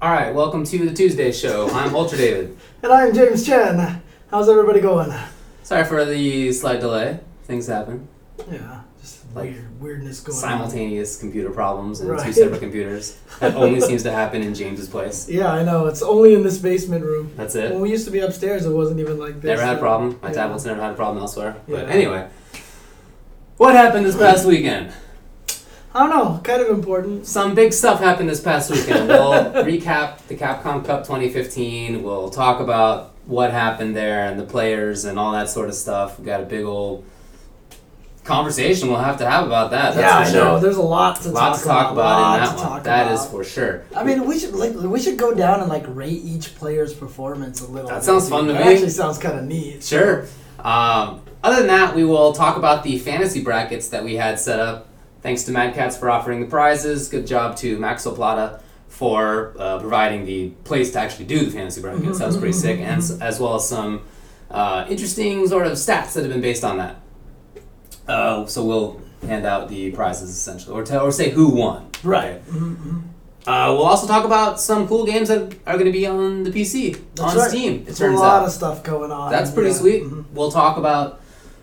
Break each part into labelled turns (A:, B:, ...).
A: All right, welcome to the Tuesday show. I'm Ultra David.
B: And I'm James Chen. How's everybody going?
A: Sorry for the slight delay. Things happen.
B: Yeah, just
A: Like,
B: weird, weirdness going on.
A: Simultaneous computer problems and two
B: Right.
A: separate computers. That only seems to happen in James's place.
B: Yeah, I know. It's only in this basement room.
A: That's
B: When
A: it.
B: we used to be upstairs, it wasn't even like this.
A: Never had a
B: uh,
A: problem. My
B: yeah.
A: tablet's never had a problem elsewhere. But
B: Yeah.
A: anyway, what happened this past weekend?
B: I don't know. Kind of important.
A: Some big stuff happened this past weekend. We'll recap the Capcom Cup 2015. We'll talk about what happened there and the players and all that sort of stuff. We got a big old conversation we'll have to have about that. That's
B: yeah,
A: for
B: I
A: sure.
B: know. There's a lot to
A: Lots
B: talk
A: to talk about
B: lot
A: in that
B: to
A: one.
B: talk
A: That is
B: about.
A: for sure.
C: I mean, we should like we should go down and like rate each player's performance a little.
A: That sounds fun to
B: That
A: me.
B: actually sounds kind of neat.
A: Sure. Um, other than that, we will talk about the fantasy brackets that we had set up. Thanks to Mad Cats for offering the prizes. Good job to Maxo Plata for uh, providing the place to actually do the fantasy brackets. That was pretty sick, and s- as well as some uh, interesting sort of stats that have been based on that. Uh, so we'll hand out the prizes essentially, or tell, or say who won.
C: Right.
A: Uh, we'll also talk about some cool games that are going to be on the PC
C: That's
A: on
C: right.
A: Steam. It
B: There's a
A: turns
B: lot
A: out
B: of stuff going on.
A: that's pretty
B: yeah.
A: sweet.
B: Mhm.
A: We'll talk about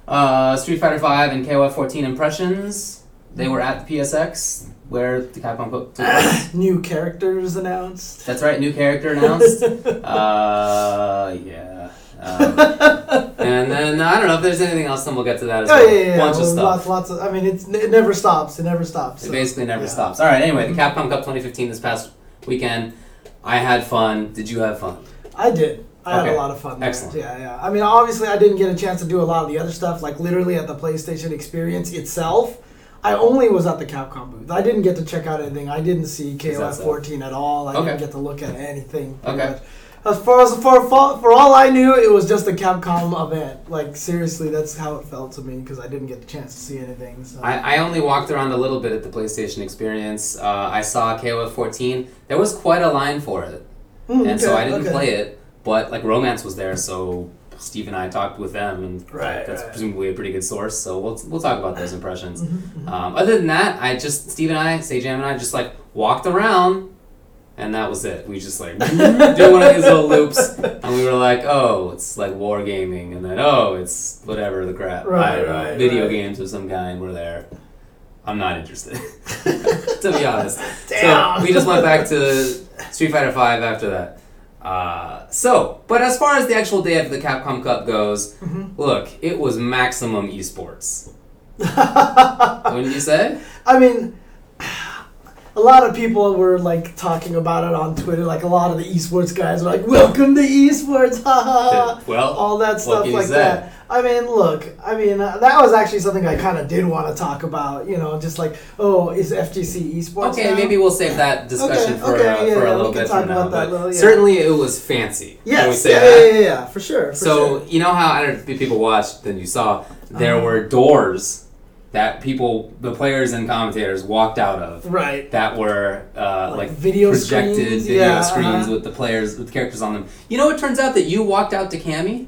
A: uh, Street Fighter V and KOF 14 impressions. They were at the PSX where the Capcom Cup took place.
B: New characters announced.
A: That's right, new character announced. Uh, yeah. Um, and then I don't know if there's anything else. Then we'll get to that as
B: Oh
A: well.
B: yeah, yeah, yeah.
A: Bunch of
B: Well,
A: stuff.
B: Lots, lots of. I mean, it's it never stops. It never stops.
A: It
B: so,
A: basically never
B: yeah. Mm-hmm.
A: stops. All right. Anyway, the Capcom Cup 2015 this past weekend. I had fun. Did you have fun?
B: I did. I had
A: Okay.
B: a lot of fun. There.
A: Excellent.
B: Yeah, yeah. I mean, obviously, I didn't get a chance to do a lot of the other stuff. Like literally at the PlayStation Experience itself, I only was at the Capcom booth. I didn't get to check out anything. I didn't see
A: that
B: KOF
A: so?
B: 14 at all. I
A: Okay.
B: didn't get to look at anything. pretty
A: Okay.
B: much. As far as for, for for all I knew, it was just a Capcom event. Like seriously, that's how it felt to me because I didn't get the chance to see anything. So.
A: I, I only walked around a little bit at the PlayStation Experience. Uh, I saw KOF 14. There was quite a line for it,
B: Mm,
A: and so
B: okay,
A: I didn't
B: okay.
A: play it. But like Romance was there, so Steve and I talked with them, and
B: Right,
A: that's
B: right.
A: presumably a pretty good source. So we'll we'll talk about those impressions.
B: Mhm, mhm.
A: Um, other than that, I just Steve and I, Say Jam and I, just like walked around, and that was it. We just like did one of these little loops, and we were like, oh, it's like wargaming, and then oh, it's whatever the crap, I
B: Right,
A: don't know,
B: right,
A: video
B: right.
A: games of some kind were there. I'm not interested, to be honest.
B: Damn.
A: So we just went back to Street Fighter Five after that. Uh, so, but as far as the actual day of the Capcom Cup goes,
B: Mm-hmm.
A: look, it was maximum esports. Wouldn't you say?
B: I mean, a lot of people were like talking about it on Twitter. Like a lot of the esports guys were like, "Welcome to esports!" ha, ha, ha,"
A: well,
B: Uh, all that stuff
A: can you
B: like
A: say?
B: that. I mean, look. I mean, uh, that was actually something I kind of did want to talk about. You know, just like, oh, is FGC esports?
A: Okay,
B: now?
A: maybe we'll save that discussion
B: Okay,
A: for,
B: okay,
A: uh,
B: yeah,
A: for
B: yeah,
A: a
B: we
A: little
B: can
A: bit
B: talk
A: from now.
B: about that
A: But
B: little- yeah.
A: certainly, it was fancy. Can we
B: Yes.
A: say
B: Yeah,
A: that?
B: yeah, yeah, yeah, for sure. for
A: so
B: sure.
A: you know how I don't know if people watched and you saw there
B: Uh-huh.
A: were doors that people, the players and commentators, walked out of
B: right.
A: that were uh, like,
B: Like video
A: projected
B: screens?
A: video
B: Yeah,
A: screens
B: uh-huh.
A: with the players with characters on them. You know, it turns out that you walked out to Cammy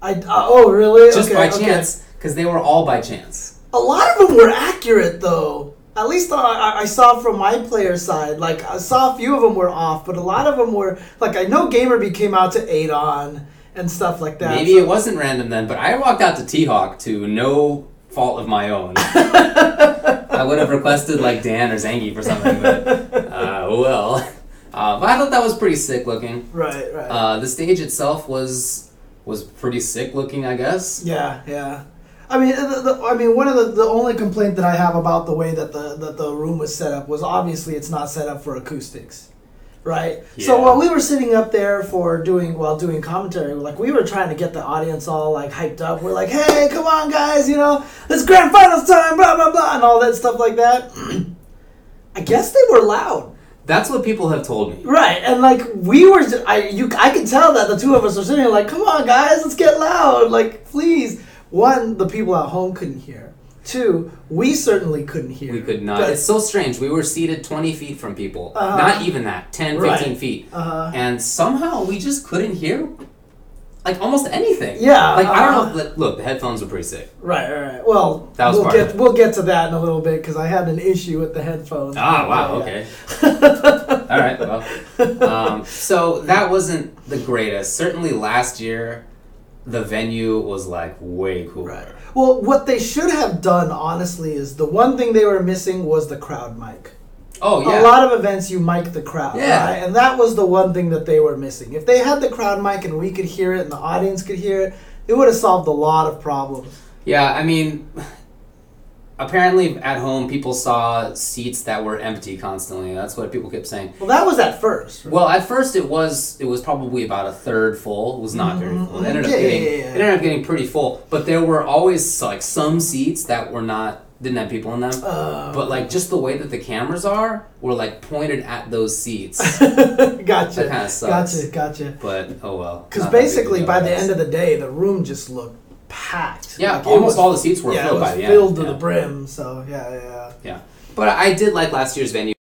B: I uh, oh really?
A: just
B: okay,
A: by
B: okay.
A: chance because they were all by chance.
B: A lot of them were accurate, though. At least I, I- I saw from my player side. Like I saw a few of them were off, but a lot of them were like I know Gamerby came out to eight on and stuff like that.
A: Maybe
B: so-
A: it wasn't random then, but I walked out to T Hawk to no fault of my own. I would have requested like Dan or Zangief or something, but uh, well. Uh, but I thought that was pretty sick looking.
B: right, right.
A: Uh, the stage itself was was pretty sick looking, I guess.
B: yeah, yeah. I mean, the, the, I mean, one of the, the only complaint that I have about the way that the that the room was set up was obviously it's not set up for acoustics, right? So
A: Yeah.
B: while we were sitting up there for doing while doing commentary, like we were trying to get the audience all like hyped up. We're like, hey, come on, guys, you know, it's grand finals time, blah blah blah, and all that stuff like that. I guess they were loud.
A: That's what people have told me.
B: Right, and like we were, I you, I could tell that the two of us were sitting here like, come on, guys, let's get loud, like please. One, the people at home couldn't hear. Two, we certainly couldn't hear.
A: We could not.
B: But-
A: It's so strange. We were seated 20 feet from people.
B: Uh-huh.
A: Not even that. 10, 15
B: Right.
A: feet.
B: Uh-huh.
A: And somehow we just couldn't hear like almost anything.
B: Yeah,
A: Like, I don't
B: uh-huh.
A: know. if- Look, the headphones were pretty sick.
B: right, right, right. Well,
A: That was
B: we'll
A: part of
B: get
A: it.
B: we'll get to that in a little bit because I had an issue with the headphones.
A: Ah, wow,
B: Yeah, yeah.
A: okay. All right, well, um, so that wasn't the greatest. Certainly last year, the venue was like way cooler.
B: Right. Well, what they should have done, honestly, is the one thing they were missing was the crowd mic.
A: Oh yeah.
B: A lot of events you mic the crowd,
A: Yeah.
B: right? And that was the one thing that they were missing. If they had the crowd mic and we could hear it and the audience could hear it, it would have solved a lot of problems.
A: Yeah, I mean, apparently at home people saw seats that were empty constantly. That's what people kept saying.
B: Well, that was at first.
A: Well, at first it was it was probably about a third full. It was not very full. It ended up
B: Yeah, yeah,
A: getting
B: yeah, yeah.
A: it ended up getting pretty full. But there were always like some seats that were not didn't have people in them.
B: Oh.
A: but like just the way that the cameras are were like pointed at those seats. That
B: gotcha.
A: kind of sucks.
B: Gotcha, gotcha.
A: But oh well.
B: Because
A: Not that big
B: basically,
A: deal,
B: by
A: I
B: the
A: guess.
B: end of the day, the room just looked packed.
A: yeah,
B: Like, it
A: almost
B: was-
A: all the seats were
B: yeah,
A: filled
B: it was
A: by the end.
B: filled to
A: yeah.
B: the brim. So yeah, yeah.
A: Yeah. But I did like last year's venue.
B: The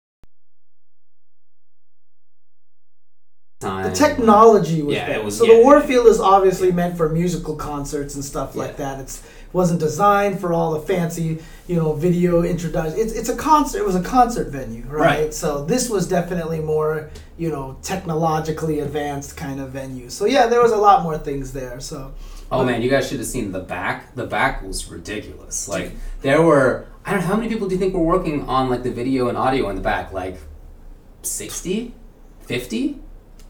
A: Time.
B: technology was
A: Yeah,
B: there.
A: it was-
B: so
A: yeah,
B: the
A: yeah,
B: Warfield is obviously meant for musical concerts and stuff like
A: Yeah.
B: that. It's wasn't designed for all the fancy, you know, video introduction. It's, it's a concert. It was a concert venue, right?
A: Right.
B: So this was definitely more, you know, technologically advanced kind of venue. So yeah, there was a lot more things there. So
A: oh man, you guys should have seen the back. The back was ridiculous. Like there were I don't know how many people do you think were working on like the video and audio in the back? Like 60? 50?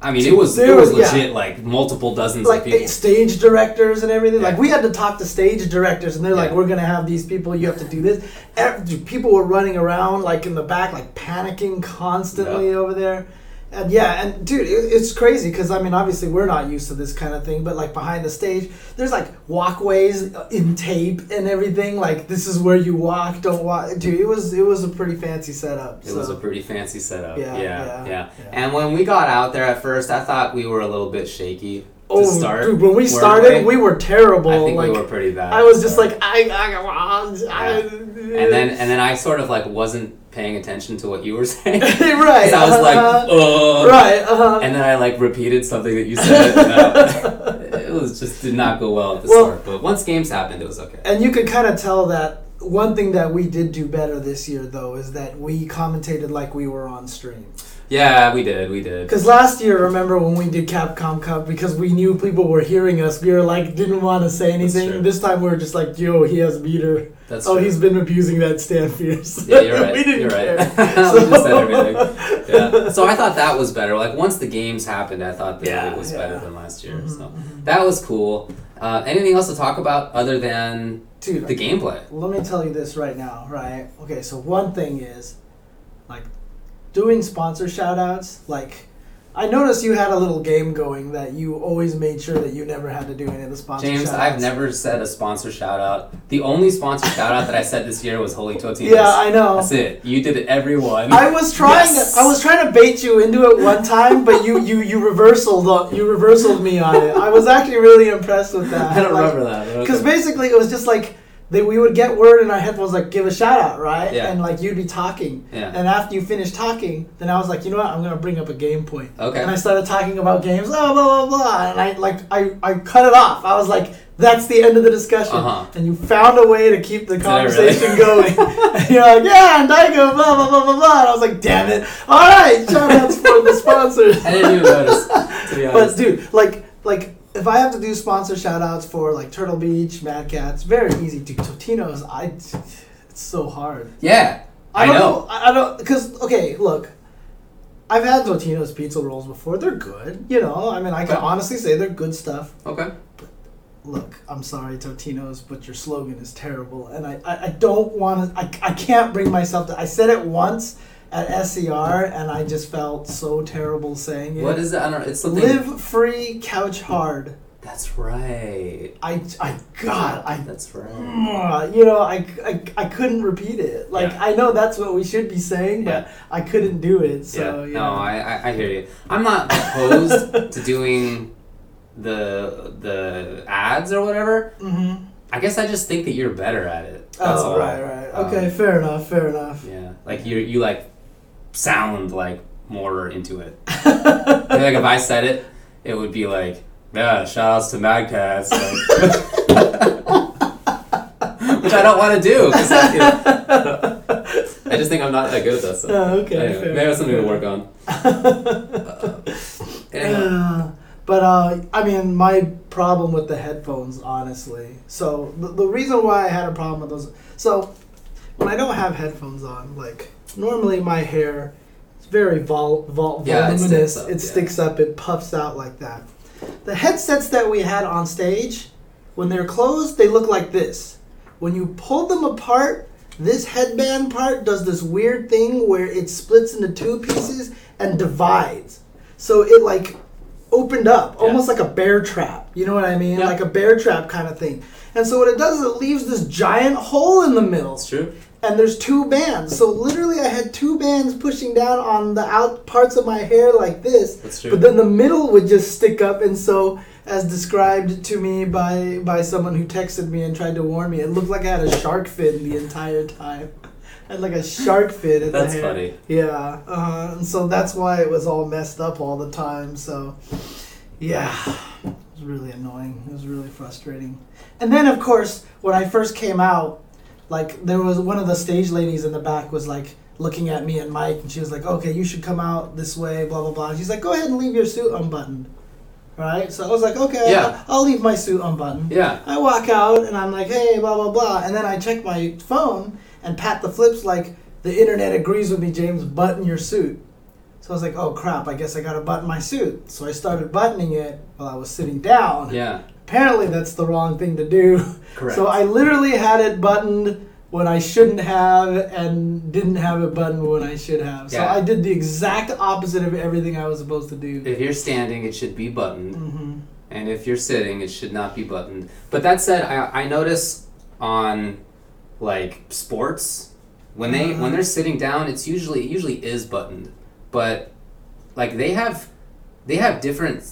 A: I mean, it was
B: There
A: it was
B: was- yeah.
A: legit like multiple dozens
B: like
A: of people.
B: eh, stage directors and everything. Like
A: Yeah.
B: we had to talk to stage directors, and they're like,
A: Yeah.
B: "We're gonna have these people. You have to do this." Ev- dude, People were running around like in the back, like panicking constantly
A: Yeah.
B: over there. And yeah, and dude, it, it's crazy because I mean, obviously we're not used to this kind of thing, but like behind the stage, there's like walkways uh, in tape and everything. Like this is where you walk, don't walk. Dude, it was it was a pretty fancy setup.
A: It
B: so.
A: was a pretty fancy setup.
B: Yeah,
A: Yeah
B: yeah,
A: yeah,
B: yeah.
A: And when we got out there at first, I thought we were a little bit shaky to
B: Oh,
A: start.
B: dude! When we
A: weren't
B: started, we were terrible.
A: I think
B: like,
A: we were pretty bad.
B: I was just
A: so.
B: like I, I, I, I
A: Yeah. and then and then I sort of like wasn't paying attention to what you were saying.
B: then right
A: 'Cause I was like,
B: uh-huh,
A: oh,
B: right uh-huh.
A: and then I like repeated something that you said. and, uh, it was just did not go well at the
B: Well-
A: start. But once games happened, it was okay.
B: and you could kind of tell that one thing that we did do better this year though is that we commentated like we were on stream
A: Yeah, we did, we did.
B: because last year remember when we did Capcom Cup because we knew people were hearing us we were like didn't want to say anything
A: true.
B: this time we were just like yo he has meter
A: That's
B: oh
A: true.
B: he's been abusing that Stan Fierce
A: Yeah, you're right.
B: we didn't
A: you're
B: care
A: right. we just said everything. Yeah. So I thought that was better. Like once the games happened, I thought that
B: Yeah,
A: it was
B: yeah. Mm-hmm,
A: better than last year. So that was cool. Uh, anything else to talk about other than
B: dude
A: the gameplay?
B: let me tell you this right now, right? Okay, so one thing is like doing sponsor shout outs, like I noticed you had a little game going that you always made sure that you never had to do any of the sponsor
A: James,
B: shout
A: I've never said a sponsor shout out. The only sponsor shout out that I said this year was Holy Totinos.
B: Yeah, I know.
A: That's it. You did it, everyone.
B: I was trying
A: Yes.
B: I was trying to bait you into it one time, but you you you reversaled you reversaled me on it. I was actually really impressed with that.
A: I don't
B: Like,
A: remember that. but
B: Because
A: okay.
B: basically, it was just like that we would get word in our headphones, like give a shout out, right?
A: Yeah.
B: And like you'd be talking,
A: Yeah.
B: and after you finish talking, then I was like, you know what, I'm gonna bring up a game point.
A: Okay.
B: And I started talking about games, blah blah blah blah, and I like I I cut it off. I was like, that's the end of the discussion.
A: Uh-huh.
B: And you found a way to keep the
A: I really?
B: conversation going. and you're like, yeah, and Daigo, blah blah blah blah blah. And I was like, damn it, all right, shout outs for the sponsors.
A: I didn't even notice. To be honest.
B: But dude, like like if I have to do sponsor shout outs for like Turtle Beach, Mad Cats, very easy. Dude, Totino's, I it's so hard.
A: yeah, I,
B: don't
A: know.
B: I I don't because okay, look. I've had Totino's pizza rolls before. They're good, you know. I mean, I can
A: Okay.
B: honestly say they're good stuff.
A: Okay.
B: Look, I'm sorry, Totino's, but your slogan is terrible, and I, I, I don't want to. I, I can't bring myself to. I said it once at SCR, and I just felt so terrible saying it.
A: What is it? I don't know. It's something.
B: Live free, couch hard.
A: That's right.
B: I, I, God, I, Mm,
A: That's right.
B: Mwah, you know, I, I, I couldn't repeat it. Like,
A: Yeah.
B: I know that's what we should be saying, but
A: Yeah.
B: I couldn't do it. So,
A: yeah.
B: you
A: No,
B: know.
A: I, I, I hear you. I'm not opposed to doing the the ads or whatever.
B: Mhm.
A: I guess I just think that you're better at it. That's
B: Oh,
A: all.
B: right, right.
A: Um,
B: Okay, fair enough, fair enough.
A: Yeah, like you you like sound like more into it. I feel like if I said it, it would be like, yeah, shout outs to Mad Cats. like- Which I don't want to do. 'cause, you know, I just think I'm not that good at this. So.
B: Oh, okay,
A: Anyway,
B: fair
A: maybe that's something to
B: enough.
A: work on. Anyhow,
B: Uh, but uh, I mean, my problem with the headphones, honestly. So the, the reason why I had a problem with those, so when I don't have headphones on, like normally my hair is very vol, vol,
A: Yeah, it sticks
B: voluminous.
A: up,
B: it
A: yeah.
B: sticks up. It puffs out like that. The headsets that we had on stage, when they're closed, they look like this. When you pull them apart, this headband part does this weird thing where it splits into two pieces and divides. So it like opened up, almost like a bear trap. You know what I mean?
A: Yeah.
B: Like a bear trap kind of thing. And so what it does is it leaves this giant hole in the middle
A: it's true.
B: and there's two bands. So literally, I had two bands pushing down on the out parts of my hair like this.
A: That's true.
B: But then the middle would just stick up, and so as described to me by by someone who texted me and tried to warn me, it looked like I had a shark fin the entire time. I had like a shark fin in
A: That's
B: the hair.
A: funny.
B: Yeah, uh, and so that's why it was all messed up all the time. So, yeah, it was really annoying. It was really frustrating. And then, of course, when I first came out, like there was one of the stage ladies in the back was like looking at me and Mike, and she was like, "Okay, you should come out this way." Blah blah blah. And she's like, "Go ahead and leave your suit unbuttoned." Right. So I was like, "Okay,
A: Yeah.
B: I'll, I'll leave my suit unbuttoned."
A: Yeah.
B: I walk out and I'm like, hey, blah blah blah, and then I check my phone and Pat the Flip's like, the internet agrees with me, James. Button your suit. So I was like, oh crap, I guess I gotta button my suit. So I started buttoning it while I was sitting down.
A: Yeah.
B: Apparently that's the wrong thing to do.
A: Correct.
B: So I literally had it buttoned when I shouldn't have and didn't have it buttoned when I should have. So
A: Yeah.
B: I did the exact opposite of everything I was supposed to do.
A: If you're standing, it should be buttoned.
B: hmm
A: And if you're sitting, it should not be buttoned. But that said, I, I notice on like sports when they
B: Mm-hmm.
A: when they're sitting down, it's usually it usually is buttoned. But like they have they have different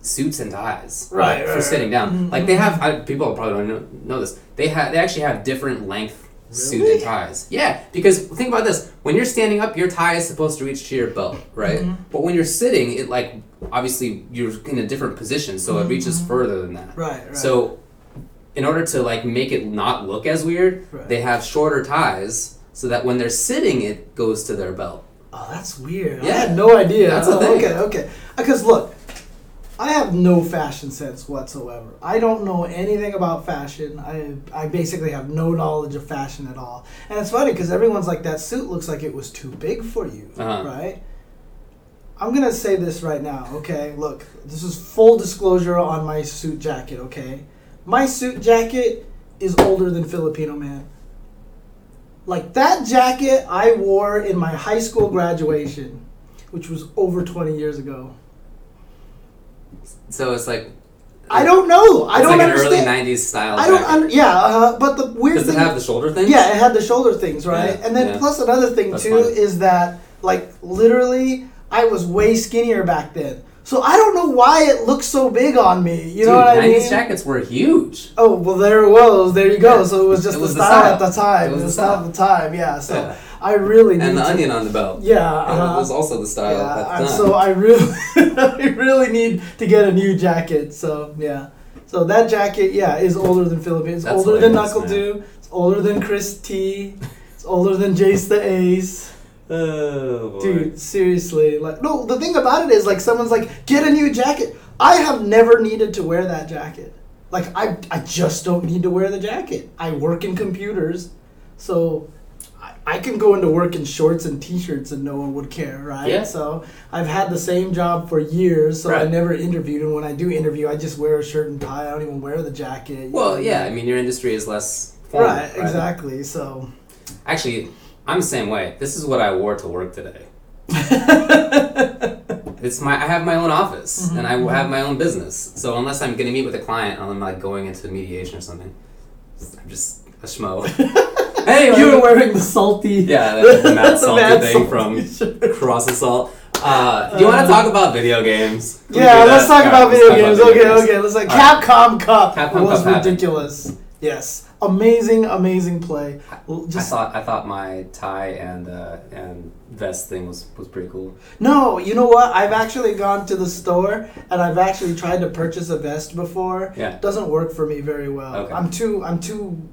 A: suits and ties
B: Right,
A: like,
B: right,
A: for
B: right.
A: sitting down.
B: Mhm,
A: Like they have I, people probably don't know, know this. They have they actually have different length suit and
B: Really?
A: ties. Yeah, because think about this: when you're standing up, your tie is supposed to reach to your belt, right?
B: Mm-hmm.
A: But when you're sitting, it like obviously you're in a different position, so it reaches further than that.
B: Mm-hmm. Right, right.
A: So, in order to like make it not look as weird,
B: Right.
A: they have shorter ties so that when they're sitting, it goes to their belt.
B: Oh, that's weird. I
A: Yeah.
B: had no idea.
A: That's the
B: Oh,
A: thing.
B: Okay, okay. Because look, I have no fashion sense whatsoever. I don't know anything about fashion. I I basically have no knowledge of fashion at all. And it's funny because everyone's like, that suit looks like it was too big for you,
A: Uh-huh.
B: right? I'm gonna say this right now, okay? Look, this is full disclosure on my suit jacket, okay? My suit jacket is older than Filipino man. Like that jacket I wore in my high school graduation, which was over 20 years ago.
A: So it's like
B: I don't know. I
A: it's
B: don't
A: like
B: understand.
A: an early '90s style.
B: I don't.
A: jacket.
B: Un- yeah, uh, but the weird
A: Does
B: thing.
A: it have the shoulder thing?
B: yeah, it had the shoulder things, right?
A: Yeah,
B: and then
A: yeah.
B: plus another thing
A: That's
B: too
A: fine.
B: is that like literally I was way skinnier back then, so I don't know why it looks so big on me. You
A: Dude,
B: know what I
A: 90s
B: mean?
A: jackets were huge.
B: Oh well, there it was. There you go.
A: Yeah.
B: So it was just
A: It
B: the
A: was the
B: style
A: style.
B: at the time.
A: It was
B: the
A: the
B: style
A: style.
B: at the time. Yeah. So
A: Yeah.
B: I really need
A: And the
B: to-
A: onion on the belt.
B: Yeah.
A: And
B: uh-huh.
A: it was also the style
B: Yeah,
A: at the
B: and
A: time.
B: so I really, I really need to get a new jacket. So yeah, so that jacket, yeah, is older than Philippines. It's
A: That's
B: older than
A: hilarious,
B: Knuckle
A: man.
B: Dew. It's older than Chris T. It's older than Jace the Ace.
A: oh boy.
B: Dude, seriously, like no. The thing about it is, like, someone's like, get a new jacket. I have never needed to wear that jacket. Like, I, I just don't need to wear the jacket. I work in computers, so I, I can go into work in shorts and t-shirts and no one would care, right?
A: Yeah.
B: So I've had the same job for years, so I
A: Right.
B: never interviewed, and when I do interview, I just wear a shirt and tie. I don't even wear the jacket. you know?
A: Well, yeah. I mean, your industry is less formal.
B: Right, exactly. So
A: Actually, I'm the same way. This is what I wore to work today. it's my I have my own office
B: Mm-hmm,
A: and I have my own business. So unless I'm going to meet with a client, I'm like going into mediation or something. I'm just a schmo. anyway,
B: you were wearing the salty.
A: yeah, the, the Matt Salty
B: Matt
A: thing
B: Salty
A: from Cross Assault. Uh, do you want to talk about video games? Can we
B: Yeah,
A: do
B: let's
A: that?
B: talk about
A: Alright, let's talk
B: video games.
A: about
B: Okay,
A: video games.
B: okay. Let's like
A: Alright.
B: Capcom Cup
A: Capcom
B: was
A: Cup happened.
B: ridiculous. Yes, amazing, amazing play. L-
A: I
B: Just
A: thought I thought my tie and uh, and vest thing was, was pretty cool.
B: no, you know what? I've actually gone to the store and I've actually tried to purchase a vest before.
A: Yeah.
B: doesn't work for me very well.
A: Okay.
B: I'm too I'm too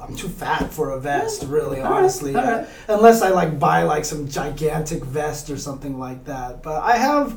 B: I'm too fat for a vest, really,
A: All right,
B: honestly. Uh,
A: all right.
B: Unless I like buy like some gigantic vest or something like that. But I have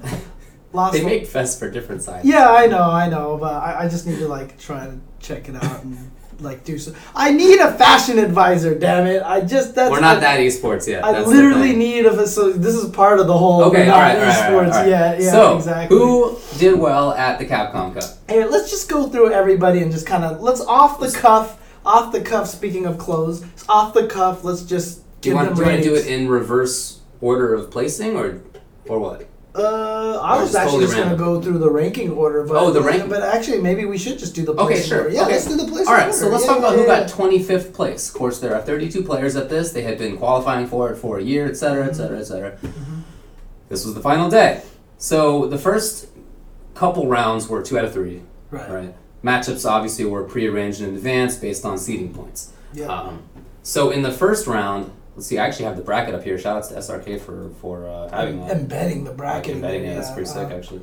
B: lost.
A: They make vests for different sizes.
B: yeah, I know, I know, but I, I just need to like try to check it out and like do so. I need a fashion advisor, damn it! I just that's
A: We're
B: the-
A: not that esports yet.
B: I
A: that's the
B: literally
A: thing.
B: need a so this is part of the whole
A: Okay,
B: we're
A: all
B: not
A: right, all right, all right,
B: esports
A: all right.
B: yet. Yeah,
A: so,
B: exactly.
A: who did well at the Capcom Cup?
B: Hey, let's just go through everybody and just kind of let's off the cuff, off the cuff. Speaking of clothes, off the cuff. Let's just
A: Do you
B: give
A: want,
B: them
A: do you want to do it
B: ratings.
A: in reverse order of placing, or or what?
B: Uh, I
A: Or
B: was
A: just
B: actually
A: totally
B: just gonna
A: random?
B: go through the ranking order, but
A: Oh, the ranking.
B: But actually, maybe we should just do the
A: Okay,
B: placing
A: sure.
B: Order. Yeah,
A: okay.
B: let's do the placing.
A: All right,
B: order.
A: so let's
B: Yeah,
A: talk about
B: yeah,
A: who
B: yeah.
A: got 25th place. Of course, there are 32 players at this. They had been qualifying for it for a year, etc., etc., etc.
B: Mm-hmm.
A: This was the final day. So the first couple rounds were two out of three.
C: Right.
A: Right. Matchups obviously were prearranged in advance based on seeding points.
B: Yeah.
A: Um, so in the first round, let's see. I actually have the bracket up here. Shoutouts to SRK for for uh, having that.
B: embedding the bracket.
A: Like, embedding it. That's pretty sick,
B: uh,
A: actually.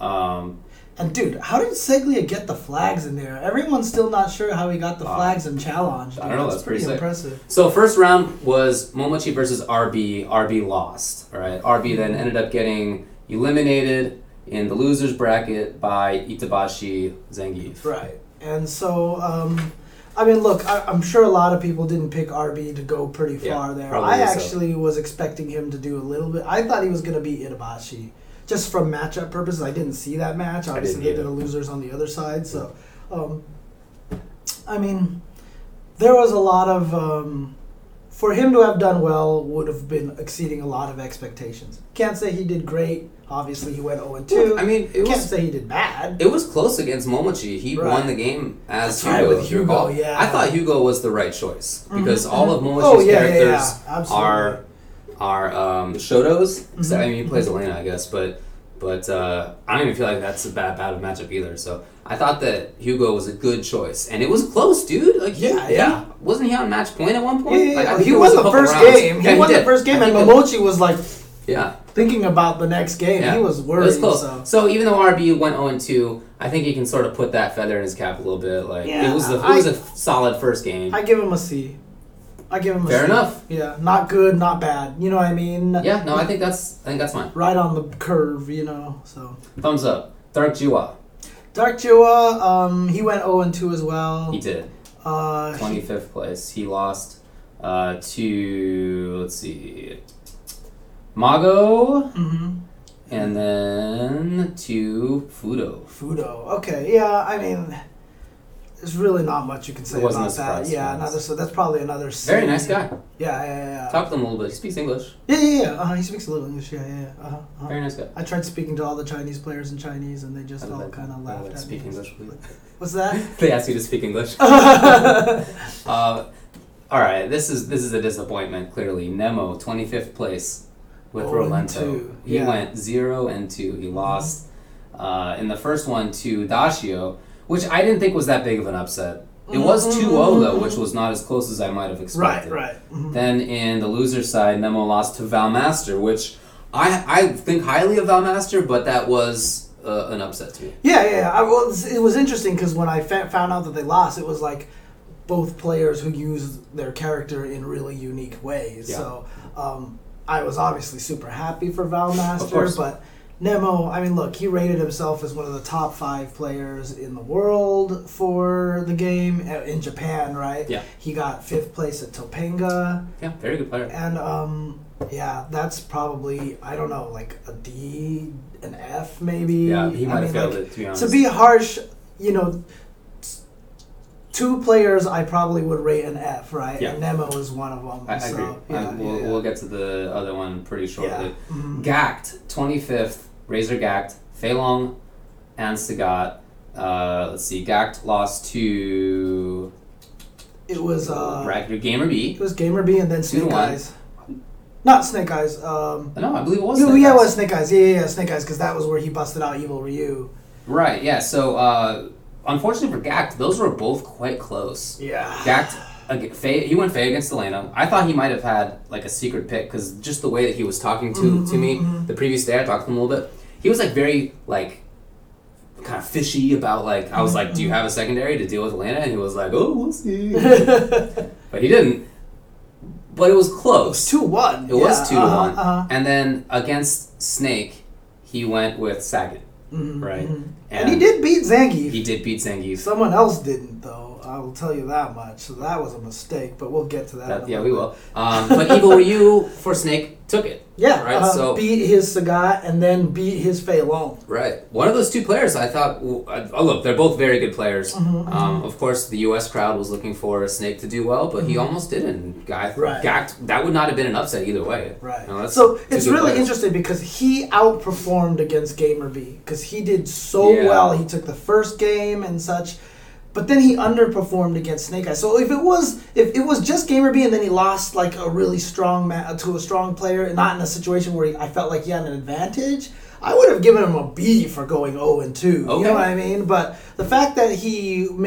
A: Um,
B: And dude, how did Seglia get the flags in there? Everyone's still not sure how he got the
A: Uh,
B: flags in challenge.
A: I
B: dude.
A: don't know,
B: That's
A: that's pretty sick.
B: impressive.
A: So first round was Momochi versus RB. RB lost. All right. RB then ended up getting eliminated in the losers bracket by Itabashi Zangief.
B: Right. And so, um, I mean, look, I, I'm sure a lot of people didn't pick RB to go pretty
A: Yeah,
B: far there.
A: probably
B: I
A: so.
B: actually was expecting him to do a little bit. I thought he was going to be Itabashi. Just from matchup purposes, I didn't see that match. Obviously, they
A: either. Mm-hmm.
B: did a losers on the other side. So, um, I mean, there was a lot of. Um, for him to have done well would have been exceeding a lot of expectations. Can't say he did great. Obviously, he went 0 2.
A: I mean, it
B: can't
A: was
B: say he did bad.
A: It was close against Momochi. He
B: Right.
A: won the game as
B: That's right,
A: Hugo.
B: with
A: if you
B: Hugo,
A: recall.
B: yeah.
A: I thought Hugo was the right choice because all of Momochi's
B: Oh, yeah, yeah, yeah.
A: characters
B: Absolutely. Mm-hmm,
A: are are um, Shotos. Except, I mean, he plays Elena, I guess, but but uh, I don't even feel like that's a bad bad of a matchup either. So I thought that Hugo was a good choice, and it was close, dude. Like, he-
B: Yeah,
A: he-
B: yeah.
A: Wasn't he on match point at one
B: Yeah,
A: point?
B: yeah,
A: Like, I
B: yeah.
A: think
B: he
A: it
B: won
A: was a
B: the
A: couple
B: first
A: rounds.
B: game. He
A: Yeah,
B: won the
A: did.
B: first game,
A: I
B: and
A: think it-
B: Momochi was like
A: Yeah.
B: thinking about the next game.
A: Yeah.
B: He was
A: It
B: worried.
A: was close. So.
B: So.
A: even though RB went 0 2, I think he can sort of put that feather in his cap a little bit. Like
B: Yeah,
A: it was the, it
B: I-
A: was a solid first game.
B: I give him a C. I give him a
A: Fair
B: C.
A: enough.
B: Yeah, not good, not bad. You know what I mean?
A: yeah, no, I think that's I think that's fine.
B: Right on the curve, you know. So
A: Thumbs up. Dark Jiwa,
B: Dark Jua, um, he went 0 and 2 as well.
A: he did
B: Uh, he-
A: 25th place. He lost uh, to let's see, Mago,
B: mhm.
A: and then to Fudo.
B: Fudo. Okay, yeah. I mean, there's really not much you can say
A: It wasn't
B: about
A: a
B: that.
A: surprise
B: Yeah,
A: for us.
B: another. So that's probably another. C.
A: Very nice guy.
B: Yeah, yeah, yeah. yeah.
A: Talk to him a little bit. He speaks English.
B: Yeah, yeah, yeah. Uh, he speaks a little English. Yeah, yeah. yeah. Uh-huh, uh-huh.
A: Very nice guy.
B: I tried speaking to all the Chinese players in Chinese, and they just
A: I'd
B: all
A: like-
B: kind
A: I'd
B: of laughed
A: like
B: at
A: to speak
B: me.
A: English, please.
B: What's that?
A: They asked you to speak English. Uh, all right, this is this is a disappointment. Clearly, Nemo, twenty fifth place with
B: Oh, and
A: Rolento.
B: two,
A: He
B: yeah. Mm-hmm.
A: went zero and two. He lost uh, in the first one to Dashio, which I didn't think was that big of an upset. It was 2-0 though, which was not as close as I might have
B: Mm-hmm, right,
A: expected.
B: right. Mhm.
A: Then in the loser side, Nemo lost to Valmaster, which I I think highly of Valmaster, but that was uh, an upset to me.
B: Yeah, yeah. yeah. I was, it was interesting because when I fa- found out that they lost, it was like both players who used their character in really unique ways.
A: Yeah.
B: So um, I was obviously super happy for Val Master,
A: course.
B: but Nemo, I mean, look, he rated himself as one of the top five players in the world for the game uh, in Japan, right?
A: Yeah.
B: He got fifth place at Topanga.
A: Yeah, very good player.
B: And um, yeah, that's probably I don't know, like a D, an F maybe.
A: Yeah, he
B: I
A: might
B: mean,
A: have failed
B: like,
A: it to be honest.
B: To be harsh, you know, t- two players I probably would rate an F, right?
A: Yeah.
B: And Nemo is one of them.
A: I, I
B: so,
A: agree.
B: Yeah,
A: I- we'll,
B: yeah,
A: we'll get to the other one pretty
B: yeah.
A: shortly.
B: Mhm.
A: Gact, 25th, Razor Gact, Feilong, and Sagat. Uh, let's see, Gact lost to
B: It was uh,
A: Bracket Gamer B.
B: it was Gamer B and then
A: Two to
B: Snake
A: one.
B: Eyes. Not Snake Eyes. Um,
A: No, I believe it was.
B: no,
A: Snake
B: yeah, it
A: Eyes.
B: was Snake Eyes. Yeah, yeah, yeah Snake Eyes, because that was where he busted out Evil Ryu.
A: Right, yeah, so uh, unfortunately for Gact, those were both quite close.
B: Yeah.
A: Gact, ag- Faye, he went Faye against Elena. I thought he might have had like a secret pick because just the way that he
B: Mm-hmm,
A: was talking to to me the previous day, I talked to him a little bit. He was like very like kind of fishy about like I was like,
B: Mm-hmm.
A: do you have a secondary to deal with Atlanta? And he was like, oh, we'll see. but he didn't. But it was close.
B: Two one.
A: It was two to one.
B: Uh-huh.
A: And then against Snake, he went with Saget, right? And,
B: Mm-hmm, And he did beat Zangief.
A: He did beat Zangief.
B: Someone else didn't, though. I will tell you that much. So that was a mistake, but we'll get to that. in
A: That-
B: a
A: yeah, we
B: little bit.
A: will. Um, but Evil Ryu for Snake took it.
B: Yeah,
A: Right,
B: uh,
A: so-
B: beat his Sagat and then beat his Fei Long.
A: Right. One of those two players, I thought. w- I- Oh, look, they're both very good players.
B: Mm-hmm,
A: Um, of course, the U.S. crowd was looking for Snake to do well, but he almost didn't. Guy,
B: Mm-hmm. Right.
A: Gact- that would not have been an upset either way.
B: Right.
A: You know, that's
B: so
A: two
B: it's
A: good
B: really
A: players.
B: interesting because he outperformed against Gamer B because he did so
A: Yeah.
B: well. He took the first game and such, but then he underperformed against Snake Eyes. So if it was if it was just Gamer B and then he lost like a really strong ma- uh, to a strong player and not in a situation where he, I felt like he had an advantage. I would have given him a B for going 0 and 2. You
A: Okay.
B: know what I mean? But the fact that he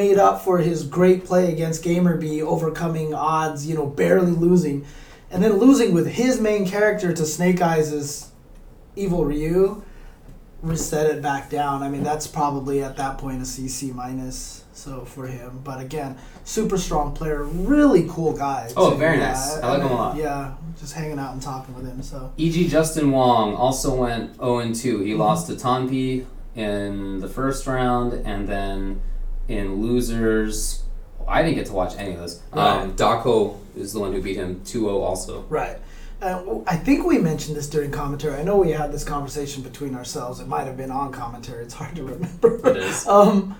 B: made up for his great play against Gamer B, overcoming odds, you know, barely losing, and then losing with his main character to Snake Eyes' evil Ryu, reset it back down. I mean, that's probably at that point a CC minus. So for him, but again, super strong player, really cool guy.
A: Oh,
B: too.
A: very nice. I like him a lot.
B: Yeah, just hanging out and talking with him. So
A: E.g. E Justin Wong also went 0 and 2. He lost to Tanpi in the first round, and then in losers, I didn't get to watch any of those. Um, Dako is the one who beat him 2 0 also.
B: Right. Uh, w- I think we mentioned this during commentary. I know we had this conversation between ourselves. It might have been on commentary. It's hard to remember.
A: It is.
B: um,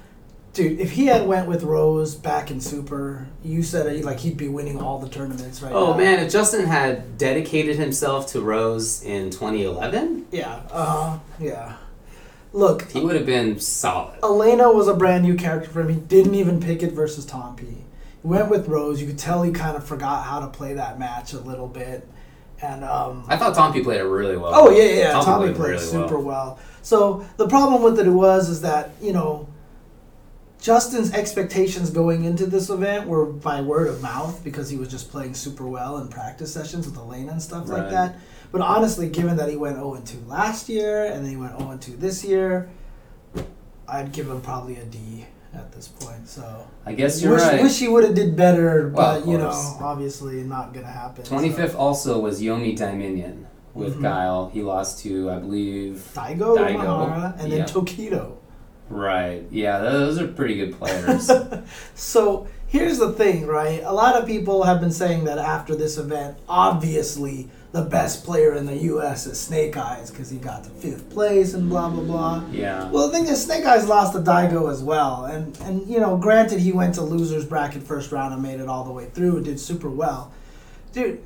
B: dude, if he had went with Rose back in Super, you said uh, like he'd be winning all the tournaments right now.
A: Oh man, if Justin had dedicated himself to Rose in 2011,
B: Yeah. Uh huh. Yeah. Look,
A: he would have been solid.
B: Elena was a brand new character for him. He didn't even pick it versus Tom P. He went with Rose. You could tell he kind of forgot how to play that match a little bit, and um,
A: I thought Tompi played it really well.
B: Oh yeah, yeah. yeah.
A: Tompi
B: Tommy played super well. So the problem with it was is that you know, Justin's expectations going into this event were by word of mouth because he was just playing super well in practice sessions with Elena and stuff
A: Right.
B: like that. But honestly, given that he went 0 2 last year and then he went 0 2 this year, I'd give him probably a D at this point. So
A: I guess you're
B: wish,
A: right.
B: wish he would have did better,
A: Well, of
B: but you know,
A: course.
B: obviously not gonna happen. so.
A: 25th also was Yomi Daiminion with Guile. He lost to, I believe,
B: Daigo,
A: Daigo,
B: Uehara, and then
A: yeah.
B: Tokido.
A: Right. Yeah, those are pretty good players.
B: So here's the thing, right? A lot of people have been saying that after this event, obviously the best player in the U.S. is Snake Eyes because he got to fifth place and blah blah blah.
A: yeah.
B: Well, the thing is, Snake Eyes lost to Daigo as well, and and you know, granted, he went to losers bracket first round and made it all the way through and did super well, dude.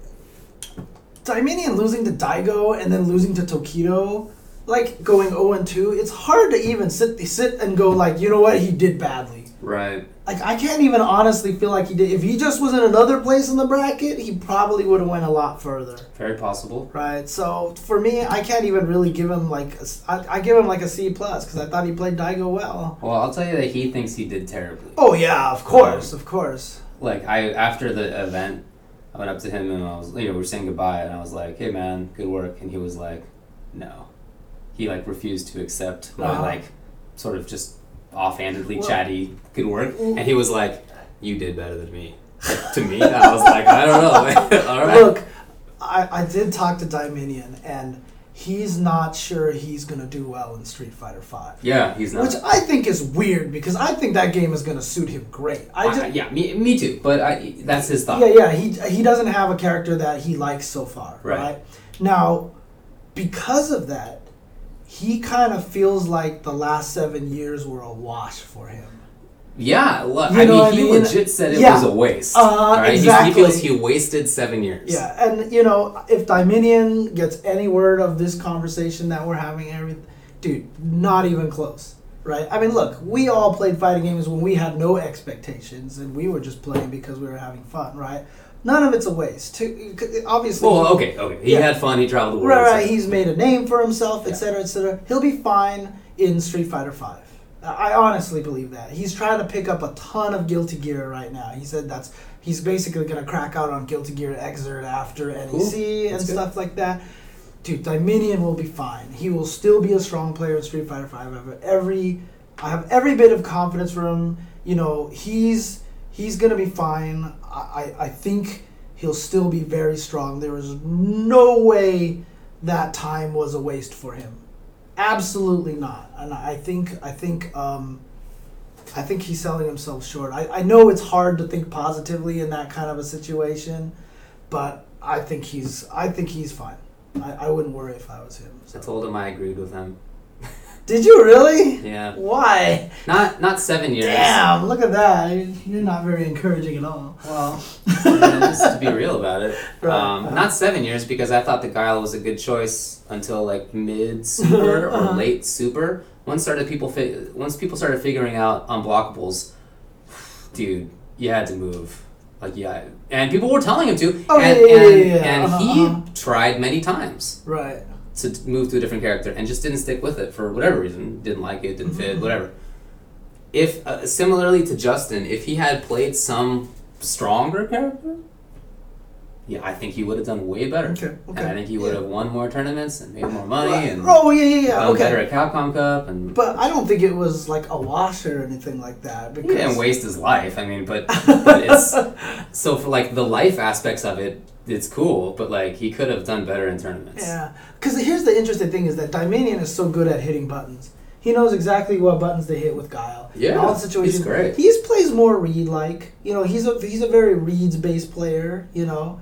B: Dominion losing to Daigo and then losing to Tokido, like going 0 and 2, it's hard to even sit sit and go like, you know what, he did badly.
A: Right.
B: Like I can't even honestly feel like he did. If he just was in another place in the bracket, he probably would have went a lot further,
A: Very possible.
B: right? So for me, I can't even really give him like a s I I give him like a C plus because I thought he played Daigo well.
A: Well, I'll tell you that he thinks he did terribly.
B: Oh yeah, of course, of course.
A: Like I after the event, I went up to him and I was you know we were saying goodbye and I was like, hey man, good work, and he was like, no. He like refused to accept my
B: Uh-huh.
A: like sort of just offhandedly
B: Well-
A: chatty good work, and he was like, you did better than me. Like, to me, I was like, I don't know. All right.
B: Look, I, I did talk to Dominion and he's not sure he's gonna do well in Street Fighter Five,
A: yeah, he's not.
B: which I think is weird because I think that game is gonna suit him great. I just
A: I- yeah, me, me too. But I, that's his thought.
B: Yeah, yeah. He he doesn't have a character that he likes so far,
A: Right.
B: right? Now, because of that, he kind of feels like the last seven years were a wash for him.
A: Yeah, look,
B: You
A: I
B: know
A: mean,
B: what I
A: he
B: mean?
A: legit said it
B: Yeah.
A: was a waste.
B: Uh,
A: He-
B: exactly.
A: He feels he wasted seven years.
B: Yeah, and you know, if Dominion gets any word of this conversation that we're having, everything, dude, not even close, right? I mean, look, we all played fighting games when we had no expectations and we were just playing because we were having fun, right? None of it's a waste. To, obviously,
A: Well, okay, okay. He
B: Yeah.
A: had fun. He traveled the world.
B: Right,
A: so-
B: right. He's made a name for himself, etc., etc. He'll be fine in Street Fighter Five. I I honestly believe that. He's trying to pick up a ton of Guilty Gear right now. He said that's he's basically gonna crack out on Guilty Gear Exert after E NEC
A: Cool.
B: and
A: That's good.
B: stuff like that. Dude, Dominion will be fine. He will still be a strong player in Street Fighter Five. Every I have every bit of confidence for him. You know, he's he's gonna be fine. I, I, I think he'll still be very strong. There is no way that time was a waste for him. Absolutely not. And I think I think um, I think he's selling himself short. I, I know it's hard to think positively in that kind of a situation, but I think he's I think he's fine. I, I wouldn't worry if I was him.
A: I
B: So.
A: told him I agreed with him.
B: Did you really?
A: Yeah,
B: Why?
A: not not seven years.
B: Damn! Look at that. You're not very encouraging at all.
A: Well, just to be real about it,
B: Right. uh-huh.
A: um, not seven years because I thought the Guile was a good choice until like mid super
B: Uh-huh.
A: or late super. Once started people fi- once people started figuring out unblockables, dude, you had to move. Like yeah, and people were telling him to,
B: Oh,
A: and
B: yeah, yeah,
A: and,
B: yeah, yeah.
A: and
B: Uh-huh,
A: he
B: uh-huh.
A: tried many times
B: Right.
A: to t- move to a different character and just didn't stick with it for whatever reason. Didn't like it, didn't
B: Mm-hmm.
A: fit, whatever. If uh, similarly to Justin, if he had played some stronger character, yeah, I think he would have done way better.
B: Okay,
A: And I
B: okay,
A: think he would have won more tournaments and made more money
B: Right.
A: and
B: Oh yeah, yeah, yeah.
A: done better
B: Okay.
A: at Capcom Cup and
B: But I don't think it was like a wash or anything like that
A: he
B: because
A: didn't waste his life. I mean, but but it's so for like the life aspects of it, it's cool. But like he could have done better in tournaments.
B: Yeah, because here's the interesting thing is that Dominion is so good at hitting buttons. He knows exactly what buttons to hit with Guile. In
A: Yeah,
B: all the situations.
A: he's great.
B: He's plays more Reed like. You know, he's a he's a very Reeds based player. You know,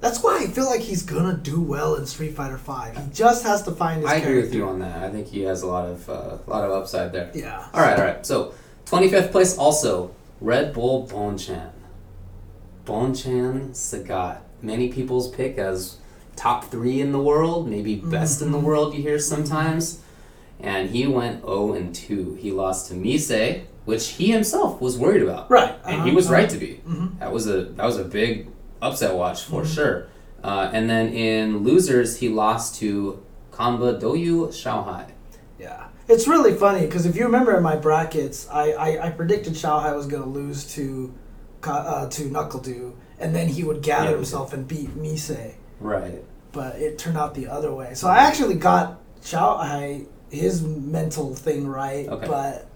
B: that's why I feel like he's gonna do well in Street Fighter Five. He just has to find his
A: I
B: character.
A: agree with you on that. I think he has a lot of uh, a lot of upside there.
B: Yeah.
A: All right, all right. So, 25th place also Red Bull Bonchan. Bonchan Sagat. Many people's pick as top 3 in the world, maybe best in the
B: Mm-hmm.
A: world you hear sometimes. And he went 0 and 2. He lost to Mise, which he himself was worried about.
B: Right.
A: And
B: uh-huh,
A: he was
B: uh-huh.
A: right to be. That was a that was a big upset watch for
B: Mm-hmm.
A: sure. Uh, and then in losers, he lost to Kanba Doyu Shanghai.
B: Yeah. It's really funny because if you remember in my brackets, I, I, I predicted Shanghai was going to lose to Ka- uh, to Knuckle Dew, and then he would gather
A: Yeah.
B: himself and beat Mise.
A: Right.
B: but it turned out the other way. So I actually got Chao I his mental thing right,
A: Okay.
B: but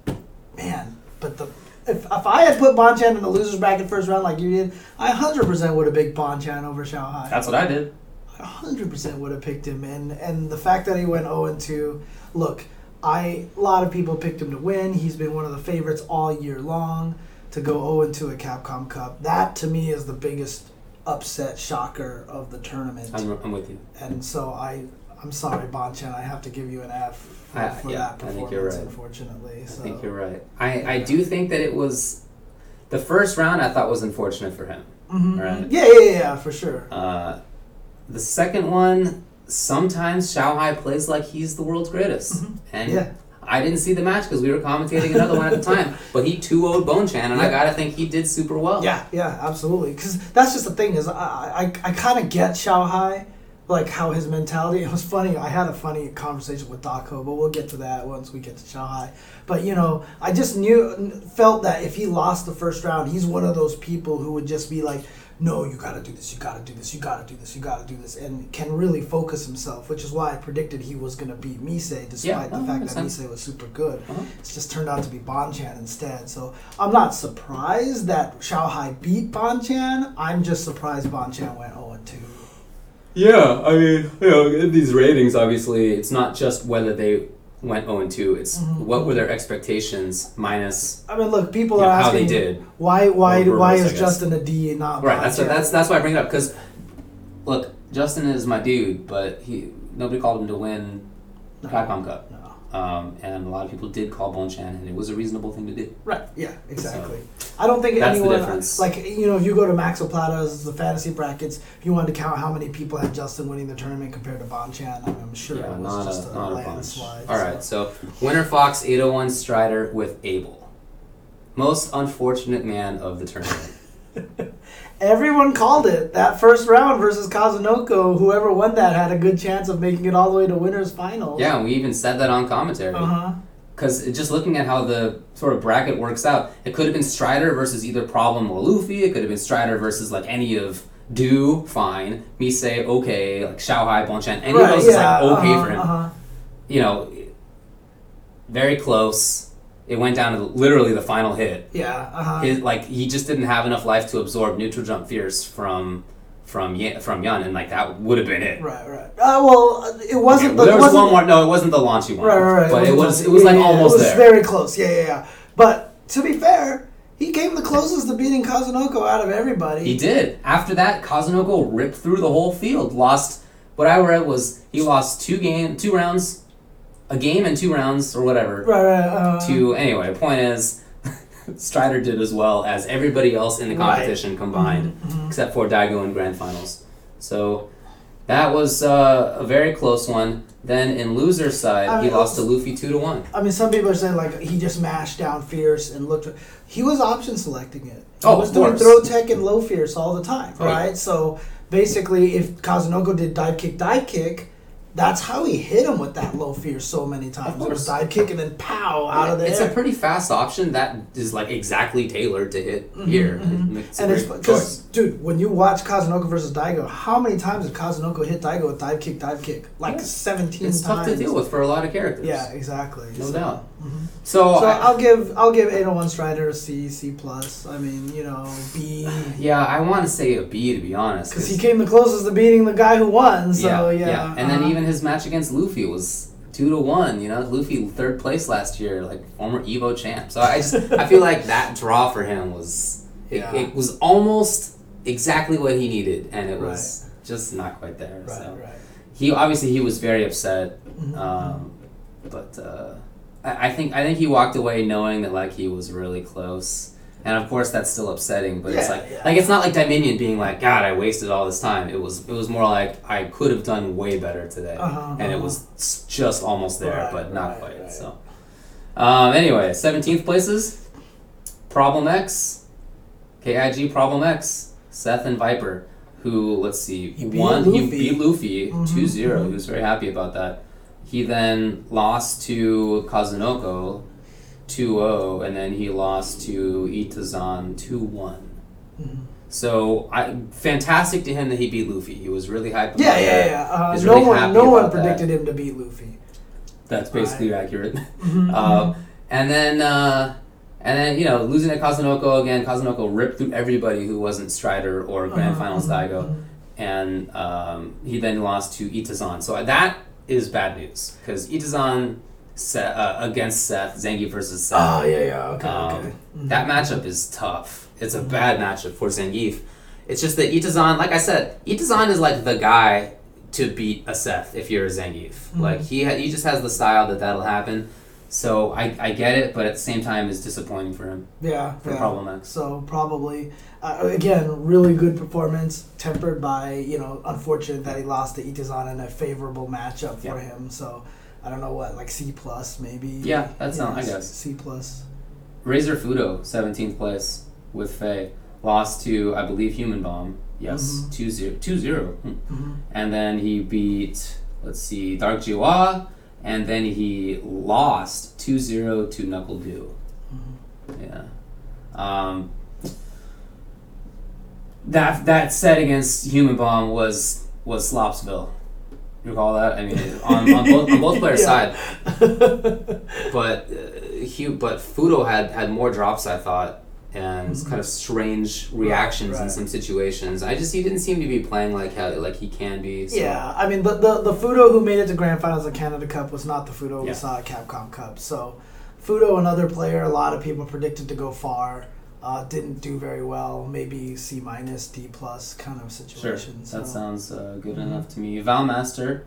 B: man, but the if, if I had put Bonchan in the losers bracket first round like you did, I 100% would have picked Bonchan over Shanghai.
A: That's what I did.
B: I 100% would have picked him and and the fact that he went 0 and 2, look, I a lot of people picked him to win. He's been one of the favorites all year long to go 0 and 2 at Capcom Cup. That to me is the biggest upset shocker of the tournament
A: I'm, I'm with you.
B: and so I, I'm sorry, Bonchan. I have to give you an F for,
A: Ah,
B: for
A: yeah,
B: that
A: I
B: performance,
A: think you're right.
B: unfortunately. So
A: I think you're right. I, I do think that it was the first round I thought was unfortunate for him.
B: Mhm.
A: Right.
B: Yeah, yeah, yeah, yeah, for sure.
A: Uh, the second one, sometimes Shanghai plays like he's the world's greatest. And
B: Mm-hmm. Yeah.
A: I didn't see the match because we were commentating another one at the time, but he 2 0 Bone Chan, and I
B: Yeah.
A: gotta think he did super well.
B: Yeah, yeah, absolutely. Because that's just the thing is, I, I, I kind of get Shao Hai, like how his mentality. It was funny. I had a funny conversation with Daco, but we'll get to that once we get to Shao Hai. But you know, I just knew, felt that if he lost the first round, he's one of those people who would just be like. No, you gotta do this, you gotta do this, you gotta do this, you gotta do this, and can really focus himself, which is why I predicted he was gonna beat Mise despite
A: Yeah,
B: the
A: no,
B: fact
A: makes
B: that
A: sense.
B: Mise was super good.
A: Uh-huh.
B: It's just turned out to be Bonchan instead. So I'm not surprised that Shanghai beat Bonchan. I'm just surprised Bonchan went 0 2.
A: Yeah, I mean, you know, in these ratings, obviously, it's not just whether they went 0 2, it's
B: Mm-hmm.
A: what were their expectations minus.
B: I mean, look, people
A: Yeah,
B: are
A: how they
B: asking
A: did.
B: why why
A: Or
B: why
A: reverse, I
B: is
A: guess.
B: Justin a D and not
A: Right, that's,
B: Bonchan?
A: that's, that's why I bring it up, because, look, Justin is my dude, but he nobody called him to win the Capcom Cup.
B: no.
A: Um, and a lot of people did call Bonchan, and it was a reasonable thing to do.
B: Right. Yeah. Exactly. I don't think
A: That's the
B: anyone
A: difference.
B: like you know if you go to Max Plata's the fantasy brackets, if you wanted to count how many people had Justin winning the tournament compared to Bonchan, I mean, I'm sure
A: Yeah,
B: it was
A: not
B: just
A: a,
B: a,
A: not a bunch.
B: landslide.
A: All right, so Winter Fox 801 Strider with Abel. Most unfortunate man of the tournament.
B: Everyone called it. That first round versus Kazunoko, whoever won that had a good chance of making it all the way to winner's finals.
A: yeah, and we even said that on commentary.
B: Uh huh.
A: Because just looking at how the sort of bracket works out, it could have been Strider versus either Problem or Luffy. It could have been Strider versus like any of Do, fine. Mise, okay. Like Shanghai, Bonchan. Any of those is like okay
B: uh-huh,
A: for him.
B: Uh-huh.
A: you know, very close. It went down to literally the final hit.
B: Yeah. Uh huh.
A: His, like he just didn't have enough life to absorb neutral jump fierce from from Ye- from Yun, and like that would have been it.
B: Right. Right. Uh, well, it wasn't.
A: there
B: it
A: was
B: wasn't,
A: one more. No, it wasn't the launchy one.
B: Right, right, right.
A: But it was
B: wasn't-
A: it was like
B: yeah, yeah,
A: almost
B: it was
A: there.
B: Very close. Yeah, yeah, yeah. But to be fair, he came the closest to beating Kazunoko out of everybody.
A: He did. After that, Kazunoko ripped through the whole field. Lost what I read was he lost two game, two rounds, a game and two rounds or whatever.
B: Right. Right. Uh,
A: To anyway, point is, Strider did as well as everybody else in the
B: Right. Mm-hmm,
A: competition combined, except for Daigo in grand finals. So that was uh, a very close one. Then in loser side,
B: I
A: he
B: mean,
A: lost to Luffy two to one.
B: I mean, some people are saying like he just mashed down fierce and looked. He was option selecting it. He
A: Oh,
B: was
A: of
B: doing
A: course.
B: throw tech and low fierce all the time,
A: Right.
B: right? So basically, if Kazunoko did dive kick, dive kick. That's how he hit him with that low fierce so many times. It was
A: course.
B: dive kick and then pow out of there.
A: It's a pretty fast option that is like exactly tailored to hit here. It's a
B: Mm-hmm, And it's
A: great choice.
B: because, dude, when you watch Kazunoko versus Daigo, how many times did Kazunoko hit Daigo with dive kick, dive kick? Like
A: Yeah.
B: 17
A: it's tough
B: times.
A: to deal with for a lot of characters.
B: Yeah, exactly.
A: no
B: so,
A: doubt. So,
B: so
A: Oh, I-
B: I'll give I'll give 801 Strider a C, C plus. I mean, you know, B,
A: yeah, I want to say a B to be honest.
B: because he came the closest to beating the guy who won. So yeah,
A: And then
B: uh-huh.
A: even his match against Luffy was two to one. You know, Luffy third place last year, like former Evo champ. So I just I feel like that draw for him was it,
B: Yeah.
A: it was almost exactly what he needed, and it was just not quite there.
B: right,
A: so
B: right.
A: he obviously he was very upset,
B: Mm-hmm.
A: um, but uh, I, I think I think he walked away knowing that like he was really close. And of course, that's still upsetting, but it's
B: Yeah,
A: like,
B: yeah.
A: like it's not like Dominion being like, "God, I wasted all this time." It was, it was more like I could have done way better today,
B: Uh-huh,
A: and it
B: uh-huh.
A: was s- just almost there,
B: Right,
A: but not
B: right,
A: quite.
B: right.
A: So, um, anyway, seventeenth places, Problem X, KIG Problem X, Seth and Viper, who let's see,
B: He beat
A: one he
B: Luffy.
A: beat Luffy 2
B: Mhm,
A: 0 He was very happy about that. He then lost to Kazunoko 2-0, and then he lost to Itazan 2-1.
B: Mm-hmm.
A: So I fantastic to him that he beat Luffy. He was really hyped.
B: Yeah,
A: about
B: yeah,
A: that.
B: yeah. Uh,
A: He's
B: no
A: really
B: one,
A: happy
B: no one
A: about that.
B: predicted him to beat Luffy.
A: That's basically accurate. Uh, and then, uh, and then you know, losing to Kazunoko again. Kazunoko ripped through everybody who wasn't Strider or Grand Finals Daigo, and um, he then lost to Itazan. So uh, that is bad news because Itazan se- uh, against Seth, Zangief versus Seth.
B: Oh yeah, yeah. Okay,
A: Um,
B: okay.
A: That matchup is tough. It's a bad matchup for Zangief. It's just that Itazan, like I said, Itazan is like the guy to beat a Seth if you're a Zangief. Like he ha- he just has the style that that'll happen. So I, I get it, but at the same time, it's disappointing for him
B: Yeah,
A: for
B: yeah.
A: Problem X.
B: So probably uh, again, really good performance tempered by you know unfortunate that he lost to Itazan in a favorable matchup for
A: Yeah.
B: him. So I don't know what like C plus maybe.
A: Yeah, that sounds- I
B: C-
A: guess.
B: C plus.
A: Razor Fudo, seventeenth place with Faye, lost to I believe Human Bomb. Yes,
B: Mhm.
A: two zero two zero. Hmm.
B: Mhm.
A: and then he beat let's see Dark Jiwa, and then he lost 2-0 to Knuckle Dew. Yeah. Um, that that set against Human Bomb was was Slopsville. You recall that? I mean, on, on both on both players'
B: Yeah.
A: side, but uh, Hugh, but Fudo had had more drops. I thought. And kind of strange reactions in
B: Mm-hmm. right.
A: some situations. I just he didn't seem to be playing like how like he can be. So.
B: Yeah, I mean the, the the Fudo who made it to grand finals of Canada Cup was not the Fudo
A: Yeah.
B: we saw at Capcom Cup. So Fudo, another player, a lot of people predicted to go far. Uh, didn't do very well, maybe C minus, D plus kind of
A: Sure,
B: situation.
A: that
B: so. Mm-hmm.
A: sounds uh, good enough to me. Valmaster,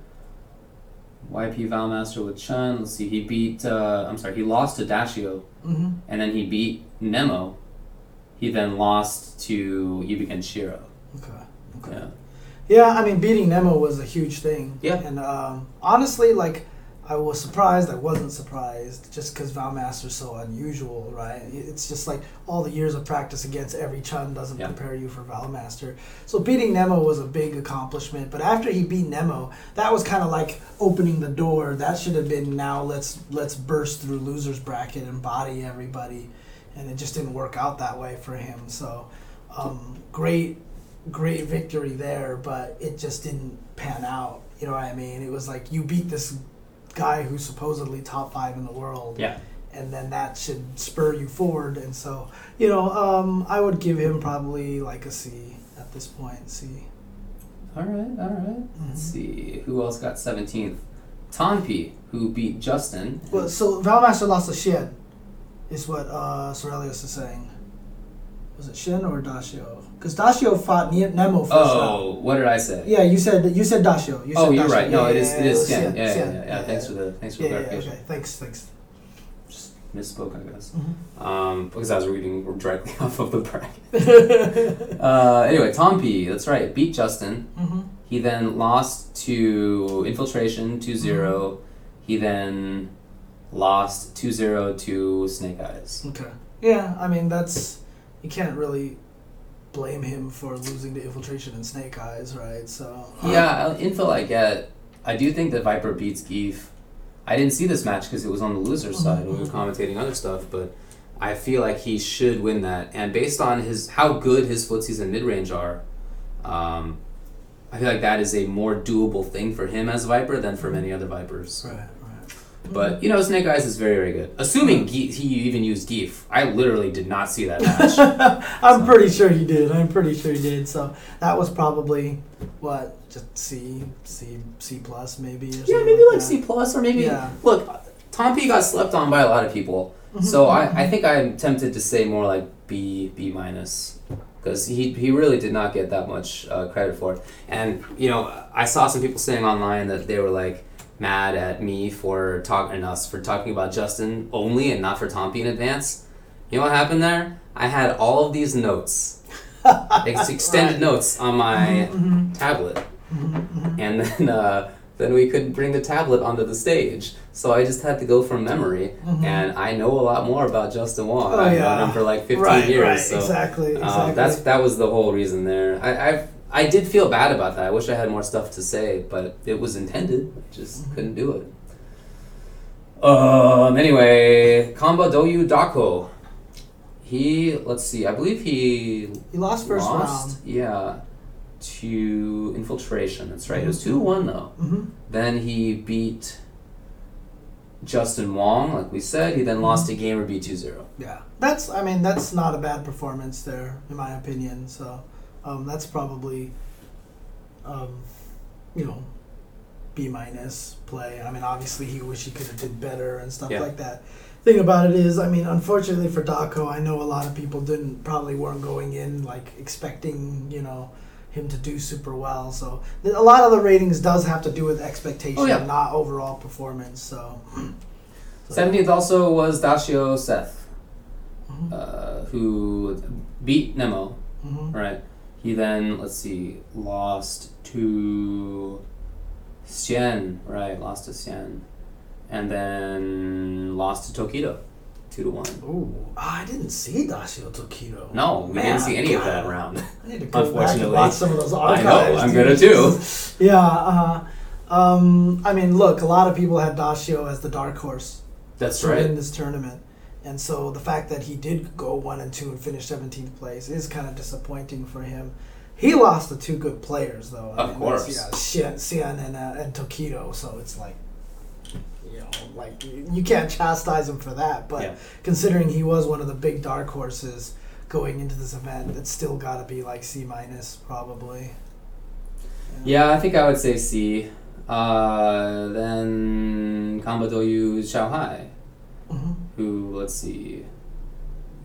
A: YP Valmaster with Chun. Let's see, he beat. Uh, I'm sorry, he lost to Dashio,
B: hmm
A: and then he beat Nemo. He then lost to Yubi Kenshiro.
B: Okay. Okay.
A: Yeah.
B: Yeah, I mean, beating Nemo was a huge thing.
A: Yeah.
B: And um, honestly, like, I was surprised. I wasn't surprised just because Valmaster's so unusual, right? It's just like all the years of practice against every Chun doesn't
A: Yeah.
B: prepare you for Valmaster. So beating Nemo was a big accomplishment. But after he beat Nemo, that was kind of like opening the door. That should have been now let's let's burst through losers bracket and body everybody, and it just didn't work out that way for him. So um, great great victory there, but it just didn't pan out. You know what I mean? It was like you beat this guy who's supposedly top five in the world,
A: Yeah.
B: and then that should spur you forward. And so, you know, um, I would give him probably like a C at this point. C.
A: All right, all right.
B: Mm-hmm.
A: Let's see who else got seventeenth. Tonpi, who beat Justin.
B: Well, so Valmaster lost a Shin, is what uh, Sorelius is saying. Was it Shin or Dashio? Because Dashio fought ne- Nemo first. round.
A: oh, what did I say?
B: Yeah, you said you said Dashio. You said
A: oh, you're
B: Dashio.
A: right. No,
B: Yeah,
A: it is
B: yeah,
A: it is
B: yeah,
A: Shin. Yeah, yeah, yeah,
B: Shin.
A: yeah, Thanks for the thanks for
B: Yeah,
A: the
B: yeah,
A: clarification.
B: okay. Thanks, thanks.
A: Just misspoke, I guess.
B: Mhm.
A: Um, because I was reading directly off of the bracket. uh, anyway, Tompi, that's right, beat Justin.
B: hmm
A: He then lost to Infiltration 2 0.
B: Mm-hmm.
A: He then lost 2 0 to Snake Eyes.
B: Okay. Yeah, I mean that's you can't really blame him for losing to infiltration and Snake Eyes, right? So uh,
A: Yeah, I- info I get. I do think that Viper beats Geef. I didn't see this match because it was on the loser side when we were commentating other stuff, but I feel like he should win that. And based on his how good his footsies and mid range are, um, I feel like that is a more doable thing for him as Viper than for many other Vipers.
B: Right, right.
A: But you know, Snake Eyes is very, very good. Assuming Ge- he even used Geef, I literally did not see that match.
B: I'm pretty sure he did. I'm pretty sure he did. So that was probably what just C, C, C plus maybe. Or something
A: yeah, maybe like
B: that.
A: C plus or maybe
B: Yeah. Mm-hmm.
A: look. Tom P got slept on by a lot of people, so I, I think I'm tempted to say more like B B minus because he he really did not get that much uh, credit for it. And you know, I saw some people saying online that they were like mad at me for talking and us for talking about Justin only and not for Tom P in advance. You know what happened there? I had all of these notes, ex- extended notes on my
B: Mm-hmm,
A: tablet, and then uh, then we couldn't bring the tablet onto the stage. So I just had to go from memory, and I know a lot more about Justin Wong.
B: Mm-hmm. Oh,
A: I've
B: yeah.
A: known him for like 15
B: right,
A: years.
B: right,
A: so,
B: exactly, exactly.
A: um, that's that was the whole reason there. I I've, I did feel bad about that. I wish I had more stuff to say, but it was intended. Just
B: Mm-hmm.
A: couldn't do it. Um. Anyway, Kamba Doyu Dako. He let's see. I believe he
B: he lost first
A: lost. Yeah. To infiltration. That's right. It
B: Mm-hmm.
A: was two one though.
B: round. hmm
A: Then he beat Justin Wong, like we said. He then
B: Mm-hmm.
A: lost to Gamer B20.
B: Yeah, that's. I mean, that's not a bad performance there, in my opinion. So, um, that's probably, um, you know, B minus play. I mean, obviously, he wish he could have did better and stuff
A: Yeah.
B: like that. Thing about it is, I mean, unfortunately for Daco, I know a lot of people didn't probably weren't going in like expecting, you know. Him to do super well, so th- a lot of the ratings does have to do with expectation,
A: Oh, yeah.
B: not overall performance. So,
A: Seventeenth also was Dashio Seth,
B: Mhm.
A: uh, who beat Nemo.
B: mhm.
A: Right. He then let's see, lost to Xian. Right, lost to Xian, and then lost to Tokido, two to one.
B: Ooh, I didn't see Dacio Tokido.
A: No, we
B: Man,
A: didn't see any of that
B: God.
A: round.
B: I need to go back
A: Unfortunately.
B: and watch some of those
A: I
B: archives.
A: know, I'm
B: dude.
A: gonna do.
B: Yeah, uh, um, I mean, look, a lot of people had Dacio as the dark horse
A: That's
B: to win
A: right.
B: this tournament, and so the fact that he did go one and two and finish 17th place is kind of disappointing for him. He lost the two good players, though. I
A: Of
B: mean,
A: course.
B: that's- yeah, Sian and uh, and Tokido. So it's like, you know, like you you can't chastise him for that, but
A: Yeah.
B: considering he was one of the big dark horses going into this event, it's still got to be like C minus probably.
A: Yeah, I think I would say C. Uh, then Kamba Doyu Shanghai,
B: Mhm.
A: who let's see.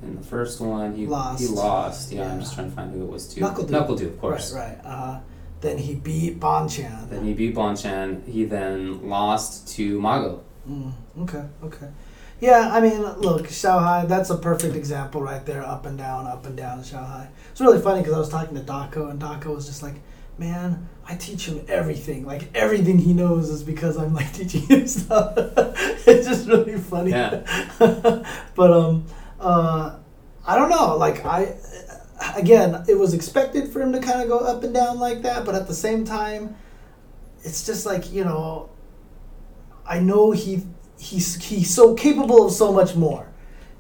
A: In the first one, he
B: Lost.
A: he lost. Yeah, I'm
B: Yeah.
A: just trying to find who it was to.
B: Knuckle Dew.
A: of course.
B: Right, right. Uh, then he beat Bonchan.
A: Then he beat Bonchan. He then lost to Mago.
B: Mm, okay, okay. Yeah, I mean, look, Shanghai, that's a perfect example right there. Up and down, up and down, Shanghai. It's really funny because I was talking to Daco, and Daco was just like, man, I teach him everything. Like, everything he knows is because I'm, like, teaching him stuff. it's just really funny.
A: Yeah.
B: but, um, uh, I don't know. Like, I, again, it was expected for him to kind of go up and down like that, but at the same time, it's just like, you know, I know he he's he's so capable of so much more,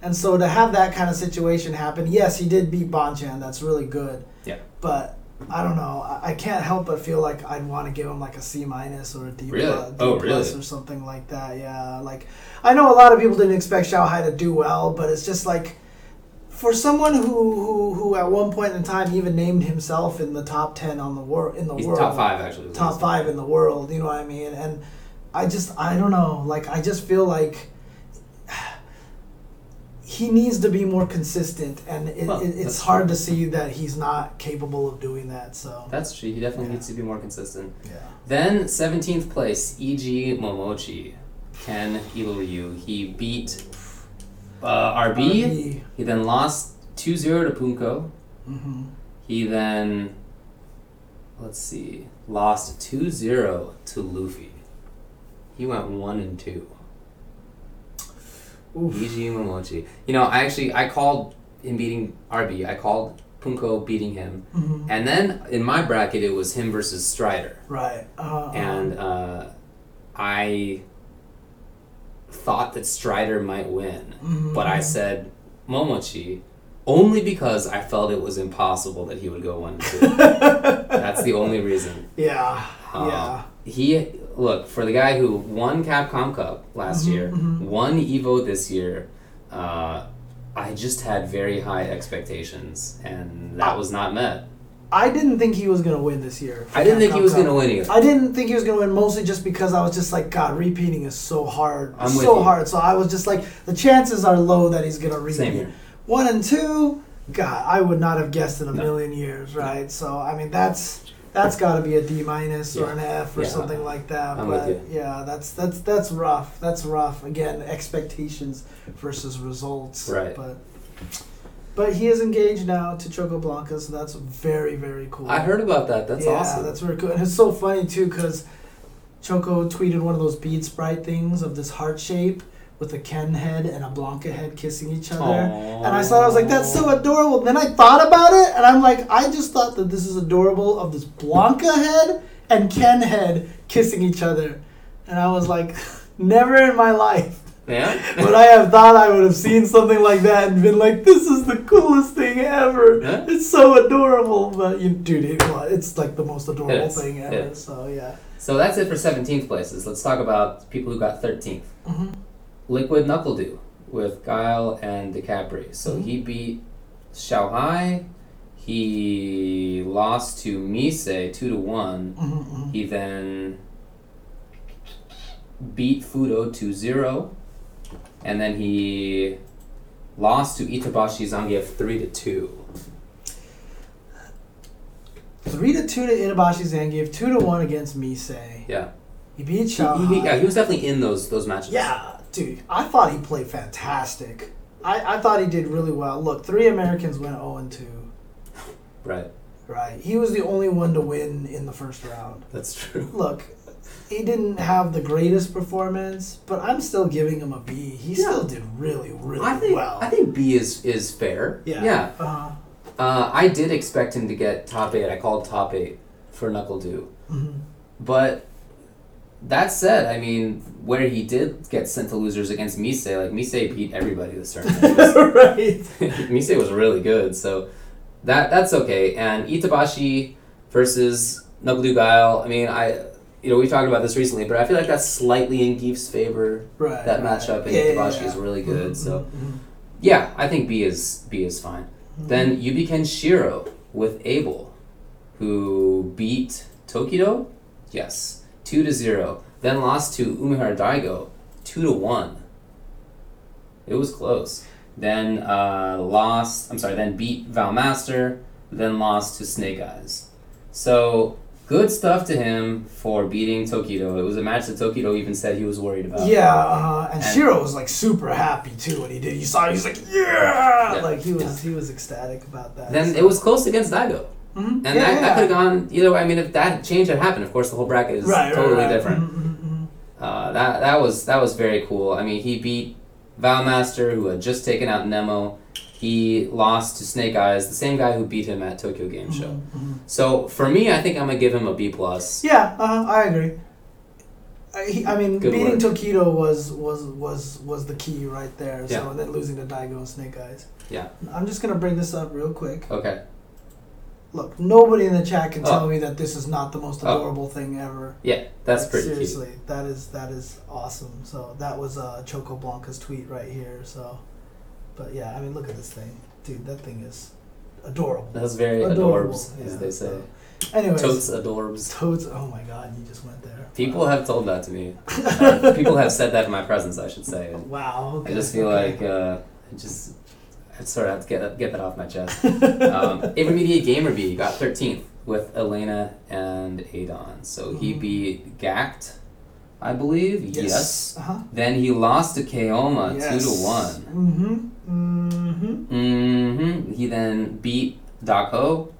B: and so to have that kind of situation happen, yes, he did beat Bonchan. That's really good.
A: Yeah.
B: But I don't know. I, I can't help but feel like I'd want to give him like a C minus or a D,
A: Really?
B: plus, D
A: Oh,
B: plus
A: really?
B: or something like that. Yeah, like I know a lot of people didn't expect Xiao Hai to do well, but it's just like for someone who, who who at one point in time even named himself in the top ten on the world in the
A: He's
B: world
A: top five actually.
B: top five in the world. You know what I mean? And I just, I don't know. Like, I just feel like he needs to be more consistent, and it,
A: Well,
B: it, it's
A: that's-
B: hard to see that he's not capable of doing that. So,
A: That's true. He definitely
B: Yeah.
A: needs to be more consistent.
B: yeah.
A: Then 17th place, E.G. Momochi, Ken Ilryu. He beat uh, RB.
B: RB.
A: He then lost 2 0 to Punko.
B: hmm
A: He then, let's see, lost 2 0 to Luffy. He went 1 and 2.
B: Oof.
A: E.G. Momochi. You know, I actually, I called him beating RB. I called Punko beating him.
B: hmm
A: And then in my bracket, it was him versus Strider.
B: Right. Uh,
A: and uh, I thought that Strider might win,
B: Mhm.
A: but I said Momochi only because I felt it was impossible that he would go one and two. That's the only reason.
B: yeah.
A: Um,
B: yeah.
A: He look for the guy who won Capcom Cup last
B: Mm-hmm,
A: year, won Evo this year. Uh, I just had very high expectations, and that was not met.
B: I didn't think he was gonna win this year. for
A: I didn't think he
B: Capcom
A: was
B: Cup.
A: going to win either.
B: I didn't think he was gonna win mostly just because I was just like, God, repeating is so hard,
A: I'm with
B: so
A: you.
B: hard. So I was just like, the chances are low that he's gonna repeat.
A: Same here.
B: One and two, God, I would not have guessed in a million years, right? So I mean, that's that's got to be a D minus or
A: Yeah.
B: an F or
A: Yeah,
B: something like that.
A: I'm with
B: but
A: you.
B: yeah, that's that's that's rough. That's rough. Again, expectations versus results.
A: Right.
B: But but he is engaged now to Choco Blanca, so that's very very cool.
A: I heard about that. That's
B: yeah,
A: awesome.
B: That's very cool. And it's so funny too because Choco tweeted one of those bead sprite things of this heart shape with a Ken head and a Blanca head kissing each other.
A: Aww.
B: And I saw it, I was like, that's so adorable. Then I thought about it, and I'm like, I just thought that this is adorable of this Blanca head and Ken head kissing each other. And I was like, never in my life
A: yeah.
B: would I have thought I would have seen something like that and been like, this is the coolest thing ever.
A: Yeah.
B: It's so adorable. But, you, dude, it, wa- it's like the most
A: It
B: adorable
A: is,
B: thing
A: it
B: ever.
A: is.
B: So, yeah.
A: So that's it for 17th places. Let's talk about people who got 13th.
B: Mhm.
A: Liquid Knuckle Dew with Guile and DiCaprio. So
B: Mhm.
A: he beat Xiao Hai. He lost to Mise 2 to 1.
B: Mhm, mhm.
A: He then beat Fudo 2 0. And then he lost to Itabashi Zangief 3 to 2.
B: Three to two to Inabashi Zangief, two to one against Misei.
A: Yeah.
B: He beat
A: He,
B: Shao.
A: he- yeah, he was definitely in those those matches.
B: Yeah, dude, I thought he played fantastic. I, I thought he did really well. Look, three Americans went 0 and 2,
A: Right.
B: right? He was the only one to win in the first round.
A: That's true.
B: Look, he didn't have the greatest performance, but I'm still giving him a B. He still did really, really
A: I think
B: well.
A: I think B is is fair.
B: Yeah.
A: Yeah.
B: uh,
A: Uh, I did expect him to get top eight. I called top eight for Knuckle Dew.
B: mhm.
A: But that said, I mean, where he did get sent to losers against Mise, like Mise beat everybody this tournament.
B: right.
A: Mise was really good, so that that's okay. And Itabashi versus Knuckle Dew Guile. I mean, I you know we talked about this recently, but I feel like that's slightly in Geef's favor.
B: Right.
A: That
B: right.
A: matchup in
B: Yeah, yeah,
A: Itabashi
B: yeah.
A: is really good, so.
B: Mhm,
A: Yeah, I think B is B is fine.
B: Mm-hmm.
A: Then Yubi Kenshiro with Abel, who beat Tokido, yes, two to zero. Then lost to Umihara Daigo, two to one. It was close. Then uh, lost. I'm sorry. Then beat Valmaster. Then lost to Snake Eyes. So good stuff to him for beating Tokido. It was a match that Tokido even said he was worried about.
B: Yeah, uh, and,
A: And-
B: Shiro was like super happy too when he did. You saw, he was like, yeah,
A: Yeah.
B: like he was, he was ecstatic about that.
A: Then
B: so-
A: it was close against Daigo.
B: Mhm.
A: And that, that could have gone either way. I mean, if that change had happened, of course, the whole bracket is totally different.
B: Mm-hmm.
A: Uh, that that was that was very cool. I mean, he beat Valmaster, who had just taken out Nemo. He lost to Snake Eyes, the same guy who beat him at Tokyo Game Show.
B: Mm-hmm,
A: So for me, I think I'm gonna give him a B plus.
B: Yeah, uh, I agree. I, he, I mean,
A: Good
B: beating
A: work.
B: Tokido was was was was the key right there. So
A: Yeah.
B: and then losing to Daigo and Snake Eyes.
A: Yeah.
B: I'm just gonna bring this up real quick.
A: Okay.
B: Look, nobody in the chat can tell
A: Oh.
B: me that this is not the most
A: Oh.
B: adorable thing ever.
A: Yeah, that's
B: Like,
A: pretty
B: seriously, that is that is awesome. So that was uh, Choco Blanca's tweet right here. So, but yeah, I mean, look at this thing, dude. That thing is adorable.
A: cute. That's very
B: Adorable,
A: adorbs,
B: yeah,
A: as they say.
B: so- Anyways,
A: Totes adorbs.
B: toads. Oh my god, you just went there. Uh,
A: People have told that to me. Uh, people have said that in my presence, I should say. And
B: Wow.
A: I
B: Okay.
A: just feel
B: okay.
A: like uh, I just I sort of have to get that, get that off my chest. um, Intermediate Gamer B got 13th with Elena and Adon. So he
B: Mhm.
A: beat Gact, I believe.
B: Uh-huh.
A: Then he lost to Kaoma two to one.
B: Mm-hmm. Mm-hmm.
A: hmm He then beat Dako.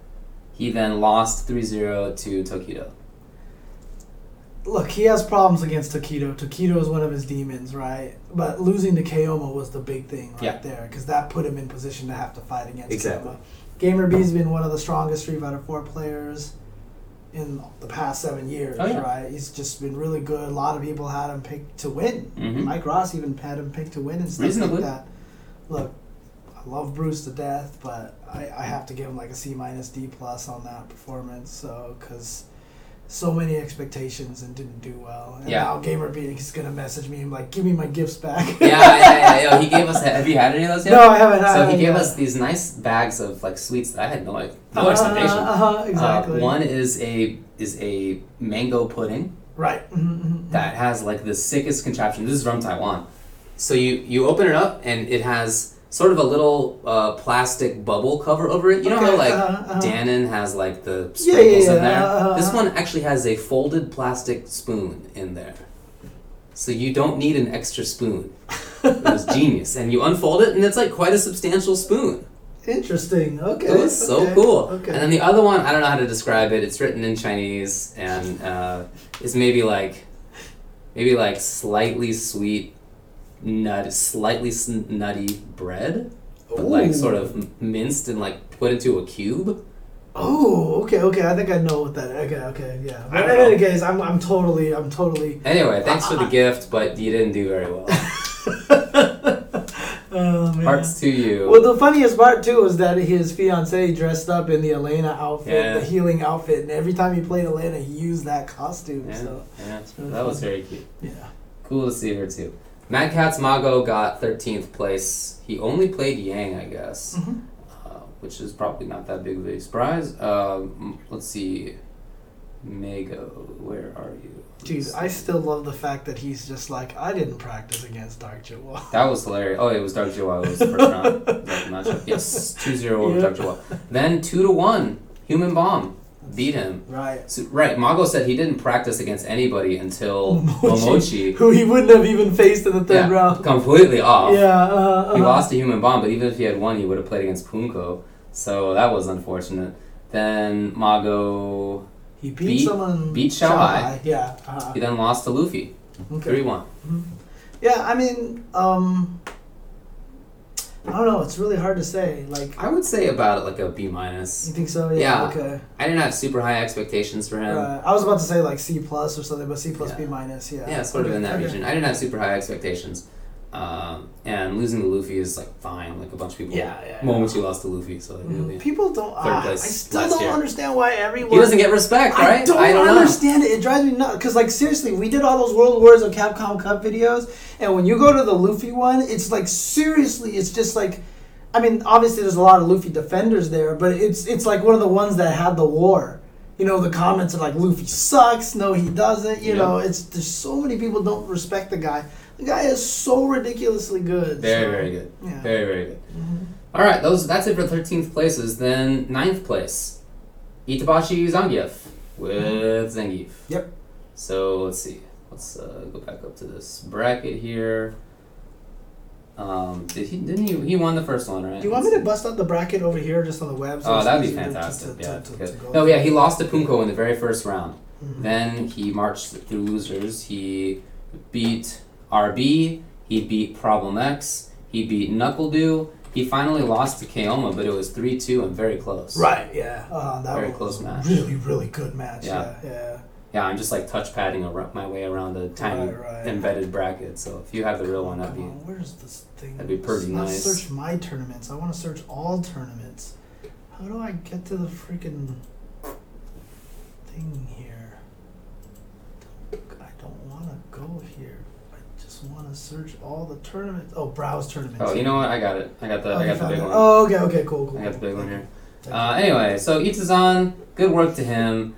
A: He then lost 3-0 to Tokido.
B: Look, he has problems against Takedo. Takedo is one of his demons, right? But losing to Kaoma was the big thing right
A: Yeah.
B: there because that put him in position to have to fight against
A: Exactly.
B: Kaoma. Gamer B's been one of the strongest three out of four players in the past seven years,
A: Oh, yeah.
B: right? He's just been really good. A lot of people had him picked to win.
A: hmm
B: Mike Ross even had him picked to win and stuff
A: Reasonably.
B: like that. Look, I love Bruce to death, but I, I have to give him like a C minus D plus on that performance. So because so many expectations and didn't do well. And
A: Yeah.
B: now Gamer being he's gonna message me and like, give me my gifts back.
A: yeah, yeah, yeah, yeah. He gave us. Have you had any of those yet?
B: no, I haven't. I
A: So he
B: haven't
A: gave
B: yet.
A: us these nice bags of like sweets that I had no like no
B: Uh-huh,
A: expectation.
B: Uh-huh,
A: Uh,
B: exactly.
A: one is a is a mango pudding
B: Right. Mm-hmm.
A: that has like the sickest contraption. This is from Taiwan. So you you open it up and it has sort of a little uh, plastic bubble cover over it. You know how
B: Okay,
A: like
B: uh-huh, uh-huh.
A: Dannon has like the sprinkles
B: Yeah, yeah,
A: in
B: yeah,
A: there.
B: uh-huh,
A: This
B: uh-huh.
A: one actually has a folded plastic spoon in there. So you don't need an extra spoon. it was genius, and you unfold it, and it's like quite a substantial spoon.
B: Interesting. Okay.
A: It was so
B: okay,
A: cool.
B: Okay.
A: And then the other one, I don't know how to describe it. It's written in Chinese and uh, is maybe like, maybe like slightly sweet, nut, slightly s- nutty bread, but like
B: Ooh.
A: sort of m- minced and like put into a cube.
B: Oh, okay, okay. I think I know what that. Okay, okay, yeah.
A: I
B: But
A: don't
B: in
A: know.
B: any case, I'm, I'm totally, I'm totally.
A: Anyway, thanks for the gift, but you didn't do very well.
B: Oh man.
A: Hearts to
B: Well,
A: you.
B: the funniest part too was that his fiance dressed up in the Elena outfit,
A: Yeah.
B: the healing outfit, and every time he played Elena, he used that costume.
A: Yeah,
B: So
A: yeah, that was very cute.
B: yeah.
A: Cool to see her too. Mad Catz Mago got 13th place. He only played Yang, I guess.
B: Mhm.
A: uh, which is probably not that big of a surprise. Um, let's see, Mago, where are you?
B: Dude, I still love the fact that he's just like I didn't practice against Dark Jewel.
A: That was hilarious. Oh, it was Dark Joe. was the first round. Like, not sure. Yes, 2 0 over
B: Yeah.
A: Dark Joe. Then 2 to 1, Human Bomb beat him.
B: Right.
A: So, right, Mago said he didn't practice against anybody until
B: Momochi.
A: Momochi,
B: Who he wouldn't have even faced in the
A: yeah,
B: third round.
A: completely off.
B: Yeah. Uh,
A: He
B: uh,
A: lost to Human Bomb, but even if he had won, he would have played against Punko. So that was unfortunate. Then Mago
B: He beat,
A: beat-
B: someone.
A: beat Shao Hai.
B: Yeah. Uh,
A: He then lost to Luffy,
B: okay.
A: three one.
B: Yeah, I mean, um, I don't know. It's really hard to say. Like,
A: I would say about like a B
B: you
A: minus.
B: think so?
A: Yeah.
B: Yeah. Okay.
A: I didn't have super high expectations for him.
B: Uh, I was about to say like C plus or something, but C plus
A: Yeah.
B: B minus. Yeah.
A: yeah, sort of
B: Okay,
A: in that
B: okay.
A: region. I didn't have super high expectations. Um, and losing to Luffy is like fine. Like a bunch of people.
B: Yeah, yeah, yeah.
A: Moment you lost to Luffy, so like, really.
B: Mm, People don't.
A: Third
B: ah, I
A: place
B: still
A: last
B: don't
A: year.
B: understand why everyone.
A: He doesn't get respect, right?
B: I don't, understand it. It drives me nuts. Because, like, seriously, we did all those World Wars of Capcom Cup videos, and when you go to the Luffy one, it's like, seriously, it's just like. I mean, obviously, there's a lot of Luffy defenders there, but it's it's like one of the ones that had the war. You know, the comments are like, Luffy sucks, no, he doesn't. You
A: Yeah.
B: know, it's there's so many people don't respect the guy. The guy is so ridiculously good.
A: Very,
B: so,
A: very good.
B: Yeah. Mm-hmm.
A: Very, very good. All right, those. That's it for thirteenth places. Then ninth place, Itabashi Zangief with Zangief.
B: Mm-hmm. Yep.
A: So let's see. Let's uh, go back up to this bracket here. Um, did he? Didn't he? He won the first one, right?
B: Do you want me to bust out the bracket over here just on the web?
A: Oh,
B: it's
A: that'd be
B: easier to- to-
A: fantastic.
B: to-
A: yeah.
B: to-
A: good.
B: to go
A: no,
B: through?
A: yeah. He lost to Punko in the very first round.
B: Mhm.
A: Then he marched through losers. He beat RB. He beat Problem X. He beat Knuckledew. He finally lost to Kaoma, but it was three two and very close.
B: Right. Yeah. Uh, that
A: Very
B: was
A: close
B: a
A: match.
B: Really, really good match.
A: Yeah.
B: Yeah. Yeah.
A: Yeah, I'm just like touch padding ar- my way around the tiny
B: Right, right.
A: embedded bracket. So if you have the real one, that'd
B: Come
A: be
B: on, where's this thing?
A: that'd be pretty
B: Let's
A: nice.
B: Search my tournaments. I want to search all tournaments. How do I get to the freaking thing here? I don't want to go here. I just want to search all the tournaments. Oh, browse tournaments.
A: Oh, you know what? I got it. I got the
B: Oh,
A: I
B: you
A: got the
B: found
A: big
B: it.
A: one.
B: Oh, okay, okay, cool, cool.
A: I got the big one here.
B: cool.
A: Uh, anyway, so Itazan, good work to him.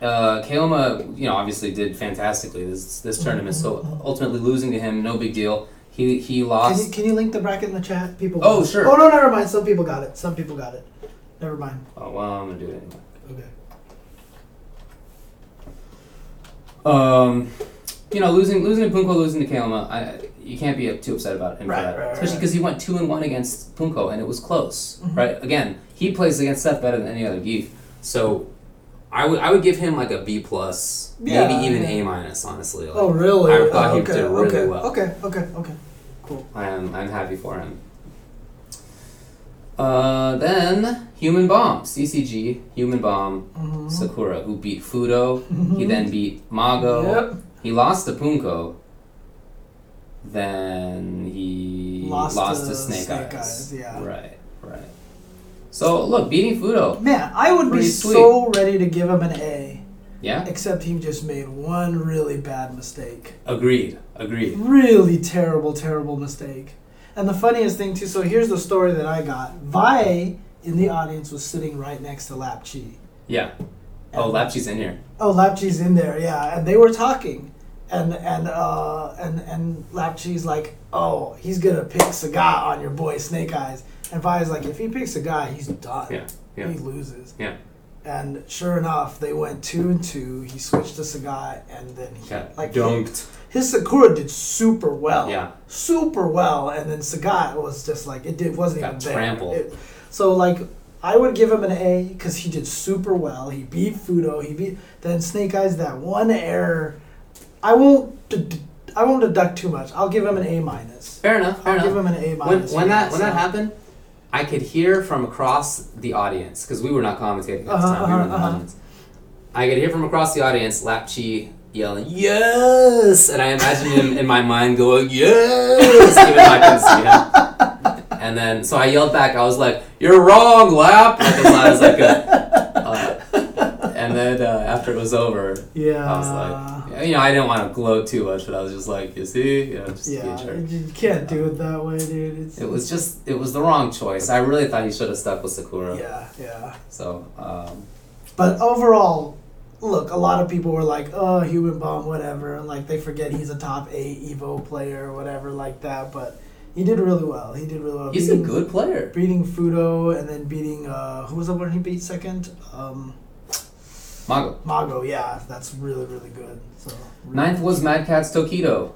A: Uh, Kaoma, you know, obviously did fantastically this this tournament. So ultimately losing to him, no big deal. He he
B: Can you,
A: lost.
B: can you link the bracket in the chat? People.
A: Oh,
B: got it.
A: sure.
B: Oh no, never mind. Some people got it. Some people got it. Never mind.
A: Oh well, I'm gonna do it anyway.
B: Okay.
A: Um, you know, losing losing to Punko, losing to Kalema, I you can't be too upset about him
B: Right,
A: for that,
B: right, right,
A: especially
B: right. Mm-hmm.
A: because he went two and one against Punko and it was close, right? Again, he plays against Seth better than any other Geef, so I would I would give him like a B plus,
B: Yeah,
A: maybe even
B: yeah.
A: A minus, honestly. Like,
B: Oh really?
A: I thought
B: oh,
A: he
B: okay,
A: did really
B: okay,
A: well.
B: Okay. Okay. Okay.
A: I'm I'm happy for him. Uh, then Human Bomb, CCG, Human Bomb,
B: Mhm.
A: Sakura, who beat Fudo. He then beat Mago.
B: Mm-hmm. Yep.
A: He lost to Punko. Then he
B: Lost
A: lost,
B: to
A: to, Snake,
B: Snake
A: Eyes.
B: Eyes, yeah.
A: Right, right. So look, beating Fudo.
B: Man, I would be
A: Pretty sweet.
B: so ready to give him an A,
A: Yeah.
B: except he just made one really bad mistake.
A: Agreed. Agreed.
B: Really terrible, terrible mistake. And the funniest thing too. So here's the story that I got. Vi in the audience was sitting right next to Lapchi.
A: Yeah. Oh, Lapchi's in here.
B: Oh, Lapchi's in there, yeah. And they were talking, and and uh, and and Lapchi's like, oh, he's gonna pick Sagat on your boy Snake Eyes, and Vi's like, if he picks Sagat, he's done.
A: Yeah, yeah.
B: He loses.
A: Yeah.
B: And sure enough, they went two and two. He switched to Sagat, and then he
A: Yeah.
B: like
A: dunked.
B: his Sakura did super well.
A: Yeah.
B: Super well, and then Sagat was just like it did wasn't
A: Got
B: even there.
A: trampled.
B: It- so like I would give him an A because he did super well. He beat Fudo. He beat then Snake Eyes that one error. I won't. d- d- I won't deduct too much. I'll give him an A minus.
A: Fair enough. Fair
B: I'll
A: enough.
B: give him an A
A: when,
B: minus.
A: when
B: for
A: that when that
B: so-
A: happened, I could hear from across the audience because we were not commentating at the
B: Uh-huh,
A: time. we were in the
B: uh-huh, uh-huh.
A: audience. I could hear from across the audience Lapchi yelling yes, and I imagined him in my mind going yes, even though I couldn't see him. And then so I yelled back. I was like, "You're wrong, Lap!" Like as loud as I could. Uh, and then uh, after it was over,
B: Yeah.
A: I was
B: Uh.
A: like, you know, I didn't want to gloat too much, but I was just like, "You see, you know, just be a
B: yeah,
A: jerk."
B: you can't do it that way, dude. It's,
A: It was just it was the wrong choice. I really thought he should have stuck with Sakura.
B: yeah, yeah.
A: So um,
B: But overall, look, a lot of people were like, "Oh, human bomb, whatever." and, Like they forget he's a top eight Evo player or whatever like that. But he did really well. He did really well.
A: he's a
B: Beating-
A: good player.
B: Beating Fudo and then beating uh, who was the one he beat second? Um,
A: Mago.
B: Mago. Yeah, that's really really good. So
A: Ninth was Mad Catz Tokido,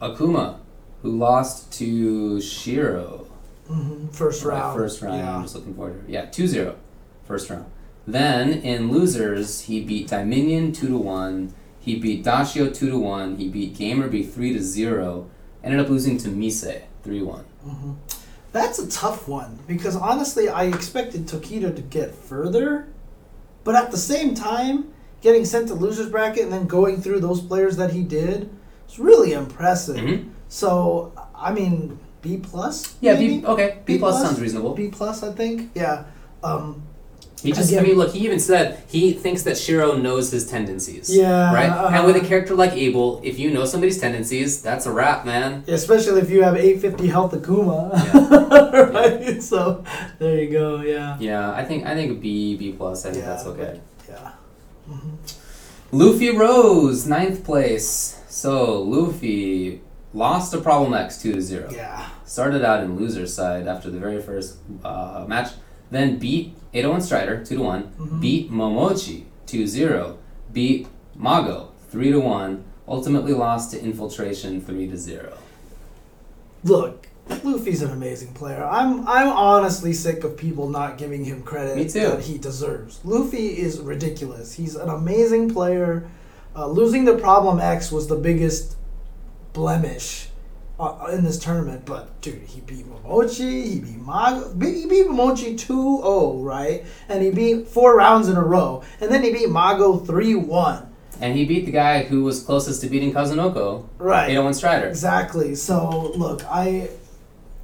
A: Akuma, who lost to Shiro
B: Mhm, first
A: in the
B: round.
A: first round. I'm
B: Yeah.
A: just looking forward to it. Yeah, 2-0, first round. Then in losers, he beat Dominion two to one. He beat Dashio two to one. He beat Gamerby three to zero. Ended up losing to Mise three one.
B: That's a tough one because honestly, I expected Tokido to get further, but at the same time, getting sent to losers bracket and then going through those players that he did is really impressive.
A: Mhm.
B: So, I mean, B plus.
A: Yeah,
B: maybe?
A: B, okay. B,
B: B
A: plus
B: plus?
A: sounds reasonable.
B: B plus, I think. Yeah. Um,
A: He just,
B: Again-
A: I mean, look, he even said he thinks that Shiro knows his tendencies.
B: Yeah,
A: Right?
B: uh-huh.
A: and with a character like Abel, if you know somebody's tendencies, that's a wrap, man.
B: especially if you have 850 health Akuma, right? So, there you go. Yeah.
A: Yeah, I think I think a B, B plus, I think
B: Yeah.
A: that's okay.
B: Yeah.
A: Luffy Rose, ninth place. So Luffy lost to Problem X two to zero.
B: Yeah.
A: Started out in loser's side after the very first uh, match, then beat 801 Strider 2 to one beat Momochi 2 0, beat Mago 3 to 1, ultimately lost to Infiltration 3 to 0.
B: look, Luffy's an amazing player. I'm I'm honestly sick of people not giving him credit
A: Me too.
B: that he deserves. Luffy is ridiculous. He's an amazing player. Uh, losing to Problem X was the biggest blemish uh, in this tournament, but dude, he beat Momochi, he beat Mago, he beat Momochi 2-0, right? And he beat four rounds in a row, and then he beat Mago 3-1,
A: And he beat the guy who was closest to beating Kazunoko,
B: right?
A: 801 Strider.
B: Exactly. So look, I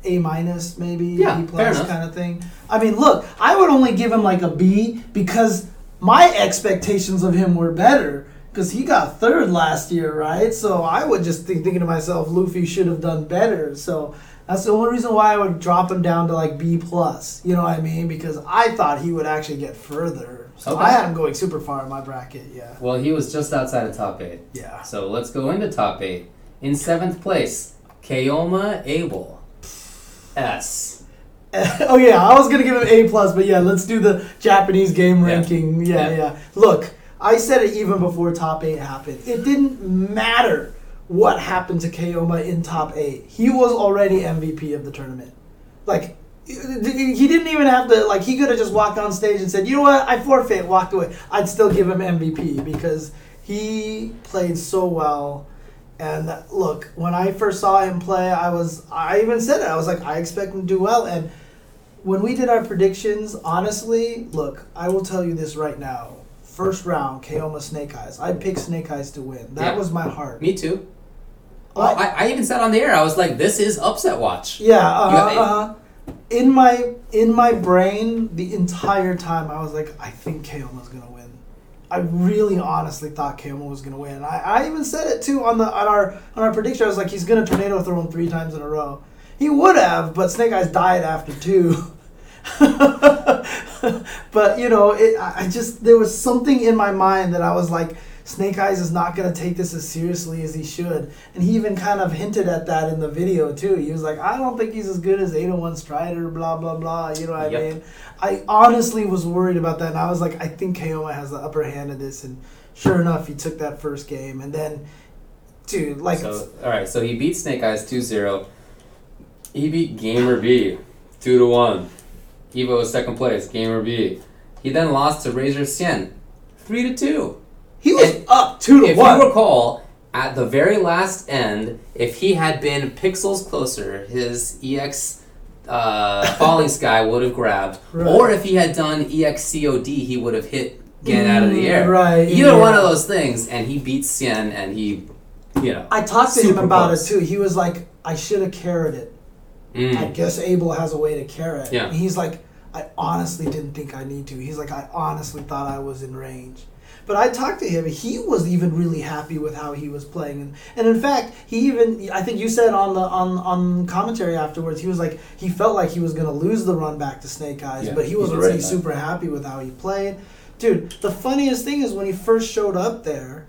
B: A minus, maybe
A: Yeah,
B: B
A: fair
B: plus
A: enough.
B: kind of thing. I mean, look, I would only give him like a B because my expectations of him were better because he got third last year, right? So I would just think thinking to myself, Luffy should have done better. So that's the only reason why I would drop him down to like B plus. You know what I mean? Because I thought he would actually get further. So
A: Okay.
B: I had him going super far in my bracket. Yeah,
A: Well, he was just outside of top eight.
B: yeah.
A: So let's go into top eight. In seventh place, Kaoma Abel. S.
B: oh yeah, I was gonna give him A plus, but yeah, let's do the Japanese game
A: Yeah.
B: ranking. Yeah,
A: Yeah.
B: yeah, Look, I said it even before top eight happened. It didn't matter what happened to Kaoma in top eight. He was already MVP of the tournament. Like he didn't even have to like he could have just walked on stage and said, "You know what? I forfeit." Walked away. I'd still give him MVP because he played so well. And look, when I first saw him play, I was I even said it. I was like, I expect him to do well. And when we did our predictions, honestly, look, I will tell you this right now. First round, Kaoma Snake Eyes. I picked Snake Eyes to win. That
A: Yeah.
B: was my heart.
A: Me too.
B: I-
A: Well, I, I even said on the air, I was like, this is upset watch.
B: Yeah, uh-huh,
A: You-
B: uh-huh. In my in my brain, the entire time I was like, I think Kaoma's gonna win. I really honestly thought Kaoma was gonna win. I, I even said it too on the on our on our prediction. I was like, he's gonna tornado throw him three times in a row. He would have, but Snake Eyes died after two. but you know, it, I I just there was something in my mind that I was like, Snake Eyes is not gonna take this as seriously as he should, and he even kind of hinted at that in the video too. He was like, I don't think he's as good as 801 Strider, blah blah blah. You know what
A: Yep.
B: I mean? I honestly was worried about that, and I was like, I think Kaoma has the upper hand of this, and sure enough, he took that first game, and then, dude, like,
A: So, all right, so he beat Snake Eyes 2-0. He beat Gamer B 2 to 1. Evo was second place, Gamer B. He then lost to Razor Sien 3 to 2.
B: he was
A: and-
B: up two to
A: If
B: one.
A: you recall, at the very last end, if he had been pixels closer, his EX uh, Falling Sky would have grabbed.
B: Right.
A: Or if he had done E EXCOD, he would have hit Get Out of the
B: Mm,
A: Air.
B: right,
A: Either one
B: yeah.
A: of those things, and he beat Sien, and he, you know.
B: I talked to him
A: Super
B: about
A: close.
B: it too. He was like, I should have carried it.
A: Mm.
B: I guess Abel has a way to carry it.
A: Yeah.
B: And he's like, I honestly didn't think I need to. He's like, I honestly thought I was in range. But I talked to him. He was even really happy with how he was playing, and, and in fact, he even I think you said on the on on commentary afterwards, he was like he felt like he was gonna lose the run back to Snake Eyes,
A: Yeah,
B: but
A: he
B: he was
A: did say
B: already
A: that.
B: super happy with how he played. Dude, the funniest thing is when he first showed up there,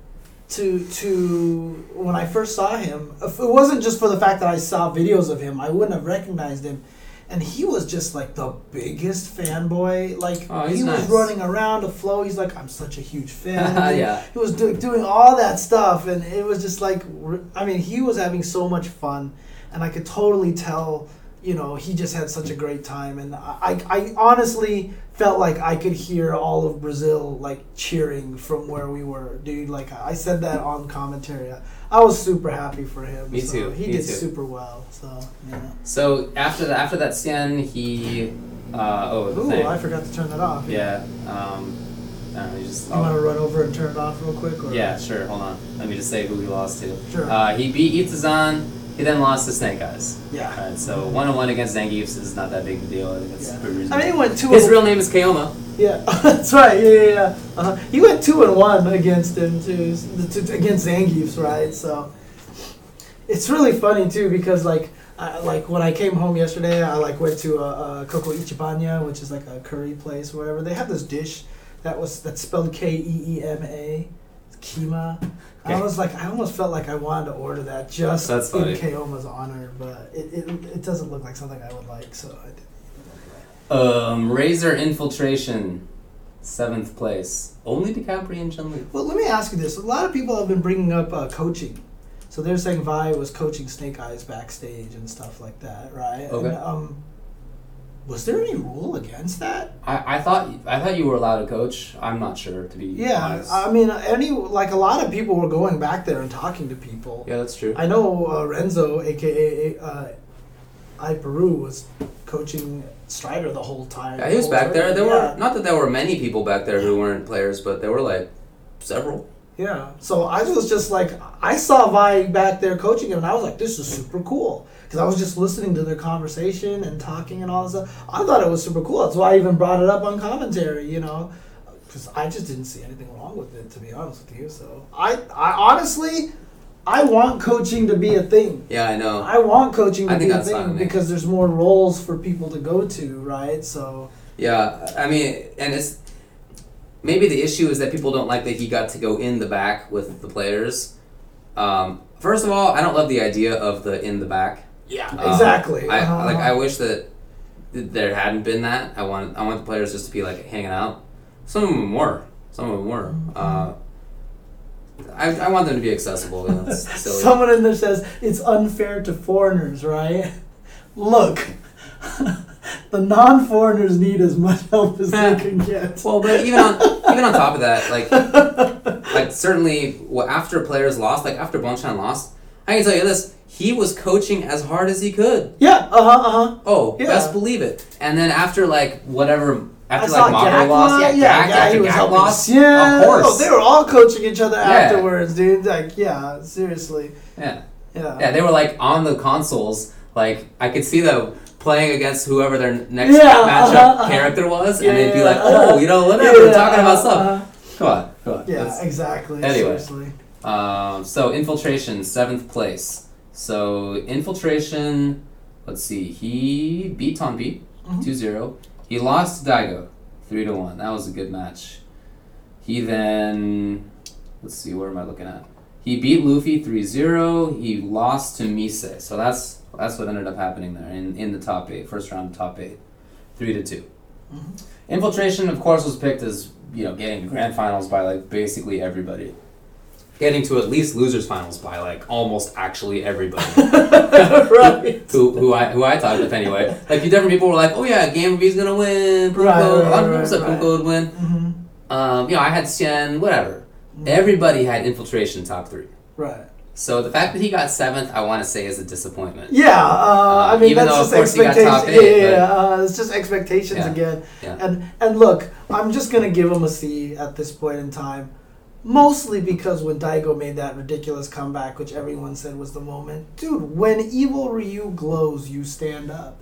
B: to to when I first saw him, if it wasn't just for the fact that I saw videos of him, I wouldn't have recognized him. And he was just like the biggest fanboy. Like
A: Oh, he's
B: he
A: nice.
B: was running around a flow. He's like, I'm such a huge fan. And
A: Yeah.
B: He was do- doing all that stuff, and it was just like, r- I mean, he was having so much fun, and I could totally tell. You know, he just had such a great time, and I, I, I honestly felt like I could hear all of Brazil like cheering from where we were, dude. Like I said that on commentary. I, I was super happy for him.
A: Me
B: so
A: too,
B: He
A: me
B: did
A: too.
B: super well. So yeah.
A: So after the, after that Sien, he uh, oh the
B: Ooh,
A: thing.
B: I forgot to turn that off.
A: yeah. Um, I don't know, you just oh,
B: You want to run over and turn it off real quick? Or?
A: yeah, sure. Hold on. Let me just say who he lost to.
B: Sure.
A: Uh, he beat Itazan. He then lost to Snake Eyes.
B: Yeah.
A: Alright, so one on one against Zangief is not that big of a deal. I think it's
B: Yeah.
A: pretty reasonable.
B: I mean, he went two.
A: His
B: and,
A: real name is Kaoma.
B: yeah, that's right. Yeah, yeah, yeah. Uh-huh. He went two and one against him too, s- the two- against Zangief's right. So it's really funny too because like. I, like when I came home yesterday, I like went to a, a Coco Ichibanya, which is like a curry place or whatever. They have this dish that was that's spelled K E E M A, Kima. I
A: Okay.
B: was like, I almost felt like I wanted to order that just
A: That's
B: in
A: funny.
B: Kaoma's honor, but it, it, it doesn't look like something I would like, so I didn't.
A: Um, Razor Infiltration, seventh place. Only DiCaprio and Chun Li.
B: Well, let me ask you this. A lot of people have been bringing up uh, coaching. So they're saying Vi was coaching Snake Eyes backstage and stuff like that, right?
A: Okay.
B: And, um, was there any rule against that?
A: I, I thought I thought you were allowed to coach. I'm not sure to be
B: Yeah,
A: honest.
B: I mean, any like a lot of people were going back there and talking to people.
A: yeah, that's true.
B: I know uh, Renzo, aka uh, I Peru, was coaching Strider the whole time.
A: Yeah, he was
B: the
A: back
B: whole
A: there. There
B: tournament.
A: were not that there were many people back there who weren't players, but there were like several.
B: Yeah. So I was just like, I saw Vi back there coaching him, and I was like, this is super cool. Because I was just listening to their conversation and talking and all this stuff. I thought it was super cool. That's why I even brought it up on commentary, you know. Because I just didn't see anything wrong with it, to be honest with you. So I, I honestly, I want coaching to be a thing.
A: Yeah, I know.
B: I want coaching to
A: I
B: be
A: think
B: a
A: that's fine,
B: thing
A: man.
B: because there's more roles for people to go to, right? So
A: Yeah, I mean, and it's maybe the issue is that people don't like that he got to go in the back with the players. Um, first of all, I don't love the idea of the in the back.
B: yeah,
A: Um,
B: exactly.
A: I
B: Uh-huh.
A: like. I wish that th- there hadn't been that. I want. I want the players just to be like hanging out. Some of them were. Some of them were.
B: Mm-hmm.
A: Uh, I, I want them to be accessible. You know, it's silly.
B: Someone in there says it's unfair to foreigners, right? Look, the non-foreigners need as much help as they can get.
A: Well, but even on even on top of that, like like certainly wh- after players lost, like after Bonchan lost, I can tell you this: he was coaching as hard as he could.
B: Yeah, uh huh, uh huh.
A: Oh,
B: Yeah.
A: best believe it. And then after like whatever, after
B: I saw
A: like Mako
B: Gak
A: lost, yeah,
B: lie- yeah,
A: Gak,
B: yeah,
A: after
B: he was
A: Gak
B: helping.
A: lost,
B: yeah,
A: of course,
B: Oh, they were all coaching each other
A: Yeah.
B: afterwards, dude. Like, yeah, seriously,
A: yeah,
B: yeah.
A: yeah, they were like on the consoles. Like I could see them playing against whoever their next
B: Yeah,
A: matchup
B: uh-huh, uh-huh.
A: character was,
B: Yeah,
A: and they'd be
B: yeah,
A: like,
B: uh-huh.
A: "Oh, you know, whatever,
B: Yeah,
A: we're talking about
B: uh,
A: stuff."
B: uh,
A: Come on, come on.
B: yeah,
A: let's-
B: exactly.
A: Anyway.
B: Seriously.
A: Um, so infiltration, seventh place. So infiltration, let's see, he beat Tonpi
B: Mhm.
A: 2-0. He lost to Daigo 3 to 1. That was a good match. He then let's see, where am I looking at? He beat Luffy 3-0. He lost to Mise. So that's that's what ended up happening there in, in the top eight, first round top eight. Three to 2 Infiltration, of course, was picked as, you know, getting to grand finals by like basically everybody getting to at least losers finals by like almost actually everybody
B: right.
A: who, who I who I talked with anyway. Like different people were like, oh yeah, Game V's gonna win. Punko,
B: Right,
A: a lot
B: right,
A: of people
B: right,
A: said
B: right. Mm-hmm.
A: Punko would win.
B: hmm
A: Um, you know, I had Sien, whatever. Everybody had infiltration top three.
B: Right.
A: So the fact that he got seventh, I want to say, is a disappointment.
B: Yeah, uh, I mean
A: even
B: that's
A: though, of course,
B: just
A: he got
B: expectations.
A: top eight,
B: yeah, yeah,
A: but-
B: yeah, uh, it's just expectations
A: Yeah,
B: again.
A: yeah.
B: And and look, I'm just gonna give him a C at this point in time, mostly because when Daigo made that ridiculous comeback, which everyone said was the moment, dude. When evil Ryu glows, you stand up.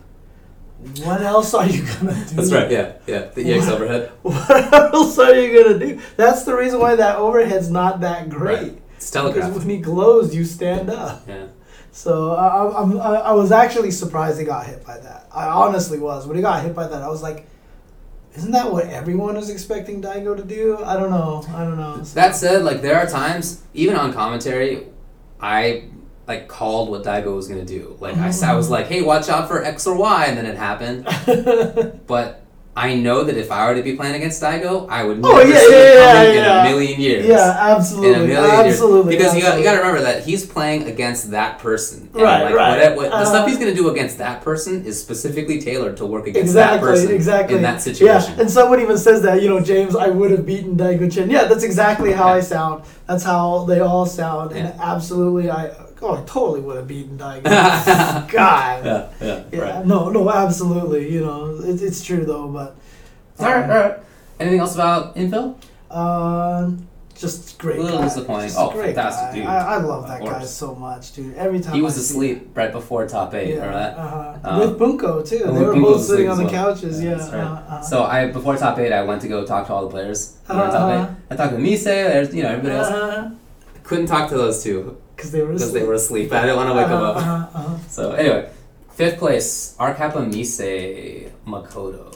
B: What else are you gonna do?
A: That's right. Yeah, yeah. The EX overhead.
B: What else are you gonna do? That's the reason why that overhead's not that great.
A: Right. It's
B: Because
A: telegraphed.
B: when he glows, you stand up.
A: Yeah.
B: So I, I, I'm- I, I was actually surprised he got hit by that. I honestly was. When he got hit by that, I was like, isn't that what everyone is expecting Daigo to do? I don't know. I don't know. So-
A: That said, like there are times, even on commentary, I like called what Daigo was gonna do. Like I, s- I
B: Mm.
A: was like, "Hey, watch out for X or Y," and then it happened. but I know that if I were to be playing against Daigo, I would never
B: Oh, yeah,
A: see it
B: yeah,
A: coming
B: yeah, yeah.
A: in a million years.
B: yeah,
A: In a
B: absolutely.
A: million
B: Absolutely.
A: years. Because you got,
B: absolutely.
A: you got to remember that he's playing against that person. And
B: Right,
A: like,
B: right.
A: What, what, the
B: Uh,
A: stuff he's going to do against that person is specifically tailored to work against
B: Exactly,
A: that person
B: exactly.
A: in that situation.
B: Yeah, and someone even says that, you know, James, I would have beaten Daigo Chen. Yeah, that's exactly how I sound. That's how they all sound. And
A: Yeah.
B: absolutely, I, oh, I totally would have beaten Daigo. God.
A: yeah,
B: Yeah, no, no, absolutely. You know, it, it's true though, but
A: All right, all right. Anything else about infill?
B: uh, just great.
A: A little
B: guy.
A: disappointing.
B: Just
A: Oh,
B: great
A: fantastic
B: guy.
A: dude.
B: I, I love
A: Of
B: that guy
A: course.
B: so much, dude. Every time
A: He was
B: I see him.
A: asleep right before top eight.
B: Yeah,
A: All right.
B: uh-huh.
A: Um,
B: with Bunko too.
A: Oh,
B: they were
A: Bunko
B: both
A: was asleep
B: sitting on
A: as
B: the
A: well.
B: couches. Yeah.
A: that's right.
B: uh, uh.
A: So I before top eight, I went to go talk to all the players. who were in top
B: Uh-huh.
A: eight. I talked to Mise. There's you know everybody else.
B: because
A: Couldn't talk to those two
B: Uh-huh. they were
A: because
B: asleep.
A: they were asleep. I didn't want to wake
B: uh,
A: them up.
B: uh, uh.
A: So anyway, fifth place, Arkapa Mise Makoto.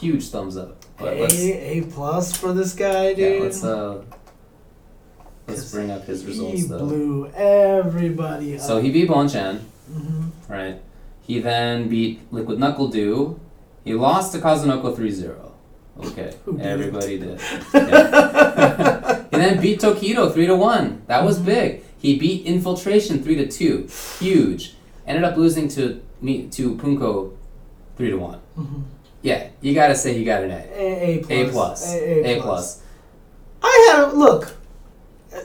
A: Huge thumbs up. But let's yeah,
B: A A plus for this guy, dude.
A: let's uh let's bring up his
B: he
A: results though.
B: blew everybody up.
A: So he beat Bonchan.
B: hmm
A: Right. He then beat Liquid Knuckle Dew. He lost to Kazunoko 3-0. Okay.
B: Who did?
A: Everybody did. Yeah. he then beat Tokido 3-1. That
B: Mm-hmm.
A: was big. He beat Infiltration 3-2. Huge. Ended up losing to me to Punko 3-1.
B: Mhm.
A: Yeah, you gotta say he got an A.
B: A A plus.
A: A plus.
B: A, A plus. I had look. uh,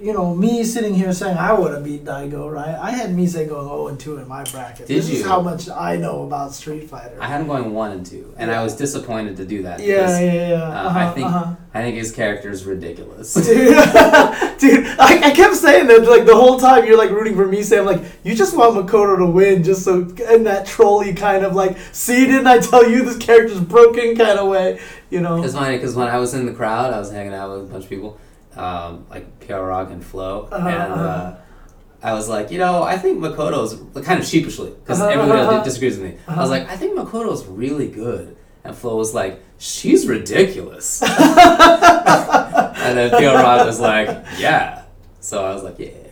B: you know, me sitting here saying I would have beat Daigo, right? I had Mise going 0 and 2 in my bracket.
A: Did
B: this is
A: you?
B: how much I know about Street Fighter.
A: I had him going one and two, and I was disappointed to do that.
B: yeah,
A: because,
B: yeah, yeah.
A: Uh,
B: uh-huh,
A: I think
B: uh-huh.
A: I think his character is ridiculous.
B: Dude, dude, I, I kept saying that like the whole time. You're like rooting for me, Sam. Like you just want Makoto to win, just so in that trolley kind of like, see, didn't I tell you this character's broken kind of way, you know?
A: It's funny because when I was in the crowd, I was hanging out with a bunch of people, um, like Pierre Rock and Flo,
B: Uh-huh,
A: and
B: uh-huh.
A: uh, I was like, you know, I think Makoto's kind of sheepishly because
B: Uh-huh,
A: everybody
B: uh-huh.
A: else disagrees with me. I was like, I think Makoto's really good, and Flo was like, she's ridiculous, and then Pierre Rock was like, yeah. So I was like, yeah.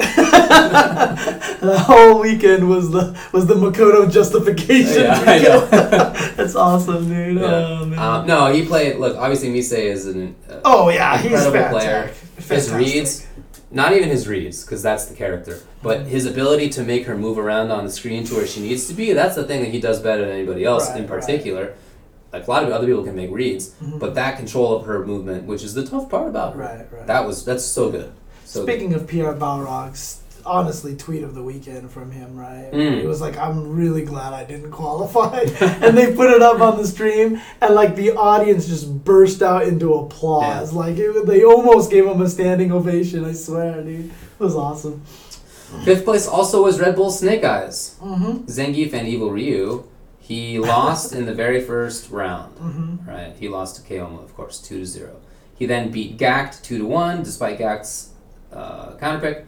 B: the whole weekend was the was the Makoto justification.
A: Yeah, I
B: weekend.
A: know.
B: That's awesome, dude.
A: Yeah.
B: Oh man.
A: Um, no, he played. Look, obviously, Mise is an uh,
B: oh yeah, he's
A: incredible
B: fantastic.
A: player. His
B: Fantastic.
A: reads, not even his reads, because that's the character, but
B: Mm-hmm.
A: his ability to make her move around on the screen to where she needs to be. That's the thing that he does better than anybody else,
B: Right,
A: in
B: right. Mm-hmm.
A: particular. Like a lot of other people can make reads, but that control of her movement, which is the tough part about her,
B: Right, right.
A: that was that's so good. So good.
B: Speaking of Pierre Balrog's honestly tweet of the weekend from him, right?
A: Mm.
B: It was like, I'm really glad I didn't qualify. and they put it up on the stream and like the audience just burst out into applause. Like it, they almost gave him a standing ovation, I swear, dude. It was awesome.
A: Fifth place also was Red Bull Snake Eyes.
B: Mm-hmm.
A: Zangief and Evil Ryu, he lost in the very first round. Right, he lost to Kaoma, of course, two to zero. He then beat Gact two to one, despite Gact's uh, counterpick.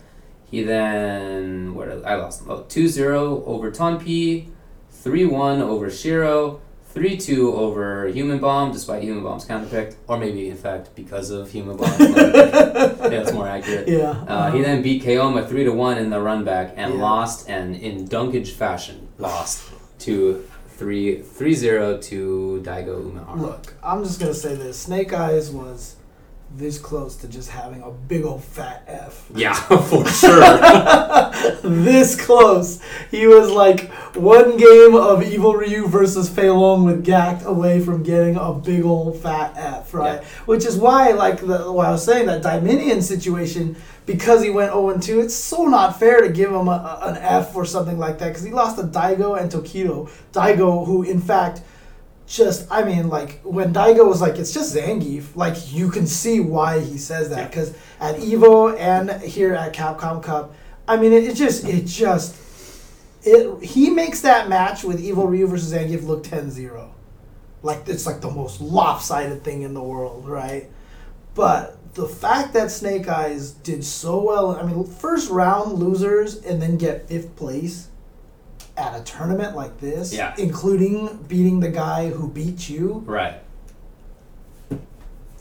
A: He then where did, I lost him. Oh, 2-0 over Tonpi, three one over Shiro, three two over Human Bomb, despite Human Bomb's counterpick, or maybe in fact because of Human Bomb's counterpick. yeah, that's more accurate.
B: Yeah.
A: Uh, he then beat Kaoma three to one in the run back and
B: Yeah.
A: lost, and in dunkage fashion, lost to three three zero to Daigo Umehara.
B: Look, I'm just gonna say this. Snake Eyes was this close to just having a big old fat F.
A: Yeah, for sure.
B: this close. He was like one game of Evil Ryu versus Fei Long with Gact away from getting a big old fat F, right?
A: Yeah.
B: Which is why, like, the, why I was saying that Dominion situation, because he went 0 2, it's so not fair to give him a, a- an F or something like that, because he lost to Daigo and Tokido. Daigo, who, in fact, just I mean like when Daigo was like it's just Zangief like you can see why he says that because at Evo and here at Capcom Cup I mean it, it just it just it he makes that match with Evil Ryu versus Zangief look 10-0 like it's like the most lopsided thing in the world right but the fact that Snake Eyes did so well I mean first round losers and then get fifth place at a tournament like this
A: Yeah.
B: including beating the guy who beat you.
A: right.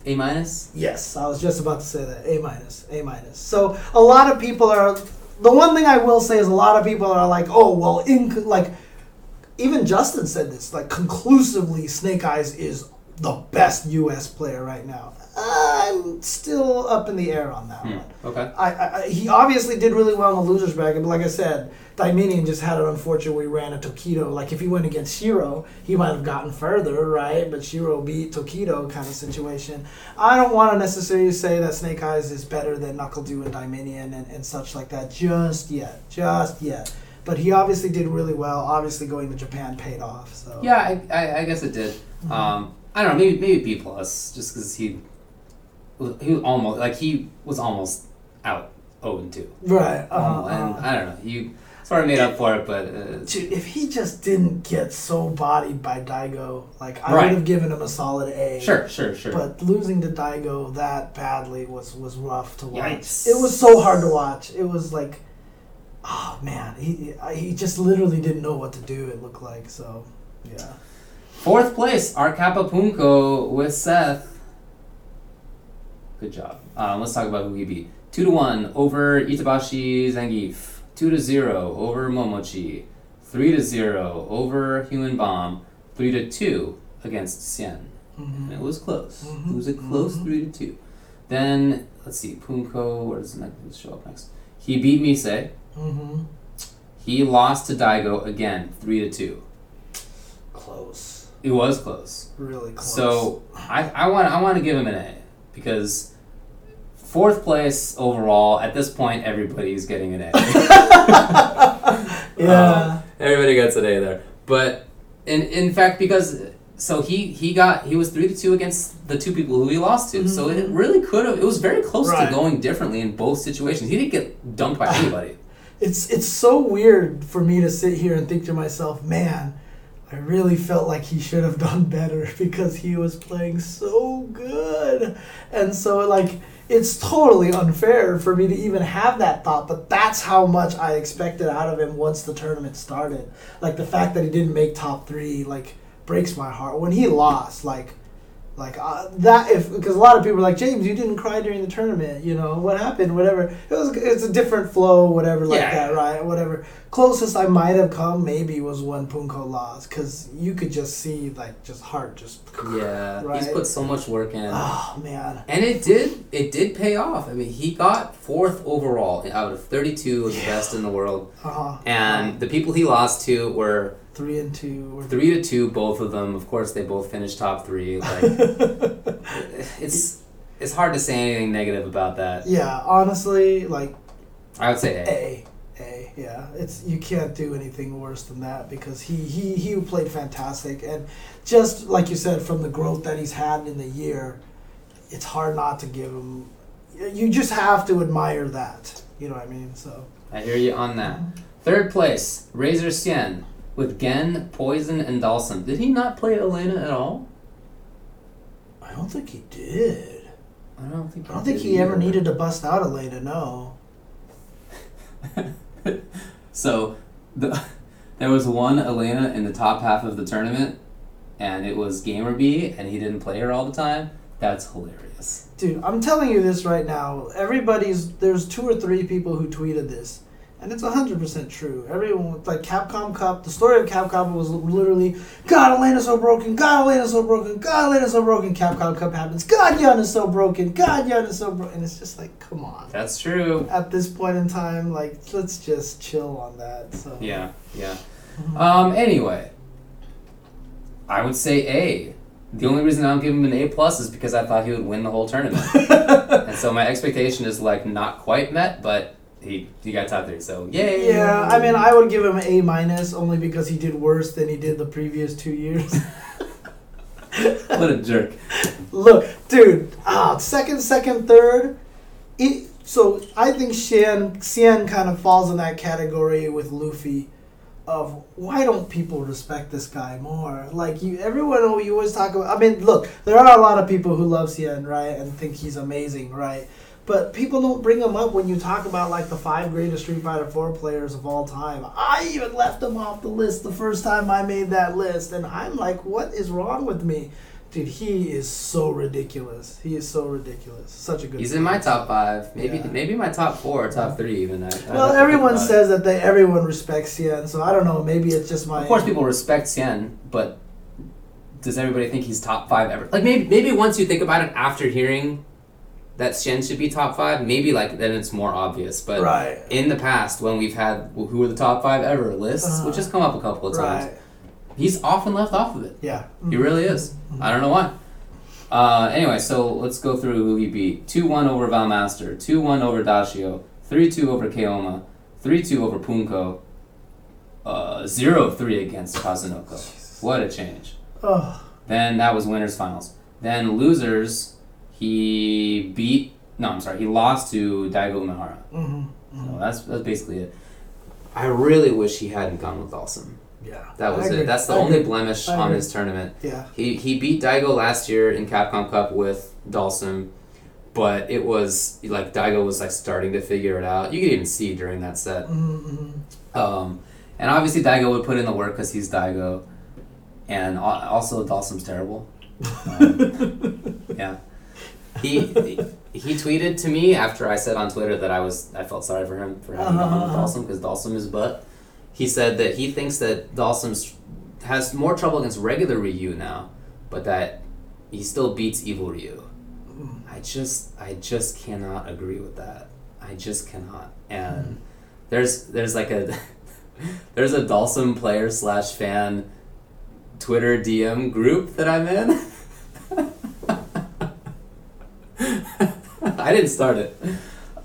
A: A minus.
B: Yes, I was just about to say that. A minus, A minus. So a lot of people are. The one thing I will say is a lot of people are like, oh well, in like, even Justin said this like conclusively, Snake Eyes is the best U.S. player right now. I'm still up in the air on that
A: Hmm,
B: one.
A: Okay.
B: I, I, I- he obviously did really well in the losers bracket, but like I said, Daiminian just had an unfortunate where he ran a Tokido. Like if he went against Shiro, he might have gotten further, right? But Shiro beat Tokido kind of situation. I don't want to necessarily say that Snake Eyes is better than Knuckle Dew and Daiminian and, and such like that just yet, just yet. But he obviously did really well. Obviously, going to Japan paid off. So
A: Yeah, I, I, I guess it did. Um, I don't know. Maybe maybe B plus, just because he he was almost like he was almost out zero and two.
B: right. uh
A: Um, and I don't know. You sort of made up for it, but uh,
B: Dude, if he just didn't get so bodied by Daigo, like I
A: Right.
B: would have given him a solid A.
A: sure, sure, sure.
B: But losing to Daigo that badly was was rough to watch.
A: Yikes.
B: It was so hard to watch. It was like, oh man, he he just literally didn't know what to do. It looked like so. Yeah.
A: Fourth place, our Punko with Seth. Good job. Um, let's talk about who we beat. Two to one over Itabashi Zangief. Two to zero over Momochi. Three to zero over Human Bomb. Three to two against Sien.
B: Mm-hmm.
A: And it was close. It was a close three to two. Then let's see, Punko. Where does the next show up next? He beat Mise.
B: Mm-hmm.
A: He lost to Daigo again, three to two.
B: Close.
A: It was close.
B: Really close.
A: So I, I want I want to give him an A because Fourth place overall. At this point, everybody's getting an A. um,
B: Yeah.
A: Everybody gets an A there. But in in fact, because so he he got he was three to two against the two people who he lost to. So it really could have. It was very close
B: Mm-hmm. Right.
A: to going differently in both situations. He didn't get dumped by anybody.
B: it's it's so weird for me to sit here and think to myself, man, I really felt like he should have done better because he was playing so good. And so like it's totally unfair for me to even have that thought, but that's how much I expected out of him once the tournament started. Like the fact that he didn't make top 3 like breaks my heart. When he lost, like like uh, that if because a lot of people are like James, you didn't cry during the tournament. You know what happened? Whatever. It was. It's a different flow. Whatever like
A: Yeah.
B: that, right? Whatever. Closest I might have come maybe was when Punko lost because you could just see like just heart just.
A: Yeah, he's
B: Right.
A: put so much work in.
B: Oh man.
A: And it did it did pay off. I mean, he got fourth overall out of 32 of the best in the world.
B: Uh huh.
A: And the people he lost to were
B: Three and two. Or
A: three to two, both of them. Of course, they both finished top three. Like, it's it's hard to say anything negative about that.
B: Yeah. Honestly, like
A: I would say
B: a. A, yeah, it's you can't do anything worse than that because he, he he played fantastic and just like you said from the growth that he's had in the year, it's hard not to give him. You just have to admire that. You know what I mean? So
A: A. I hear you on that. Third place, Razor Sien with Gen, Poison, and Dalsum. Did he not play Elena at all?
B: I don't think he did.
A: I don't think.
B: I don't think
A: did
B: he ever
A: either.
B: needed to bust out Elena. No.
A: So, the, there was one Elena in the top half of the tournament, and it was Gamer B, and he didn't play her all the time. That's hilarious.
B: Dude, I'm telling you this right now. Everybody's there's two or three people who tweeted this, and it's hundred percent true. Everyone was like Capcom Cup. The story of Capcom was literally God, Elena's so broken. God, Elena's so broken. God, Elena's so broken. Capcom Cup happens. God, Yon is so broken. God, Yon is so broken. And it's just like, come on.
A: That's true.
B: At this point in time, like let's just chill on that. So
A: Yeah, yeah.
B: Mm-hmm.
A: Um. Anyway, I would say A. The only reason I don't give him an A plus is because I thought he would win the whole tournament, and so my expectation is like not quite met, but he he got top three, so yay.
B: Yeah, I mean, I would give him A minus only because he did worse than he did the previous two years.
A: what a jerk.
B: Look, dude, ah, second, second, third. It, so I think Xian Xian kind of falls in that category with Luffy of why don't people respect this guy more? Like you everyone you always talk about I mean, look, there are a lot of people who love Xian, right, and think he's amazing, right? But people don't bring him up when you talk about like the five greatest Street Fighter Four players of all time. I even left him off the list the first time I made that list, and I'm like, what is wrong with me? Dude, he is so ridiculous. He is so ridiculous. Such a good.
A: He's in my
B: player.
A: top five, maybe
B: Yeah.
A: maybe my top four, or top three even. I, I have to
B: Well,
A: think
B: everyone
A: about it.
B: says that they everyone respects Yen, so I don't know. Maybe it's just my.
A: Of course, people respect Sien, but does everybody think he's top five ever? Like maybe maybe once you think about it after hearing that Sien should be top five, maybe like then it's more obvious. But
B: Right.
A: in the past, when we've had wh- who are the top five ever lists,
B: Uh-huh.
A: which has come up a couple of times,
B: Right.
A: he's often left off of it.
B: Yeah. Mm.
A: He really is.
B: Mm-hmm.
A: I don't know why. Uh, anyway, so let's go through who he beat. 2 1 over Valmaster, 2 1 over Dashio, 3 2 over Kaoma, 3 2 over Punko, uh, 0 3 against Kazunoko. What a change.
B: Oh,
A: Then that was winners finals. Then losers, he beat. No, I'm sorry. He lost to Daigo Umehara.
B: hmm
A: So that's that's basically it. I really wish he hadn't gone with Dawson.
B: yeah.
A: That was
B: I agree.
A: it. That's the
B: I
A: only
B: agree.
A: blemish
B: I
A: on
B: agree.
A: his tournament.
B: Yeah.
A: He he beat Daigo last year in Capcom Cup with Dalsum, but it was like Daigo was like starting to figure it out. You could even see during that set.
B: Mm-hmm.
A: Um, and obviously Daigo would put in the work because he's Daigo, and al- also Dalsum's terrible. Um, yeah, he, he he tweeted to me after I said on Twitter that I was I felt sorry for him for having gone with
B: Uh-huh.
A: Dalsum because Dalsum is butt. He said that he thinks that Dalsum has more trouble against regular Ryu now, but that he still beats Evil Ryu. I just I just cannot agree with that. I just cannot. And there's there's like a there's a Dalsum player slash fan Twitter DM group that I'm in. I didn't start it.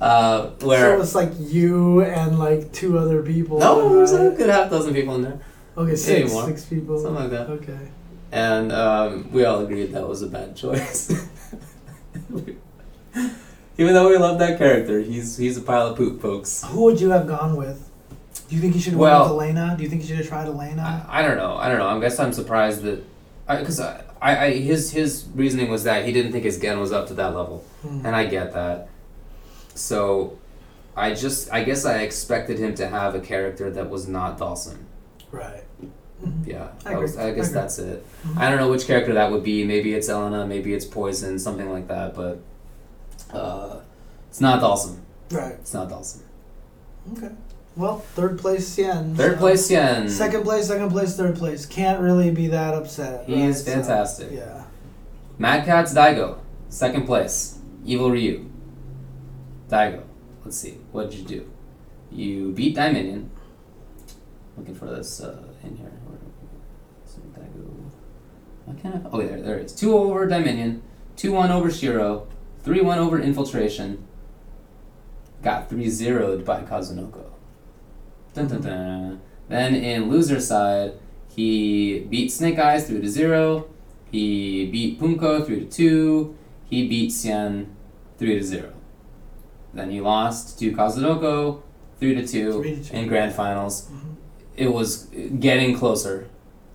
A: Uh, where
B: So it's like you and like two other people.
A: no,
B: right?
A: there's a good half dozen people in there,
B: Okay, six,
A: more.
B: six people.
A: something like that.
B: Okay.
A: And um, we all agreed that was a bad choice. Even though we love that character, he's he's a pile of poop, folks.
B: Who would you have gone with? Do you think you should have
A: Well-
B: went with Elena? Do you think you should have tried Elena?
A: I, I don't know. I don't know. I guess I'm surprised that, because I, I, I his his reasoning was that he didn't think his gen was up to that level,
B: Hmm.
A: and I get that. So, I just I guess I expected him to have a character that was not Dawson.
B: Right.
A: Yeah,
B: I
A: that was, I
B: agree. Mm-hmm.
A: guess
B: I agree.
A: that's it. I don't know which character that would be. Maybe it's Elena. Maybe it's Poison. Something like that. But uh, it's not Dawson.
B: Right.
A: It's not Dawson.
B: Okay. Well, third place, Yen.
A: Third
B: so-
A: place, Yen.
B: Second place, second place, third place. Can't really be that upset.
A: He
B: right?
A: is
B: So,
A: fantastic.
B: yeah.
A: Mad Cat's Daigo. Second place. Evil Ryu. Daigo. Let's see. What did you do? You beat Dominion. Looking for this uh, in here. Where- so Daigo. Why can't I? Oh, there, there it is. 2 over Dominion. 2 1 over Shiro. 3 1 over Infiltration. Got 3 0'd by Kazunoko. Dun, dun, dun. Then in loser side, he beat Snake Eyes 3 to 0. He beat Punko 3 to 2. He beat Xian 3 to 0. Then he lost to Kazunoko 3 to 2
B: Three to two.
A: in grand finals.
B: Mhm.
A: It was getting closer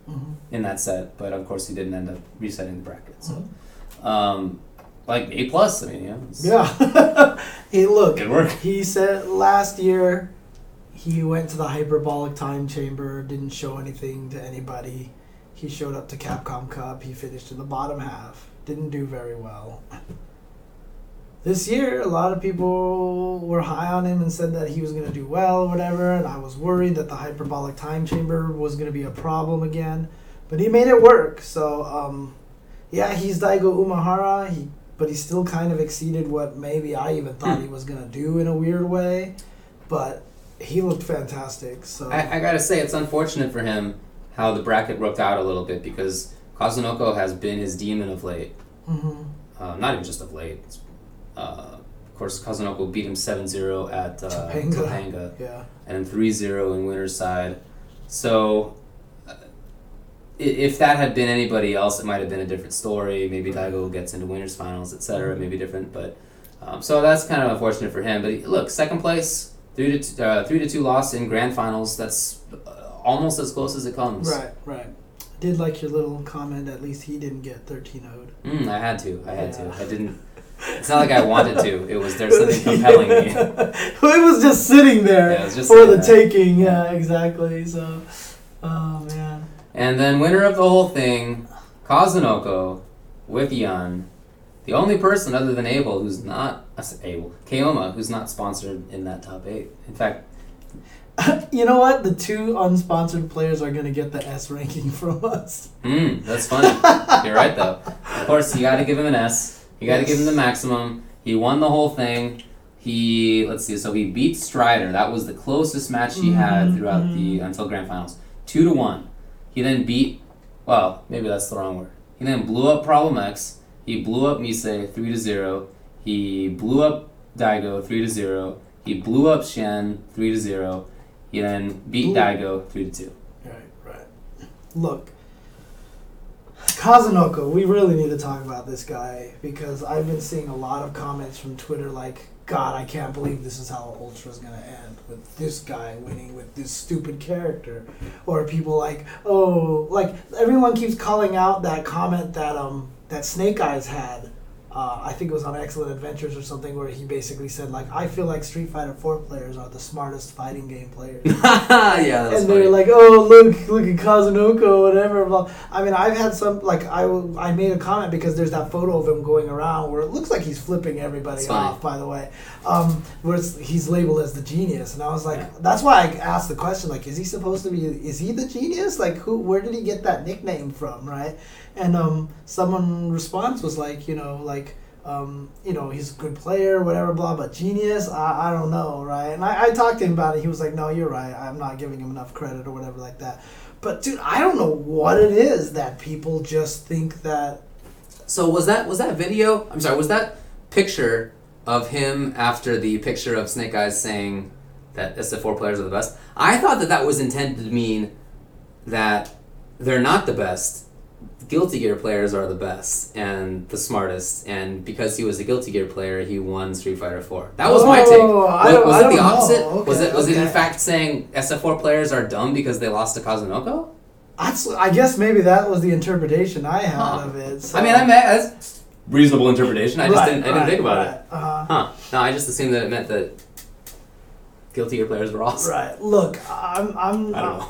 B: Mhm.
A: in that set, but of course he didn't end up resetting the bracket. So, um, like A plus. I mean, yeah, it's
B: Yeah. hey, look.
A: good work.
B: He said last year he went to the hyperbolic time chamber, didn't show anything to anybody. He showed up to Capcom Cup, he finished in the bottom half, didn't do very well. This year, a lot of people were high on him and said that he was going to do well, whatever, and I was worried that the hyperbolic time chamber was going to be a problem again. But he made it work, so um, yeah, he's Daigo Umahara. He, but he still kind of exceeded what maybe I even thought he
A: Hmm.
B: was gonna do in a weird way. But he looked fantastic. So
A: I, I gotta say, it's unfortunate for him how the bracket worked out a little bit because Kazunoko has been his demon of late.
B: Mhm.
A: Uh, not even just of late. It's, uh, of course, Kazunoko beat him 7 0 at uh,
B: Topanga.
A: Topanga
B: yeah,
A: and 3 0 in winner's side. So, uh, i- if that had been anybody else, it might have been a different story. Maybe Daigo gets into winner's finals, etc. Maybe different, but um, so that's kind of unfortunate for him. But he- look, second place, three to two, uh, three to two loss in grand finals. That's uh, almost as close as it comes.
B: right, right. I did like your little comment. At least he didn't get thirteen would
A: Mm, I had to. I had
B: Yeah.
A: to. I didn't. It's not like I wanted to. It was there's something compelling me.
B: it was just sitting there
A: Yeah, it was just
B: for the
A: sitting there.
B: taking. Yeah, exactly. So, oh man.
A: And then winner of the whole thing, Kazunoko with Yan. The only person other than Abel who's not I said Abel Kaoma who's not sponsored in that top eight. In fact,
B: You know what? The two unsponsored players are gonna get the S ranking from us.
A: mm, that's funny. You're right though. Of course, you got to give him an S. You got to give him the maximum. He won the whole thing. He let's see. So he beat Strider. That was the closest match he
B: Mm-hmm,
A: had throughout the until grand finals. Two to one. He then beat. Well, maybe that's the wrong word. He then blew up Problem X. He blew up Mise three to zero. He blew up Daigo three to zero. He blew up Shen three to zero. He then beat
B: Ooh.
A: Daigo three to two.
B: Right, right. Look, Kazunoko, we really need to talk about this guy because I've been seeing a lot of comments from Twitter like, God, I can't believe this is how Ultra's gonna end with this guy winning with this stupid character. Or people like, oh, like everyone keeps calling out that comment that um that Snake Eyes had. Uh, I think it was on Excellent Adventures or something where he basically said like, I feel like Street Fighter Four players are the smartest fighting game players
A: yeah, that's funny.
B: and they're like, "Oh, look, look at Kazunoko, whatever." Blah. I mean, I've had some like I, w- I made a comment because there's that photo of him going around where it looks like he's flipping everybody
A: It's funny.
B: off. By the way, um, where it's, he's labeled as the genius, and I was like,
A: Yeah.
B: that's why I asked the question like, is he supposed to be? Is he the genius? Like, who? Where did he get that nickname from? Right? And um, someone response was like, you know, like. Um, you know he's a good player, whatever, blah, but genius. I, I don't know, right? And I, I talked to him about it. He was like, "No, you're right. I'm not giving him enough credit or whatever like that." But dude, I don't know what it is that people just think that
A: So was that was that video? I'm sorry, was that picture of him after the picture of Snake Eyes saying that SF4 players are the best. I thought that that was intended to mean that they're not the best. Guilty Gear players are the best and the smartest, and because he was a Guilty Gear player, he won Street Fighter Four. That was my
B: Oh,
A: take.
B: I
A: Was,
B: don't-
A: was
B: I
A: it
B: don't
A: the
B: know.
A: opposite? was
B: Okay,
A: it was it in
B: okay.
A: fact saying SF4 players are dumb because they lost to Kazunoko?
B: That's, I guess maybe that was the interpretation I had
A: Huh.
B: of it. so-
A: I mean, I meant that's reasonable interpretation. I just
B: Right,
A: didn't I didn't
B: right,
A: think about it.
B: right, Uh-huh.
A: Huh? No, I just assumed that it meant that Guilty Gear players were awesome.
B: Right. Look, I'm. I'm.
A: I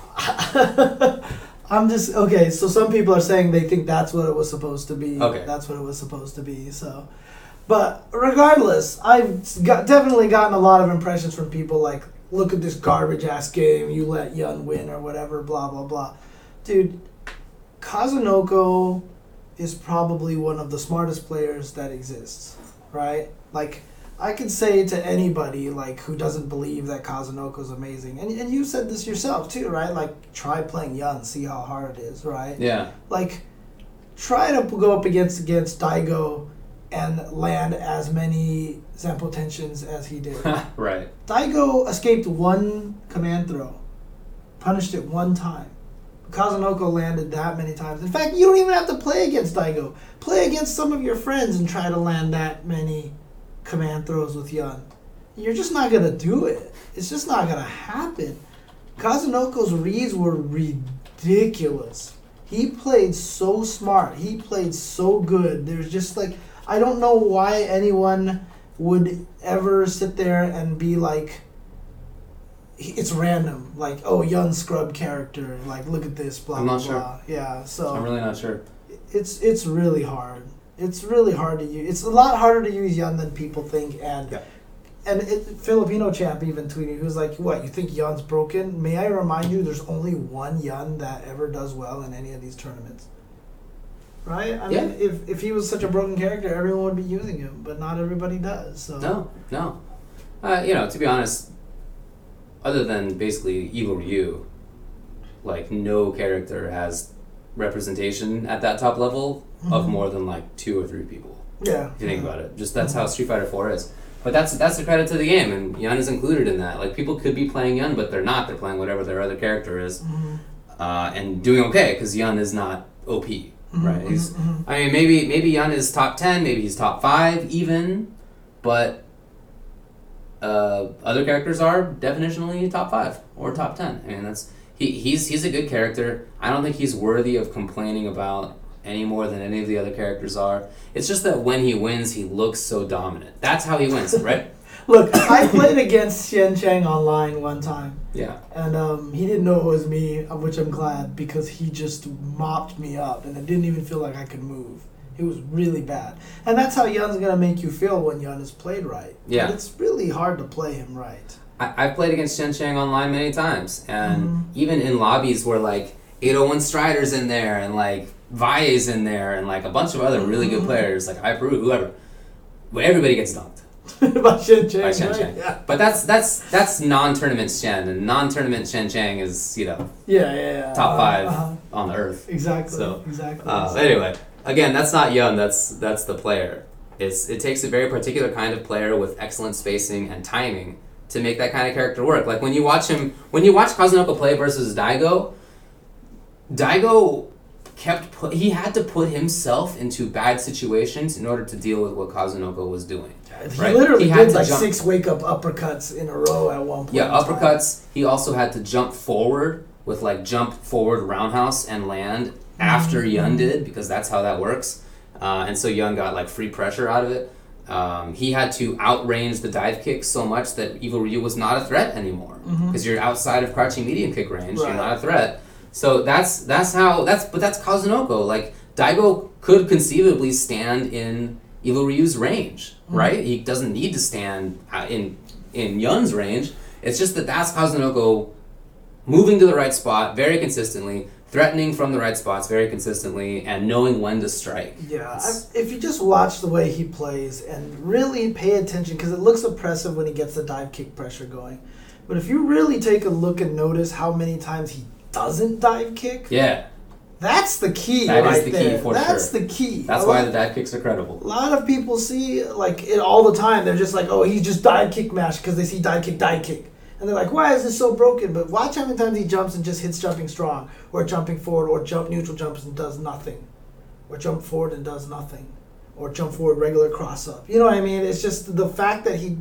A: don't know.
B: I'm just okay. So some people are saying they think that's what it was supposed to be.
A: Okay.
B: That's what it was supposed to be. So, but regardless, I've got, definitely gotten a lot of impressions from people like, "Look at this garbage ass game. You let Yun win or whatever." Blah blah blah. Dude, Kazunoko is probably one of the smartest players that exists. Right. Like. I could say to anybody like who doesn't believe that Kazunoko's amazing, and, and you said this yourself too, right? Like try playing Yun, see how hard it is, right?
A: Yeah.
B: Like try to go up against against Daigo and land as many Zempo tensions as he did.
A: right.
B: Daigo escaped one command throw, punished it one time. Kazunoko landed that many times. In fact, you don't even have to play against Daigo. Play against some of your friends and try to land that many command throws with Yun. You're just not gonna do it. It's just not gonna happen. Kazunoko's reads were ridiculous. He played so smart. He played so good. There's just like I don't know why anyone would ever sit there and be like he- it's random like oh young scrub character like look at this blah
A: I'm
B: blah
A: not sure.
B: blah yeah so
A: I'm really not sure.
B: it's it's really hard. It's really hard to use. It's a lot harder to use Yun than people think. And
A: Yeah.
B: and it, Filipino champ even tweeted, who's like, "What you think Yun's broken? May I remind you, there's only one Yun that ever does well in any of these tournaments." Right? I mean, if if he was such a broken character, everyone would be using him, but not everybody does. So
A: No, no. Uh, you know, to be honest, other than basically Evil Ryu, like no character has representation at that top level of
B: Mm-hmm.
A: more than like two or three people.
B: yeah,
A: If you think about it, just that's how Street Fighter Four is. But that's that's a credit to the game, and Yun is included in that. Like people could be playing Yun, but they're not. They're playing whatever their other character is, uh, and doing okay because Yun is not OP, right? He's, I mean, maybe maybe Yun is top ten, maybe he's top five even, but uh, other characters are definitionally top five or top ten. I mean, that's he, he's he's a good character. I don't think he's worthy of complaining about any more than any of the other characters are. It's just that when he wins, he looks so dominant. That's how he wins, right?
B: Look, I played against Xian Chang online one time.
A: Yeah.
B: and um, he didn't know it was me, of which I'm glad because he just mopped me up, and I didn't even feel like I could move. It was really bad, and that's how Yun's gonna make you feel when Yun is played right.
A: Yeah.
B: but it's really hard to play him right.
A: I, I've played against Shen Chang online many times, and even in lobbies where like 801 Strider's in there and like Vae's in there and like a bunch of other really good players, like I Peru, whoever, but everybody gets dumped.
B: By Shen Chang,
A: by Shen
B: right?
A: Chang.
B: Yeah.
A: But that's that's that's non-tournament Shen, and non-tournament Shen Chang is you know
B: yeah, yeah, yeah.
A: top
B: Uh,
A: 5
B: uh-huh.
A: on the earth.
B: Exactly.
A: So,
B: exactly.
A: Uh, anyway, again, that's not Yun. That's that's the player. It's it takes a very particular kind of player with excellent spacing and timing to make that kind of character work. Like when you watch him, when you watch Kazunoko play versus Daigo, Daigo kept put, he had to put himself into bad situations in order to deal with what Kazunoko was doing.
B: he
A: right.
B: literally
A: he had
B: did
A: to
B: like
A: jump-
B: six wake up uppercuts in a row at one point.
A: Yeah,
B: in time.
A: uppercuts. He also had to jump forward with like jump forward roundhouse and land after Yun did because that's how that works. Uh, and so Yun got like free pressure out of it. Um, he had to outrange the dive kick so much that Evil Ryu was not a threat anymore because you're outside of crouching medium kick range. You're
B: Right.
A: not a threat. So that's that's how that's but that's Kazunoko. Like Daigo could conceivably stand in Evil Ryu's range, right? He doesn't need to stand uh, in in Yun's range. It's just that that's Kazunoko moving to the right spot very consistently, threatening from the right spots very consistently, and knowing when to strike.
B: Yeah,
A: It's-
B: I, if you just watch the way he plays and really pay attention, because it looks oppressive when he gets the dive kick pressure going. But if you really take a look and notice how many times he doesn't dive kick,
A: yeah,
B: That's the key.
A: That is
B: right
A: the key,
B: there.
A: for
B: That's
A: sure.
B: the key.
A: That's
B: A
A: why
B: lot-
A: the dive kicks are
B: A
A: credible.
B: lot of people see like it all the time. They're just like, oh, he just dive kick mash because they see dive kick, dive kick, and they're like, why is this so broken? But watch how many times he jumps and just hits jumping strong, or jumping forward, or jump neutral jumps and does nothing, or jump forward and does nothing, or jump forward regular cross up. You know what I mean? It's just the fact that he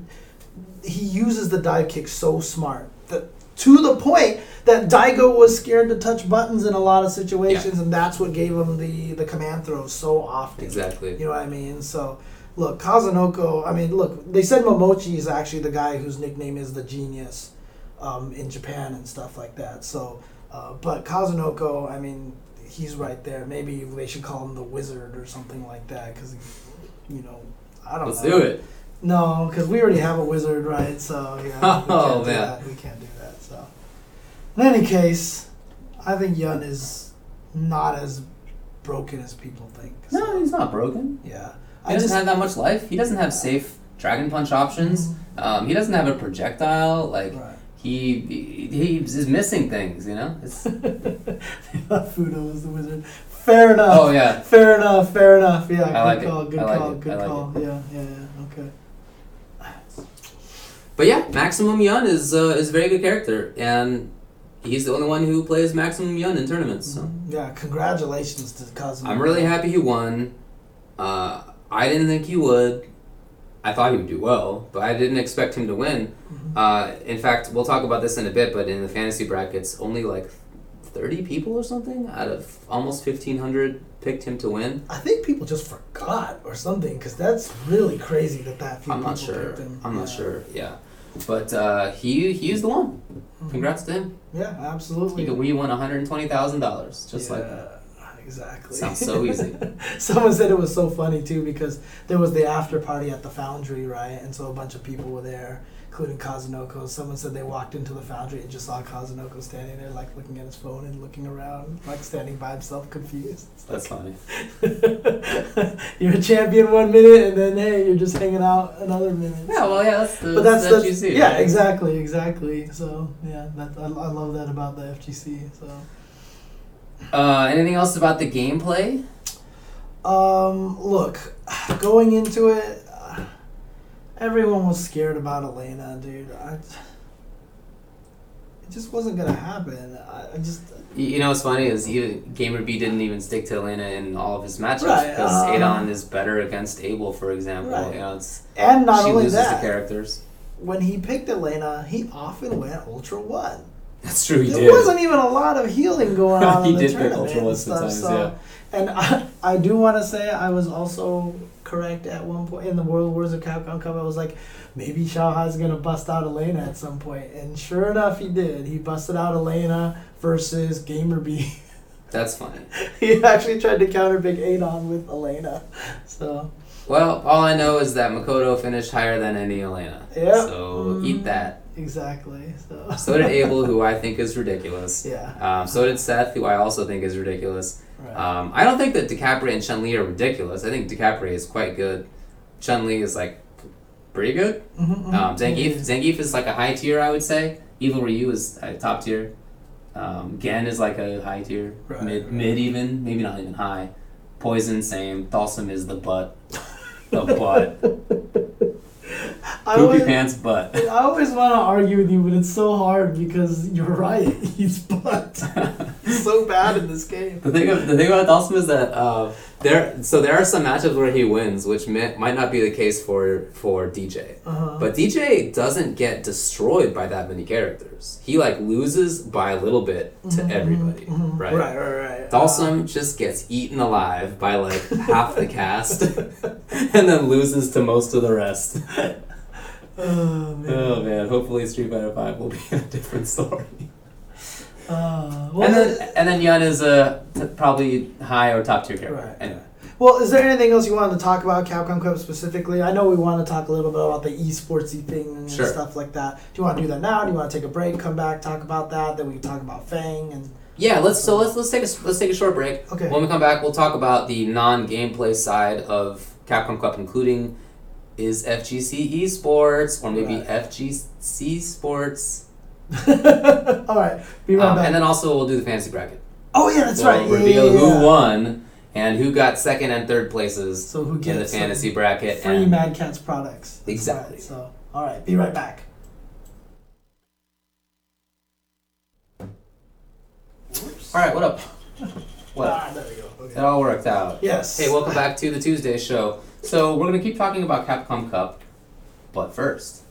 B: he uses the dive kick so smart that to the point that Daigo was scared to touch buttons in a lot of situations, and that's what gave him the the command throws so often.
A: Exactly.
B: You know what I mean? So, look, Kazunoko, I mean, look, they said Momochi is actually the guy whose nickname is the genius um, in Japan and stuff like that. So, uh, but Kazunoko, I mean, he's right there. Maybe they should call him the wizard or something like that because, you know, I don't
A: Let's
B: know.
A: do it.
B: No, because we already have a wizard, right? So, yeah. we
A: Oh,
B: can't do
A: man.
B: that. We can't do that. So, in any case, I think Yun is not as broken as people think.
A: No, he's not broken.
B: Yeah.
A: He doesn't have that much life. He doesn't have safe dragon punch options. Um, he doesn't have a projectile. Like
B: Right.
A: he, he he is missing things. You know. It's,
B: Fudo is the wizard. Fair enough.
A: oh yeah.
B: Fair enough. Fair enough. Yeah.
A: I like
B: good
A: it.
B: call. Good
A: I like
B: call.
A: it.
B: Good
A: I like
B: call. Yeah. Yeah. Yeah. Okay.
A: But yeah, Maximum Yun is uh, is a very good character, and he's the only one who plays Maximum Yun in tournaments. So
B: Yeah. Congratulations to Cosmo.
A: I'm really happy he won. Uh, I didn't think he would. I thought he would do well, but I didn't expect him to win. Uh, in fact, we'll talk about this in a bit. But in the fantasy brackets, only like 30 people or something out of almost 1,500 picked him to win.
B: I think people just forgot or something because that's really crazy that that few
A: I'm
B: people
A: not sure.
B: picked him.
A: I'm not
B: Yeah.
A: sure. Yeah, but uh, he he's the one. Congrats to him.
B: Yeah.
A: He,
B: Absolutely.
A: could- we won 120 thousand dollars just
B: yeah,
A: like that.
B: Exactly.
A: Sounds so easy.
B: Someone said it was so funny too because there was the after party at the foundry, right? And so a bunch of people were there, including Kazunoko. Someone said they walked into the foundry and just saw Kazunoko standing there, like looking at his phone and looking around, like standing by himself, confused. It's
A: That's funny.
B: like, you're a champion one minute, and then hey, you're just hanging out another minute.
A: Yeah, well, yeah, that's the
B: But that's,
A: that's,
B: that's
A: you see.
B: yeah, exactly, exactly. So yeah, that I, I love that about the FGC. So.
A: Uh, anything else about the gameplay?
B: Um, look, going into it, uh, everyone was scared about Elena, dude. I, it just wasn't gonna happen. I, I just
A: You, you know what's funny is even Gamer B didn't even stick to Elena in all of his matches
B: Right,
A: because
B: uh,
A: Adon is better against Abel, for example.
B: Right.
A: You know, it's
B: and not
A: she
B: only
A: loses to
B: that,
A: characters.
B: when he picked Elena, he often went Ultra One.
A: That's true. He
B: there
A: did.
B: wasn't even a lot of healing going on
A: He
B: in the
A: did pick
B: tournament
A: Ultra
B: and
A: List
B: stuff.
A: sometimes,
B: so, and I, I do want to say I was also correct at one point in the World Wars of Capcom Cup. I was like, maybe Shaha's gonna bust out Elena at some point, and sure enough, he did. He busted out Elena versus Gamer B.
A: That's funny.
B: he actually tried to counter Big Adon with Elena. So
A: Well, all I know is that Makoto finished higher than any Elena.
B: Yep.
A: So eat
B: Mm.
A: that.
B: exactly. So
A: So did Abel, who I think is ridiculous.
B: yeah.
A: Um, so did Seth, who I also think is ridiculous.
B: Right.
A: Um, I don't think that DiCaprio and Chun Li are ridiculous. I think DiCaprio is quite good. Chun Li is like pretty good.
B: Mhm, mhm.
A: Um, Zangief, Zangief is like a high tier, I would say. Evil Ryu is a top tier. Um, Gen is like a high tier,
B: Right,
A: mid,
B: right.
A: mid even, maybe not even high. Poison, same. Dhalsim is the butt, the butt,
B: I
A: poopy
B: always-
A: pants butt.
B: I always want to argue with you, but it's so hard because you're right. He's butt. He's so bad in this game.
A: The thing, of, the thing about Dawson is that uh, there, so there are some matchups where he wins, which may, might not be the case for for DJ.
B: Uh-huh.
A: But DJ doesn't get destroyed by that many characters. He like loses by a little bit to everybody, right?
B: Mm-hmm, Right, right, right.
A: Dawson just gets eaten alive by like half the cast, and then loses to most of the rest.
B: Oh, man.
A: oh man! Hopefully, Street Fighter Five will be a different story.
B: Uh, well,
A: And then, and then Yun is a t- probably high or top tier character.
B: Right.
A: Anyway.
B: well, is there anything else you wanted to talk about Capcom Cup specifically? I know we want to talk a little bit about the esportsy thing and
A: Sure.
B: stuff like that. Do you want to do that now? Do you want to take a break, come back, talk about that? Then we can talk about Fang and
A: Yeah, let's so let's let's take a let's take a short break.
B: Okay.
A: When we come back, we'll talk about the non-gameplay side of Capcom Cup, including is FGC esports or maybe
B: Right.
A: FGC sports,
B: all right, be right
A: um,
B: back.
A: and then also we'll do the fantasy bracket.
B: Oh yeah, that's
A: Um, we'll
B: right. Yeah,
A: reveal
B: yeah, yeah.
A: who won and who got second and third places
B: So who
A: in the
B: gets some
A: fantasy bracket.
B: free
A: and
B: Mad Cats products? That's
A: Exactly.
B: right. So all right, be right back.
A: all right, what up? What up?
B: Ah, there we go. Okay.
A: It all worked out.
B: Yes.
A: Hey, welcome back to the Tuesday show. So we're gonna keep talking about Capcom Cup, but first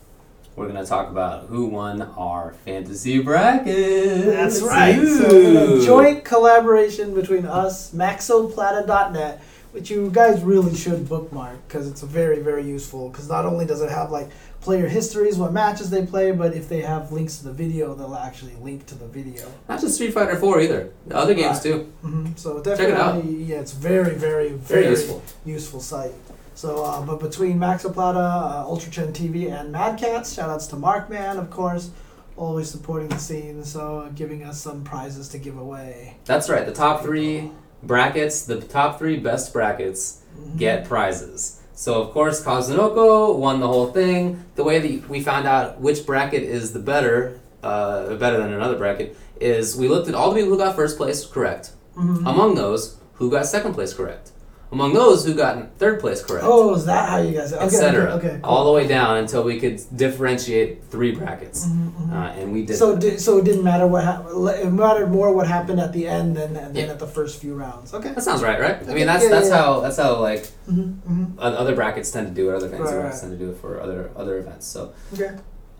A: we're gonna talk about who won our fantasy bracket.
B: That's right. So in a joint collaboration between us, maxoplata.net, which you guys really should bookmark because it's very, very useful. Because not only does it have like player histories, what matches they play, but if they have links to the video, they'll actually link to the video.
A: Not just Street Fighter Four either. The other games too.
B: hmm So
A: it out.
B: definitely, yeah, it's very, very, very,
A: Very useful.
B: useful site. So, uh, but between Maxoplata, uh, Ultra Chen TV, and Mad Cats, shout outs to Markman, of course, always supporting the scene, so uh, giving us some prizes to give away.
A: That's right. The top three brackets, the top three best brackets,
B: Mm-hmm.
A: get prizes. So of course, Kazunoko won the whole thing. The way that we found out which bracket is the better, uh, better than another bracket, is we looked at all the people who got first place correct.
B: Mm-hmm.
A: Among those, who got second place correct. Among those, who got third place correct.
B: Oh, is that how you guys? Okay,
A: Etc.
B: Okay. okay,
A: All the way down until we could differentiate three brackets, uh, and we
B: cool.
A: did.
B: Mm-hmm, So, di- so it didn't matter what hap- it mattered more what happened at the end than than
A: Yeah.
B: at the first few rounds. Okay.
A: that sounds right, right? I mean,
B: Yeah,
A: that's
B: yeah,
A: that's
B: yeah.
A: how that's how like
B: Mm-hmm, mm-hmm.
A: o- other brackets tend to do it. Other fantasy
B: Right,
A: brackets
B: right.
A: tend to do it for other other events. So,
B: Okay.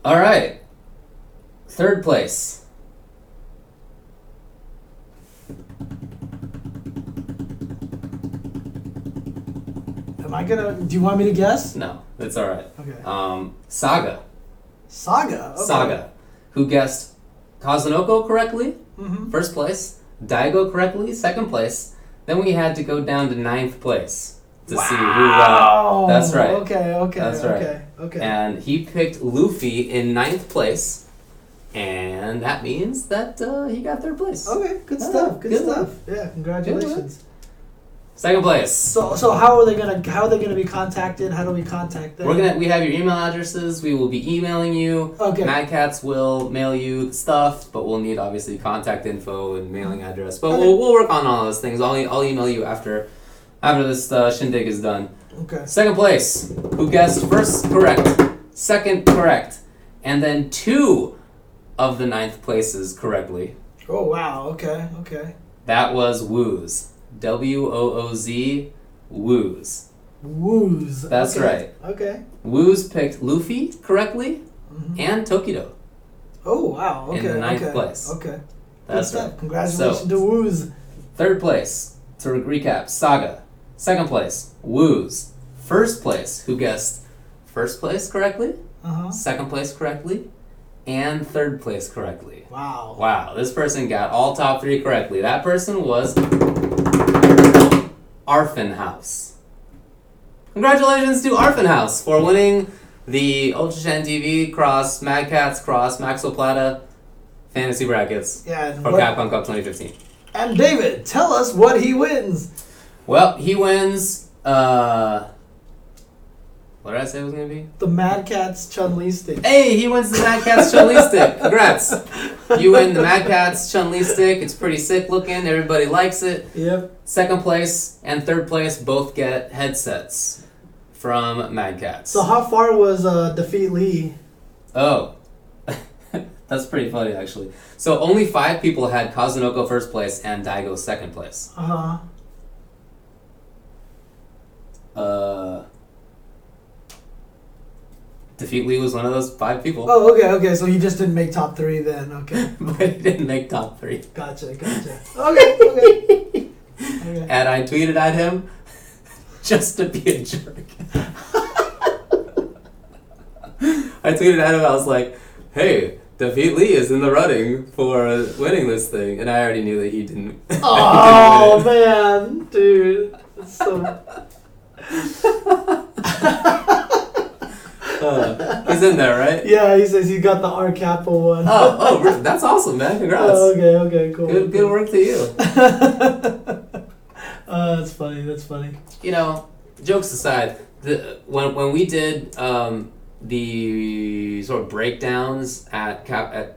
A: all right, third place.
B: Am I gonna? Do you want me to guess?
A: No, that's all right.
B: Okay.
A: Um, Saga,
B: Saga. Okay.
A: Saga, who guessed Kazunoko correctly,
B: Mm-hmm.
A: first place. Daigo correctly, second place. Then we had to go down to ninth place to see who. Uh,
B: Wow.
A: that's right.
B: Okay. Okay.
A: That's right.
B: Okay. Okay.
A: and he picked Luffy in ninth place, and that means that uh, he got third place.
B: Okay, good
A: Yeah,
B: stuff. Good,
A: good
B: stuff. Yeah, congratulations.
A: Second place.
B: So, so how are they gonna? How are they gonna be contacted? How do we contact them?
A: We're gonna. We have your email addresses. We will be emailing you.
B: Okay.
A: Mad Cats will mail you stuff, but we'll need obviously contact info and mailing address. But
B: Mm-hmm. Okay.
A: we'll, we'll work on all those things. I'll, e- I'll email you after after this uh, shindig is done.
B: Okay.
A: Second place. Who guessed first correct, second correct, and then two of the ninth places correctly.
B: Oh wow. Okay. Okay.
A: That was Wooz. W O O Z. Wooz.
B: Woos.
A: That's
B: okay.
A: right.
B: Okay.
A: Wooz picked Luffy correctly
B: Mhm.
A: and Tokido.
B: Oh wow. Okay.
A: In the ninth
B: okay.
A: place.
B: Okay.
A: That's
B: good stuff.
A: right.
B: Congratulations
A: So-
B: to Woos.
A: Third place, to recap, Saga. Second place, Woos. First place, who guessed first place correctly,
B: Uh huh.
A: second place correctly, and third place correctly.
B: Wow.
A: Wow, this person got all top three correctly. That person was Arfenhouse. Congratulations to Arfenhouse for winning the Ultra Shan TV cross Mad Cats cross Maxwell Plata fantasy brackets
B: Yeah. And,
A: for
B: what-
A: Capcom Cup 2015.
B: and David, tell us what he wins.
A: Well, he wins. Uh, what did I say it was gonna be?
B: The Mad Cat's Chun Li stick.
A: Hey, he wins the Mad Catz Chun Li stick. Congrats! You win the Mad Catz Chun Li stick. It's pretty sick looking. Everybody likes it.
B: Yep.
A: Second place and third place both get headsets from Mad Catz.
B: So how far was uh, defeat Lee?
A: Oh, that's pretty funny actually. So only five people had Kazunoko first place and Daigo second place.
B: Uh huh.
A: Uh, Defeat Lee was one of those five people.
B: Oh, okay, okay. So he just didn't make top three then. Okay.
A: but he didn't make top three.
B: Gotcha. Gotcha. Okay. Okay. okay.
A: And I tweeted at him just to be a jerk. I tweeted at him, I was like, hey, Defeat Lee is in the running for winning this thing. And I already knew that he didn't.
B: Oh man, dude. That's so
A: Uh, he's in there, right?
B: yeah, he says he got the R Kappa one.
A: Oh, oh, re- that's awesome, man. Congrats.
B: Oh, okay, okay, cool.
A: Good, good work to you.
B: Uh, that's funny. That's funny.
A: you know, jokes aside, the when when we did um, the sort of breakdowns at Cap at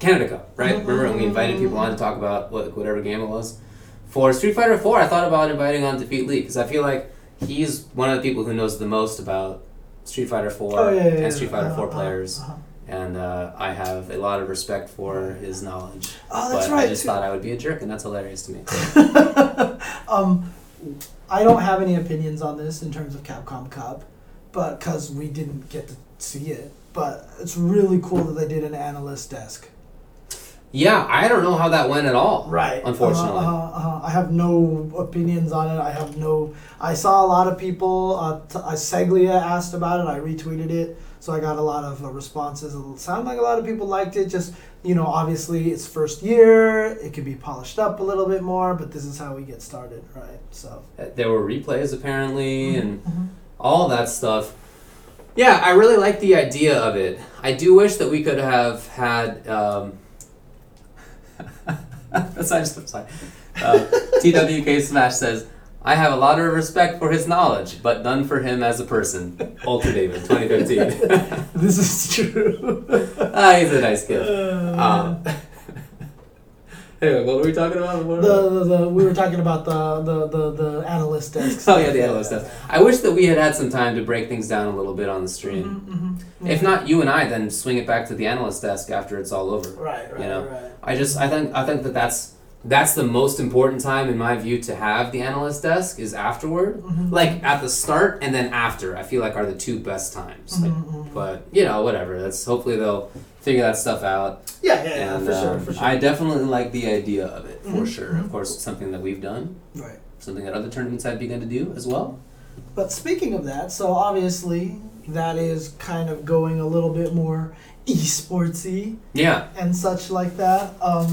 A: Canada Cup, right?
B: Mm-hmm.
A: Remember, and we invited people on to talk about what, whatever game it was. For Street Fighter Four, I thought about inviting on Defeat Lee because I feel like he's one of the people who knows the most about Street Fighter Four
B: Oh, yeah, yeah, yeah.
A: and Street Fighter
B: Uh,
A: Four
B: uh,
A: players,
B: uh-huh.
A: and uh, I have a lot of respect for his knowledge.
B: Oh, that's
A: but I
B: right,
A: just
B: too.
A: thought I would be a jerk, and that's hilarious to me.
B: um, I don't have any opinions on this in terms of Capcom Cup, but because we didn't get to see it. But it's really cool that they did an analyst desk.
A: Yeah, I don't know how that went at all.
B: Right.
A: Unfortunately.
B: Uh, uh, uh, I have no opinions on it. I have no. I saw a lot of people. Uh, t- I Seglia asked about it. I retweeted it, so I got a lot of uh, responses. It sounded like a lot of people liked it. Just you know, obviously it's first year. It could be polished up a little bit more, but this is how we get started, right? So.
A: There were replays apparently,
B: Mm-hmm,
A: and all that stuff. Yeah, I really like the idea of it. I do wish that we could have had. Um, that's not just I'm sorry. Uh, TWK Smash says, "I have a lot of respect for his knowledge, but none for him as a person." Ultra David, 2015.
B: This is true.
A: ah, he's a nice kid.
B: Uh,
A: Um, anyway, what were we talking about? What-
B: the, the, the we were talking about the the, the, the analyst desks.
A: Oh yeah, the analyst stuff. I wish that we had had some time to break things down a little bit
B: Mm-hmm,
A: on the stream. If not you and I, then swing it back to the analyst desk after it's all over.
B: Right, right,
A: You know?
B: right.
A: I just I think I think that that's that's the most important time in my view to have the analyst desk is afterward,
B: Mm-hmm.
A: like at the start and then after. I feel like are the two best times. Like,
B: Mm-hmm,
A: But you know, whatever. That's hopefully they'll figure that stuff out.
B: Yeah, yeah, yeah,
A: and
B: for sure,
A: um,
B: for sure. Mm-hmm,
A: I definitely like the idea of it for sure. Of course, it's something that we've done,
B: right.
A: something that other tournaments have begun to do as well.
B: But speaking of that, so obviously that is kind of going a little bit more esportsy
A: Yeah.
B: and such like that. Um,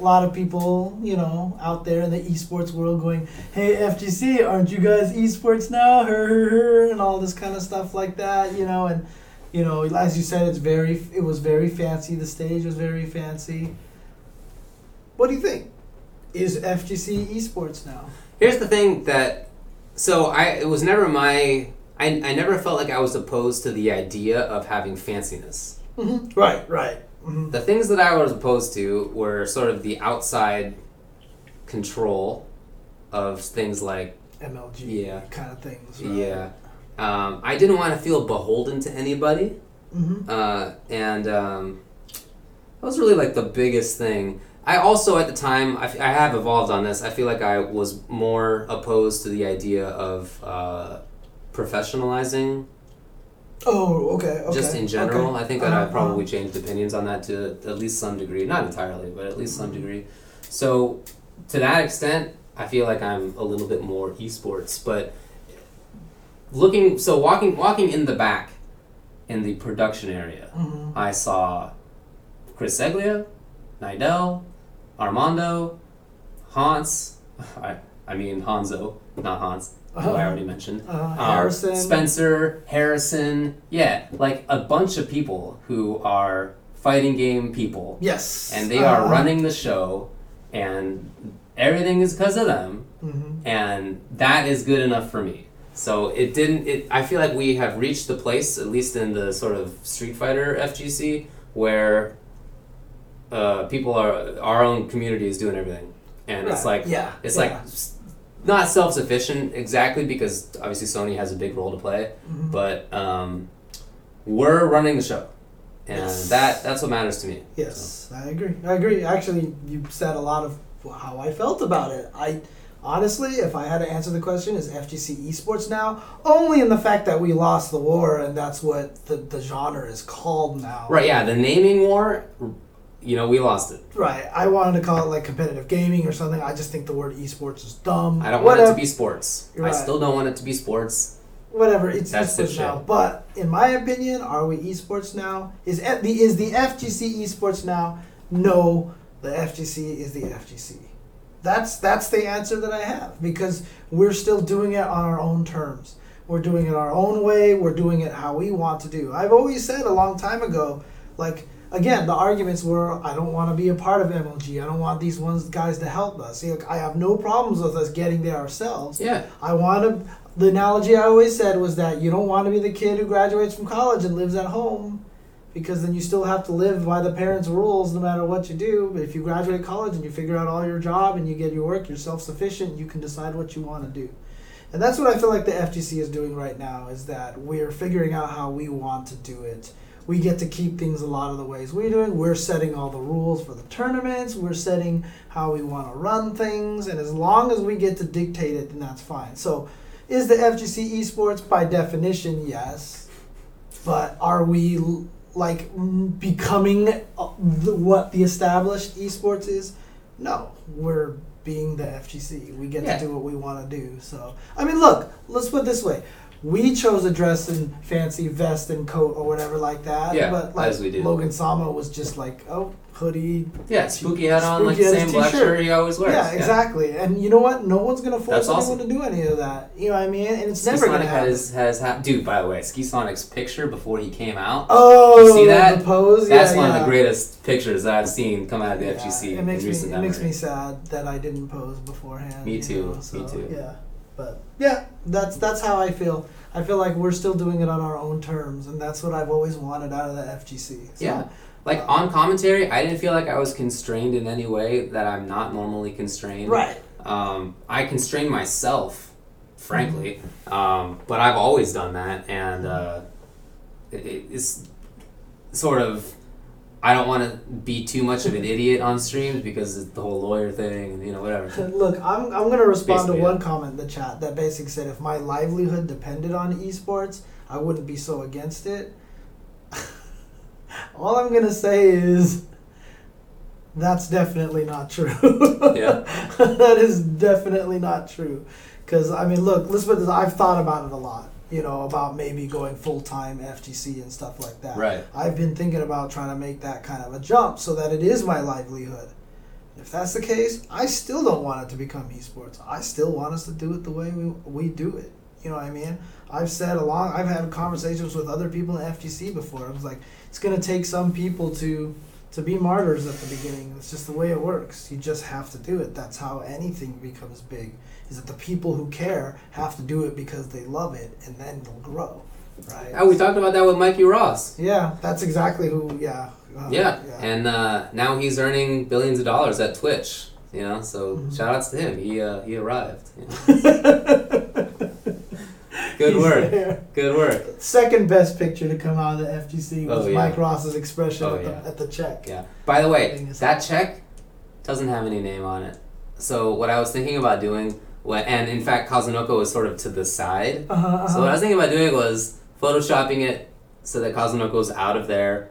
B: a lot of people, you know, out there in the esports world going, "Hey, FGC, aren't you guys esports now?" Her, her, her, and all this kind of stuff like that, you know. And you know, as you said, it's very, it was very fancy. The stage was very fancy. What do you think? Is FGC esports now?
A: Here's the thing that so I it was never my I, I never felt like I was opposed to the idea of having fanciness.
B: Right, right. hmm
A: The things that I was opposed to were sort of the outside control of things like
B: MLG
A: yeah,
B: kind of things. Right?
A: yeah. Um, I didn't want to feel beholden to anybody,
B: Mm-hmm.
A: uh, and um, that was really like the biggest thing. I also at the time I, f- I have evolved on this. I feel like I was more opposed to the idea of uh, professionalizing
B: Oh, okay, okay.
A: just in general. I
B: okay.
A: think that
B: Uh-huh,
A: I've probably changed opinions on that to at least some degree, not entirely, but at least
B: Mm-hmm.
A: some degree. So to that extent, I feel like I'm a little bit more esports, but looking so walking walking in the back in the production area.
B: uh-huh. Mhm.
A: I saw Chris Seglia, Nidel, Armando, Hans. I, I mean Hanzo, not Hans, who I already mentioned.
B: Uh,
A: Um,
B: Harrison.
A: Spencer, Harrison. Yeah, like a bunch of people who are fighting game people.
B: Yes.
A: And they are
B: uh,
A: running the show, and everything is because of them
B: mhm.
A: and that is good enough for me. So it didn't. It I feel like we have reached the place, at least in the sort of Street Fighter FGC, where uh, people are our own community is doing everything, and it's
B: Right,
A: like
B: yeah,
A: it's
B: yeah.
A: like s- not self sufficient exactly because obviously Sony has a big role to play,
B: Mm-hmm.
A: but um, we're running the show, and
B: Yes.
A: that that's what matters to me.
B: Yes, I agree. I agree. Actually, you said a lot of how I felt about it. I honestly, if I had to answer the question, is FGC esports now? Only in the fact that we lost the war, and that's what the, the genre is called now.
A: Right? Yeah, the naming war, you know, we lost it.
B: Right. I wanted to call it like competitive gaming or something. I just think the word esports is dumb.
A: I don't
B: Whatever.
A: want it to be sports.
B: You're
A: I
B: right.
A: still don't want it to be sports.
B: whatever it's
A: That's
B: esports
A: the
B: now.
A: shit.
B: But in my opinion, are we esports now? Is F- the is the FGC esports now? No, the FGC is the FGC. That's that's the answer that I have because we're still doing it on our own terms. We're doing it our own way. We're doing it how we want to do. I've always said a long time ago, like again, the arguments were I don't want to be a part of MLG. I don't want these ones guys to help us. See, like, I have no problems with us getting there ourselves.
A: Yeah.
B: I want to. The analogy I always said was that you don't want to be the kid who graduates from college and lives at home because then you still have to live by the parents' rules no matter what you do. But if you graduate college and you figure out all your job and you get your work, you're self sufficient, you can decide what you want to do. And that's what I feel like the FTC is doing right now is that we're figuring out how we want to do it. We get to keep things a lot of the ways we're doing. We're setting all the rules for the tournaments. We're setting how we want to run things. And as long as we get to dictate it, then that's fine. So, is the FGC esports by definition? Yes. But are we l- like m- becoming uh, the, what the established esports is? No, we're being the FGC. We get
A: Yeah.
B: to do what we want to do. So, I mean, look, let's put it this way. We chose a dress and fancy vest and coat or whatever like that.
A: Yeah,
B: but like
A: as we do.
B: Logan Sama was just like, oh, hoodie.
A: Yeah, Spooky had on like the
B: Spooky had his
A: same black
B: t-shirt.
A: shirt he always wears.
B: yeah, exactly. And you know what? No one's gonna
A: That's
B: force anyone
A: awesome.
B: to do any of that. You know what I mean? And it's
A: Ski
B: never gonna
A: Sonic
B: happen.
A: has has ha- dude. By the way, Ski Sonic's picture before he came out.
B: Oh,
A: You see that?
B: The pose. Yeah,
A: That's one
B: yeah.
A: of the greatest pictures that I've seen come out of the
B: Yeah,
A: FGC
B: It makes
A: in
B: me.
A: recent
B: It makes
A: memory.
B: me sad that I didn't pose beforehand.
A: Me
B: you
A: too,
B: know,
A: me
B: so,
A: too.
B: Yeah, but yeah, that's that's how I feel. I feel like we're still doing it on our own terms, and that's what I've always wanted out of the FGC. So,
A: Yeah. Like on commentary, I didn't feel like I was constrained in any way that I'm not normally constrained.
B: Right.
A: Um, I constrain myself, frankly,
B: Mm-hmm.
A: um, but I've always done that, and uh, it, it- it's sort of I don't want to be too much of an idiot on streams because it's the whole lawyer thing, and you know whatever.
B: Look, I'm, I'm going to respond
A: Basically,
B: to one comment in the chat that basically said if my livelihood depended on esports, I wouldn't be so against it. All I'm going to say is that's definitely not true.
A: Yeah.
B: that is definitely not true. Because, I mean, look, let's put this, I've thought about it a lot, you know, about maybe going full time FTC and stuff like that.
A: Right.
B: I've been thinking about trying to make that kind of a jump so that it is my livelihood. If that's the case, I still don't want it to become esports. I still want us to do it the way we, we do it. You know what I mean? I've said along, I've had conversations with other people in FTC before. I was like, it's going to take some people to to be martyrs at the beginning. It's just the way it works. You just have to do it. That's how anything becomes big. Is that the people who care have to do it because they love it, and then it'll grow, right?
A: Oh, we talked about that with Mikey Ross.
B: Yeah, that's exactly who. Yeah. uh,
A: Yeah, and uh, now he's earning billions of dollars at Twitch. You know, so
B: Mm-hmm.
A: shout outs to him. He uh, he arrived. you know. Good
B: He's
A: work.
B: there.
A: Good work.
B: Second best picture to come out of the FGC was
A: Oh, yeah.
B: Mike Ross's expression
A: Oh,
B: at, the,
A: yeah.
B: at the check.
A: Yeah. By the way,
B: Thing is-
A: that check doesn't have any name on it. So what I was thinking about doing, when, and in fact, Kazunoko was sort of to the side.
B: Uh-huh, uh-huh.
A: So what I was thinking about doing was photoshopping it so that Kazunoko's out of there,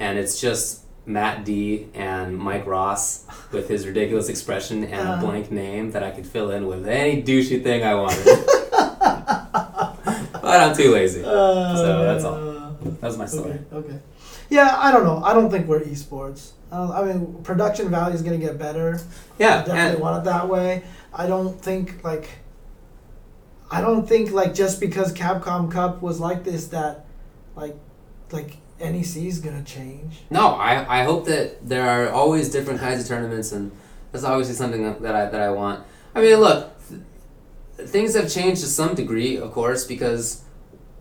A: and it's just Matt D and Mike Ross with his ridiculous expression and
B: Uh.
A: a blank name that I could fill in with any douchey thing I wanted. but I'm too lazy.
B: Uh,
A: So that's all. That's my story.
B: Okay. Okay. Yeah, I don't know. I don't think we're esports. I, don't, I mean, production value is going to get better. I
A: Yeah,
B: definitely
A: and
B: want it that way. I don't think like I don't think like just because Capcom Cup was like this that like like NEC is going to change.
A: no, I, I hope that there are always different kinds of tournaments, and that's obviously something that that I that I want. I mean, look, th- things have changed to some degree, of course, because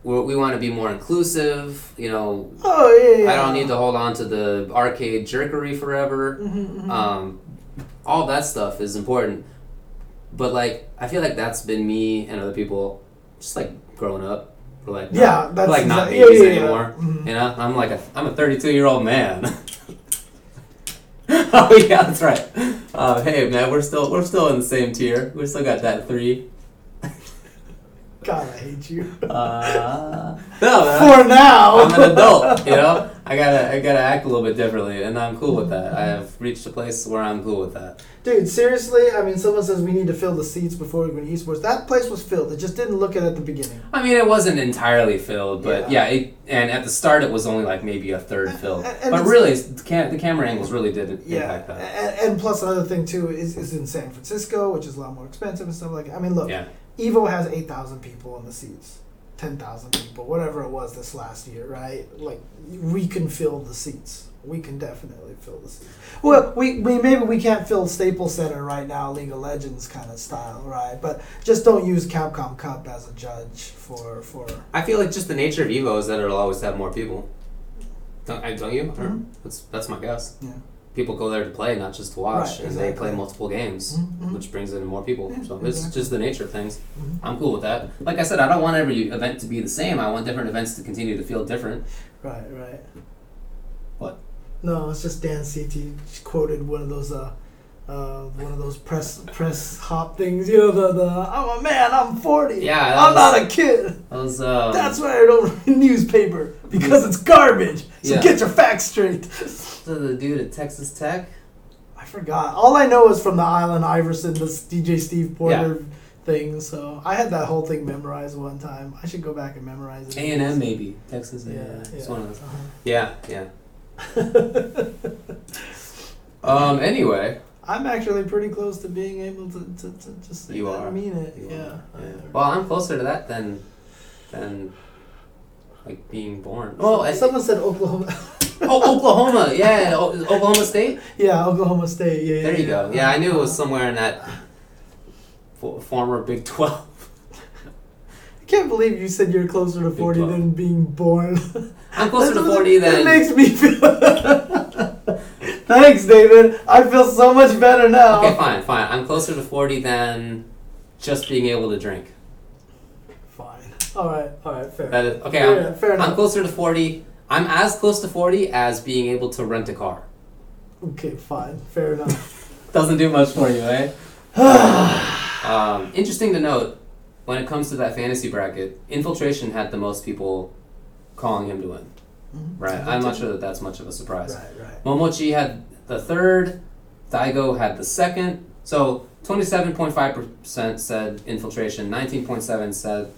A: we're, we want to be more inclusive. You know,
B: Oh yeah. yeah
A: I don't
B: yeah.
A: need to hold on to the arcade jerkery forever.
B: Mm-hmm,
A: Um, all that stuff is important, but like I feel like that's been me and other people just like growing up. We're like not-
B: Yeah, that's
A: we're, like not
B: exact- yeah,
A: babies
B: yeah, yeah.
A: anymore.
B: Mhm.
A: You know, I'm like a, I'm a 32 year old man. oh yeah, that's right. Uh, hey man, we're still we're still in the same tier. We still got that three.
B: God, I hate you.
A: Uh, no, man,
B: For now.
A: I'm an adult, you know. I gotta, I gotta act a little bit differently, and I'm cool with that. I have reached a place where I'm cool with that.
B: Dude, seriously? I mean, someone says we need to fill the seats before we go to esports. That place was filled. It just didn't look it at the beginning.
A: I mean, it wasn't entirely filled, but
B: Yeah.
A: yeah, it, and at the start it was only like maybe a third filled.
B: and- and
A: but
B: it's-
A: really, the, cam- the camera angles really did impact
B: Yeah.
A: that.
B: And, and plus, another thing, too, is, is in San Francisco, which is a lot more expensive and stuff like that. I mean, look,
A: Yeah.
B: Evo has 8,000 people in the seats, 10,000 people, whatever it was this last year, right? Like, we can fill the seats. We can definitely fill the seats. Well, we, we maybe we can't fill Staples Center right now, League of Legends kind of style, right? But just don't use Capcom Cup as a judge for for
A: I feel like just the nature of Evo is that it'll always have more people. Don't, I- don't you? Or-
B: Mhm.
A: That's that's my guess.
B: Yeah.
A: People go there to play, not just to watch,
B: Right,
A: and they
B: exactly.
A: play multiple games,
B: Mhm.
A: which brings in more people.
B: Yeah,
A: so it's
B: exactly.
A: just the nature of things.
B: Mhm.
A: I'm cool with that. Like I said, I don't want every event to be the same. I want different events to continue to feel different.
B: Right, right.
A: What?
B: No, it's just Dan CT quoted one of those uh, uh, one of those press press hop things. You know the the I'm a man. I'm forty.
A: Yeah, that
B: I'm
A: was-
B: not a kid.
A: That was um,
B: That's why I don't read newspaper because it's garbage. So
A: Yeah.
B: get your facts straight.
A: the- the dude at Texas Tech.
B: I forgot. All I know is from the Island Iverson, this DJ Steve Porter thing. So I had that whole thing memorized one time. I should go back and memorize it.
A: A and M maybe Texas. Yeah,
B: Yeah,
A: It's
B: yeah.
A: one of those.
B: Uh-huh.
A: Yeah, yeah. um. Anyway,
B: I'm actually pretty close to being able to, to, to just say
A: You
B: that
A: are.
B: and mean it.
A: You
B: yeah.
A: are,
B: I am.
A: well, I'm closer to that than than like being born. Oh, I
B: someone said Oklahoma.
A: oh Oklahoma. Yeah, O- Oklahoma State.
B: yeah, Oklahoma State. Yeah.
A: There
B: yeah,
A: you go. Yeah, I knew it was somewhere in that fo- former Big Twelve.
B: I can't believe you said you're closer to
A: Big
B: 40
A: Twelve.
B: than being born.
A: I'm closer to
B: That's what-
A: forty
B: That
A: than.
B: makes me feel. Thanks, David. I feel so much better now.
A: Okay, fine, fine. I'm closer to forty than just being able to drink.
B: Fine. All right. All right. Fair.
A: That is, okay,
B: fair,
A: I'm,
B: enough, fair
A: I'm
B: enough.
A: closer to 40. I'm as close to 40 as being able to rent a car.
B: Okay. Fine. Fair enough. Mm-hmm.
A: Doesn't do much for you, eh? um, interesting to note, when it comes to that fantasy bracket, Infiltration had the most people calling him to win.
B: Mhm.
A: Right? I'm not sure that that's much of a surprise.
B: Right. Right.
A: Momochi had the third, Daigo had the second. So 27.5% said Infiltration, 19.7% said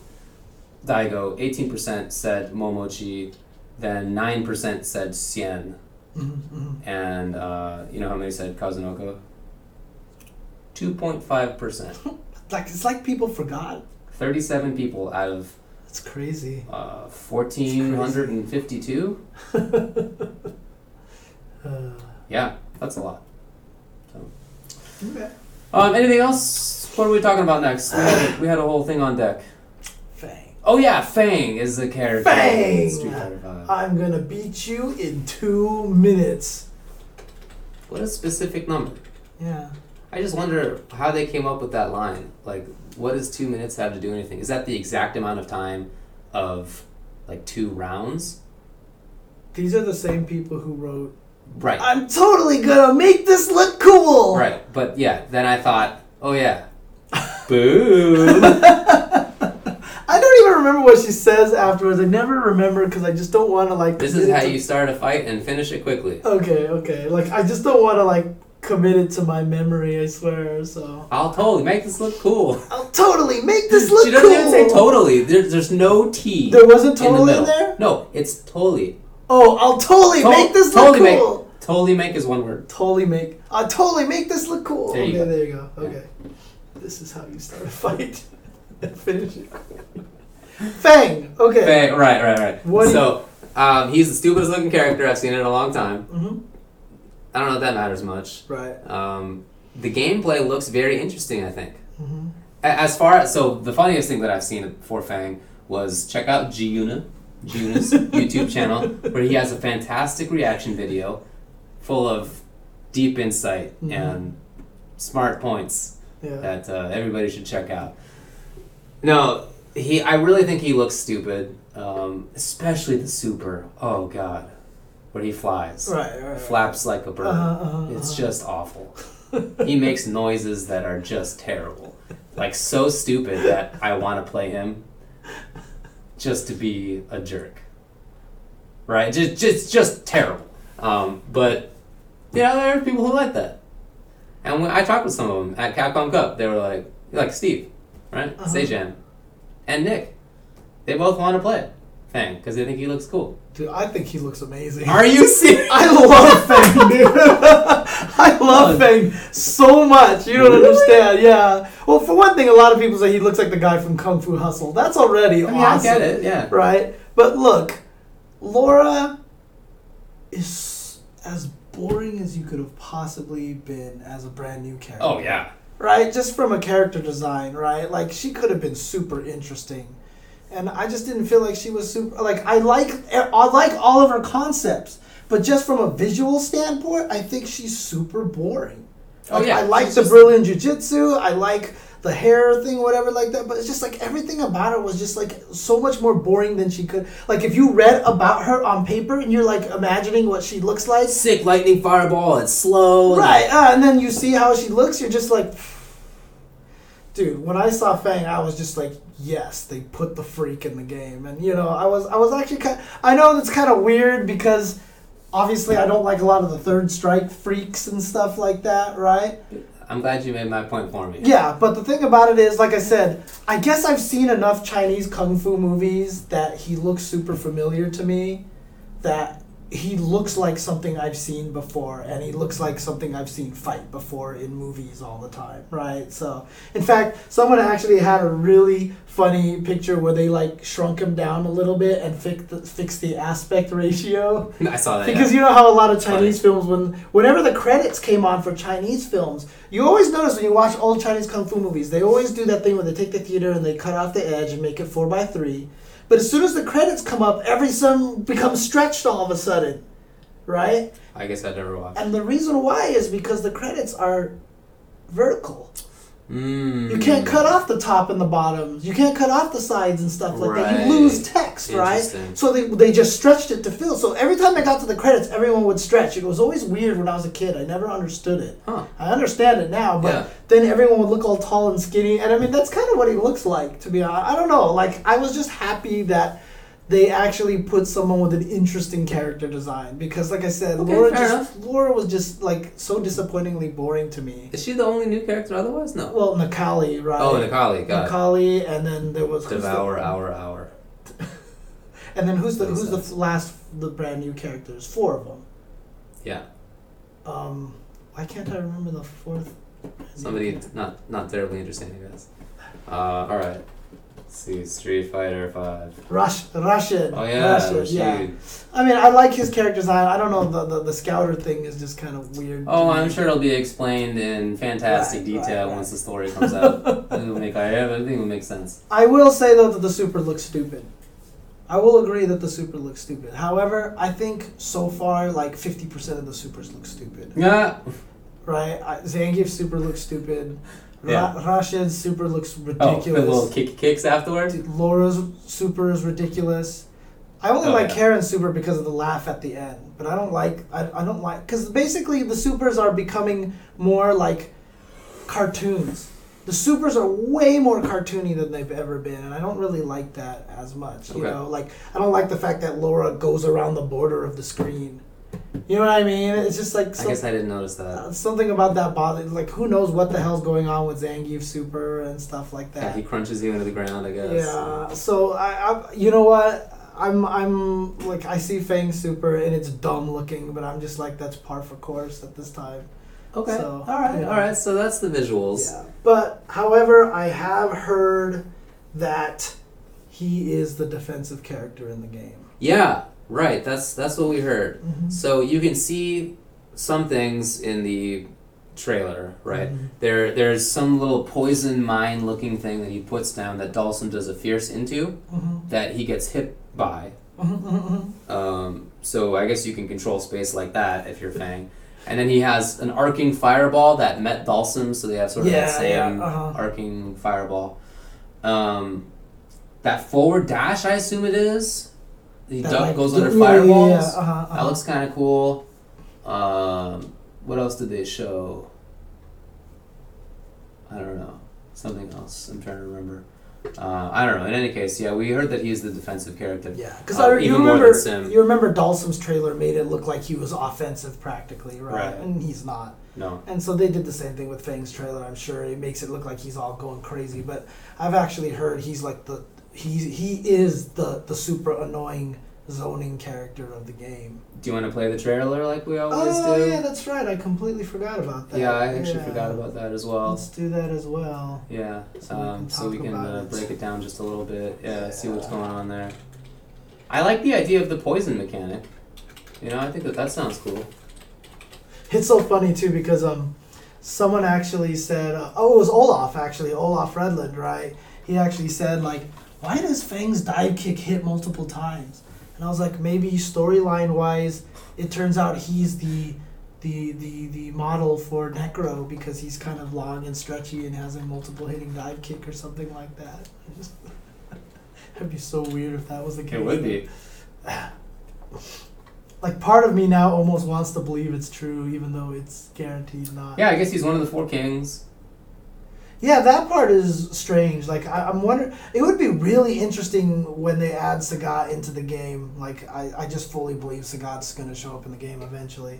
A: Daigo, 18% said Momochi, then 9% said Sien,
B: Mhm, mhm.
A: and uh, you know how many said Kazunoko? 2.5%.
B: Like it's like people forgot.
A: 37 people out of
B: It's crazy.
A: uh, 1,452?
B: Uh,
A: Yeah, that's a lot.
B: okay.
A: Um, anything else? What are we talking about next? We had, we had a whole thing on deck.
B: Fang.
A: Oh yeah, Fang is the character.
B: Fang!
A: in Street Fighter V.
B: I'm gonna beat you in two minutes.
A: What a specific number.
B: Yeah.
A: I just wonder how they came up with that line. Like, what does two minutes have to do anything? Is that the exact amount of time of like two rounds?
B: These are the same people who wrote.
A: Right.
B: I'm totally gonna make this look cool.
A: Right. But yeah, then I thought, oh yeah. Boom.
B: I don't even remember what she says afterwards. I never remember because I just don't want to like.
A: this
B: commit
A: is
B: it
A: how
B: to-
A: you start a fight and finish it quickly.
B: Okay, okay. Like I just don't want to like commit it to my memory. I swear. So
A: I'll totally make this look cool.
B: I'll totally make this look
A: she doesn't
B: cool.
A: even say totally. There, there's no T.
B: There wasn't
A: in the
B: totally in,
A: middle.
B: there.
A: No, it's totally.
B: Oh, I'll totally
A: Tol-
B: make this look
A: totally make-
B: cool.
A: Totally make is one word.
B: Totally make. I'll totally make this look cool.
A: There you go.
B: okay, there you go. Okay, this is how you start a fight and finish it. Fang. Okay.
A: Right, right, right, right.
B: What do
A: so, um, he's the stupidest looking character I've seen in a long time.
B: hmm
A: I don't know if that matters much.
B: Right.
A: Um, the gameplay looks very interesting, I think.
B: hmm
A: A- As far as, so the funniest thing that I've seen for Fang was check out Giuna, Giuna's YouTube channel, where he has a fantastic reaction video full of deep insight
B: Mhm.
A: and smart points.
B: Yeah.
A: that uh, everybody should check out. No, he. I really think he looks stupid, um, especially the super. Oh God, where he flies,
B: Right. Right.
A: flaps like a bird.
B: Uh-huh, uh-huh,
A: It's
B: uh-huh.
A: just awful. he makes noises that are just terrible, like so stupid that I want to play him, just to be a jerk. Right? Just, just, just terrible. Um, but you know, there are people who like that. And when I talked with some of them at Capcom Cup. They were like, like Steve, right?
B: Uh-huh.
A: Sejan, and Nick. They both want to play Fang because they think he looks cool.
B: Dude, I think he looks amazing.
A: Are you serious?
B: I love Fang, dude. I love Fang so much. You don't
A: Really?
B: understand. Yeah. Well, for one thing, a lot of people say he looks like the guy from Kung Fu Hustle. That's already
A: I mean, I
B: awesome.
A: get it. Yeah.
B: Right? But look, Laura is as boring as you could have possibly been as a brand new character.
A: Oh yeah.
B: Right? Just from a character design, right? Like, she could have been super interesting. and I just didn't feel like she was super. Like I like eh, I like all of her concepts, but just from a visual standpoint, I think she's super boring.
A: Oh,
B: Like,
A: yeah.
B: I like
A: She's
B: the
A: just-
B: Brazilian jiu-jitsu. I like the hair thing, whatever, like that. But it's just like everything about her was just like so much more boring than she could. Like if you read about her on paper and you're like imagining what she looks like,
A: Sick lightning fireball. It's slow. and-
B: Right, uh, and then you see how she looks, you're just like, dude. When I saw Fang, I was just like, yes, they put the freak in the game, and you know, I was, I was actually kind. I know that's kind of weird because obviously I don't like a lot of the third strike freaks and stuff like that, right?
A: I'm glad you made my point for me.
B: Yeah, but the thing about it is, like I said, I guess I've seen enough Chinese kung fu movies that he looks super familiar to me. That he looks like something I've seen before, and he looks like something I've seen fight before in movies all the time, right? So, in fact, someone actually had a really funny picture where they like shrunk him down a little bit and fix the, fixed the aspect ratio.
A: I saw that.
B: Because
A: yeah.
B: you know how a lot of Chinese
A: Funny.
B: films, when whenever the credits came on for Chinese films, you always notice when you watch old Chinese kung fu movies, they always do that thing where they take the theater and they cut off the edge and make it four by three. But as soon as the credits come up, every some becomes stretched all of a sudden, right?
A: I guess I'd never watched.
B: And the reason why is because the credits are vertical.
A: Mm.
B: You can't cut off the top and the bottom. You can't cut off the sides and stuff like that.
A: Right.
B: You lose text, right?
A: Interesting.
B: So they, they just stretched it to fill. So every time I got to the credits, everyone would stretch. It was always weird when I was a kid. I never understood it.
A: Huh.
B: I understand it now, but
A: Yeah.
B: then everyone would look all tall and skinny. And I mean, that's kind of what he looks like, to be honest. I don't know. Like, I was just happy that they actually put someone with an interesting character design because, like I said,
A: Okay,
B: Laura
A: fair
B: just
A: enough.
B: Laura was just like so disappointingly boring to me.
A: Is she the only new character? Otherwise, no.
B: Well, Nakali, right?
A: Oh, Nikali. Got it.
B: Macaulay, and then there was who's
A: Devour,
B: the,
A: hour, hour.
B: and then who's the
A: Makes
B: who's the
A: sense.
B: last the brand new characters? Four of them.
A: Yeah.
B: Um, why can't I remember the fourth?
A: Somebody not not terribly understanding this. Uh, all right. Let's see Street Fighter Five.
B: Rush, Rashid.
A: Oh yeah,
B: Rashid, yeah.
A: Rashid.
B: I mean, I like his character design. I don't know the the, the scouter thing is just kind of weird.
A: Oh,
B: to
A: I'm
B: me.
A: sure it'll be explained in fantastic
B: Right,
A: detail
B: right, right.
A: once the story comes out. it'll make everything will make sense.
B: I will say though that the super looks stupid. I will agree that the super looks stupid. However, I think so far like fifty percent of the supers look stupid.
A: Yeah.
B: right? I, Zangief super looks stupid.
A: Yeah.
B: Ra- Rashid super looks
A: Oh, the
B: ridiculous.
A: little kick kicks afterwards.
B: Dude, Laura's super is ridiculous. I only
A: Oh,
B: like
A: yeah.
B: Karen's super because of the laugh at the end, but I don't like I, I don't like because basically the supers are becoming more like cartoons. The supers are way more cartoony than they've ever been, and I don't really like that as much. You
A: Okay.
B: know, like I don't like the fact that Laura goes around the border of the screen. You know what I mean? It's just like
A: I guess I didn't notice that.
B: uh, something about that bothered. Like, who knows what the hell's going on with Zangief Super and stuff like
A: Yeah,
B: that.
A: he crunches you into the ground. I guess.
B: Yeah. So I, I, you know what? I'm, I'm like, I see Fang Super and it's dumb looking, but I'm just like, that's par for course at this time.
A: Okay.
B: So,
A: all right.
B: yeah.
A: All right. So that's the visuals.
B: Yeah. But however, I have heard that he is the defensive character in the game.
A: Yeah, right. That's that's what we heard. So you can see some things in the trailer, right? There there's some little poison mine looking thing that he puts down that Dawson does a fierce into that he gets hit by. Um, so I guess you can control space like that if you're Fang. And then he has an arcing fireball that met Dawson, so they have sort of that
B: Yeah, yeah,
A: same
B: uh-huh.
A: arcing fireball. Um, that forward dash, I assume it is. He
B: That,
A: duck
B: like,
A: goes
B: yeah,
A: under
B: yeah, yeah,
A: fireballs.
B: yeah, uh-huh,
A: That
B: uh-huh.
A: looks kind of cool. Um, what else did they show? I don't know. Something else. I'm trying to remember. Uh, I don't know. In any case, yeah, we heard that he's the defensive character.
B: Yeah, because
A: Uh,
B: I you
A: even more than
B: remember
A: Sim.
B: you remember Dalsum's trailer made it look like he was offensive practically, right?
A: Right.
B: And he's not.
A: No.
B: And so they did the same thing with Fang's trailer. I'm sure it makes it look like he's all going crazy, but I've actually heard he's like the he he is the the super annoying zoning character of the game.
A: Do you want to play the trailer like we always
B: Oh
A: do?
B: yeah, that's right. I completely forgot about that.
A: Yeah, I actually
B: Yeah.
A: forgot about that as well.
B: Let's do that as well.
A: Yeah,
B: So we can
A: um, so
B: talk
A: we can
B: about
A: uh,
B: it.
A: break it down just a little bit. Yeah, see what's going on there. I like the idea of the poison mechanic. You know, I think that that sounds cool.
B: It's so funny too because um, someone actually said, uh, oh, it was Olaf actually, Olaf Redland, right? He actually said like, why does Fang's dive kick hit multiple times? And I was like, maybe storyline wise, it turns out he's the the, the the model for Necro because he's kind of long and stretchy and has a multiple hitting dive kick or something like that. I just- That'd be so weird if that was the case.
A: It would be.
B: Like part of me now almost wants to believe it's true, even though it's guaranteed not.
A: Yeah, I guess he's one of the four kings.
B: Yeah, that part is strange. Like, I, I'm wondering, it would be really interesting when they add Sagat into the game. Like, I, I just fully believe Sagat's going to show up in the game eventually.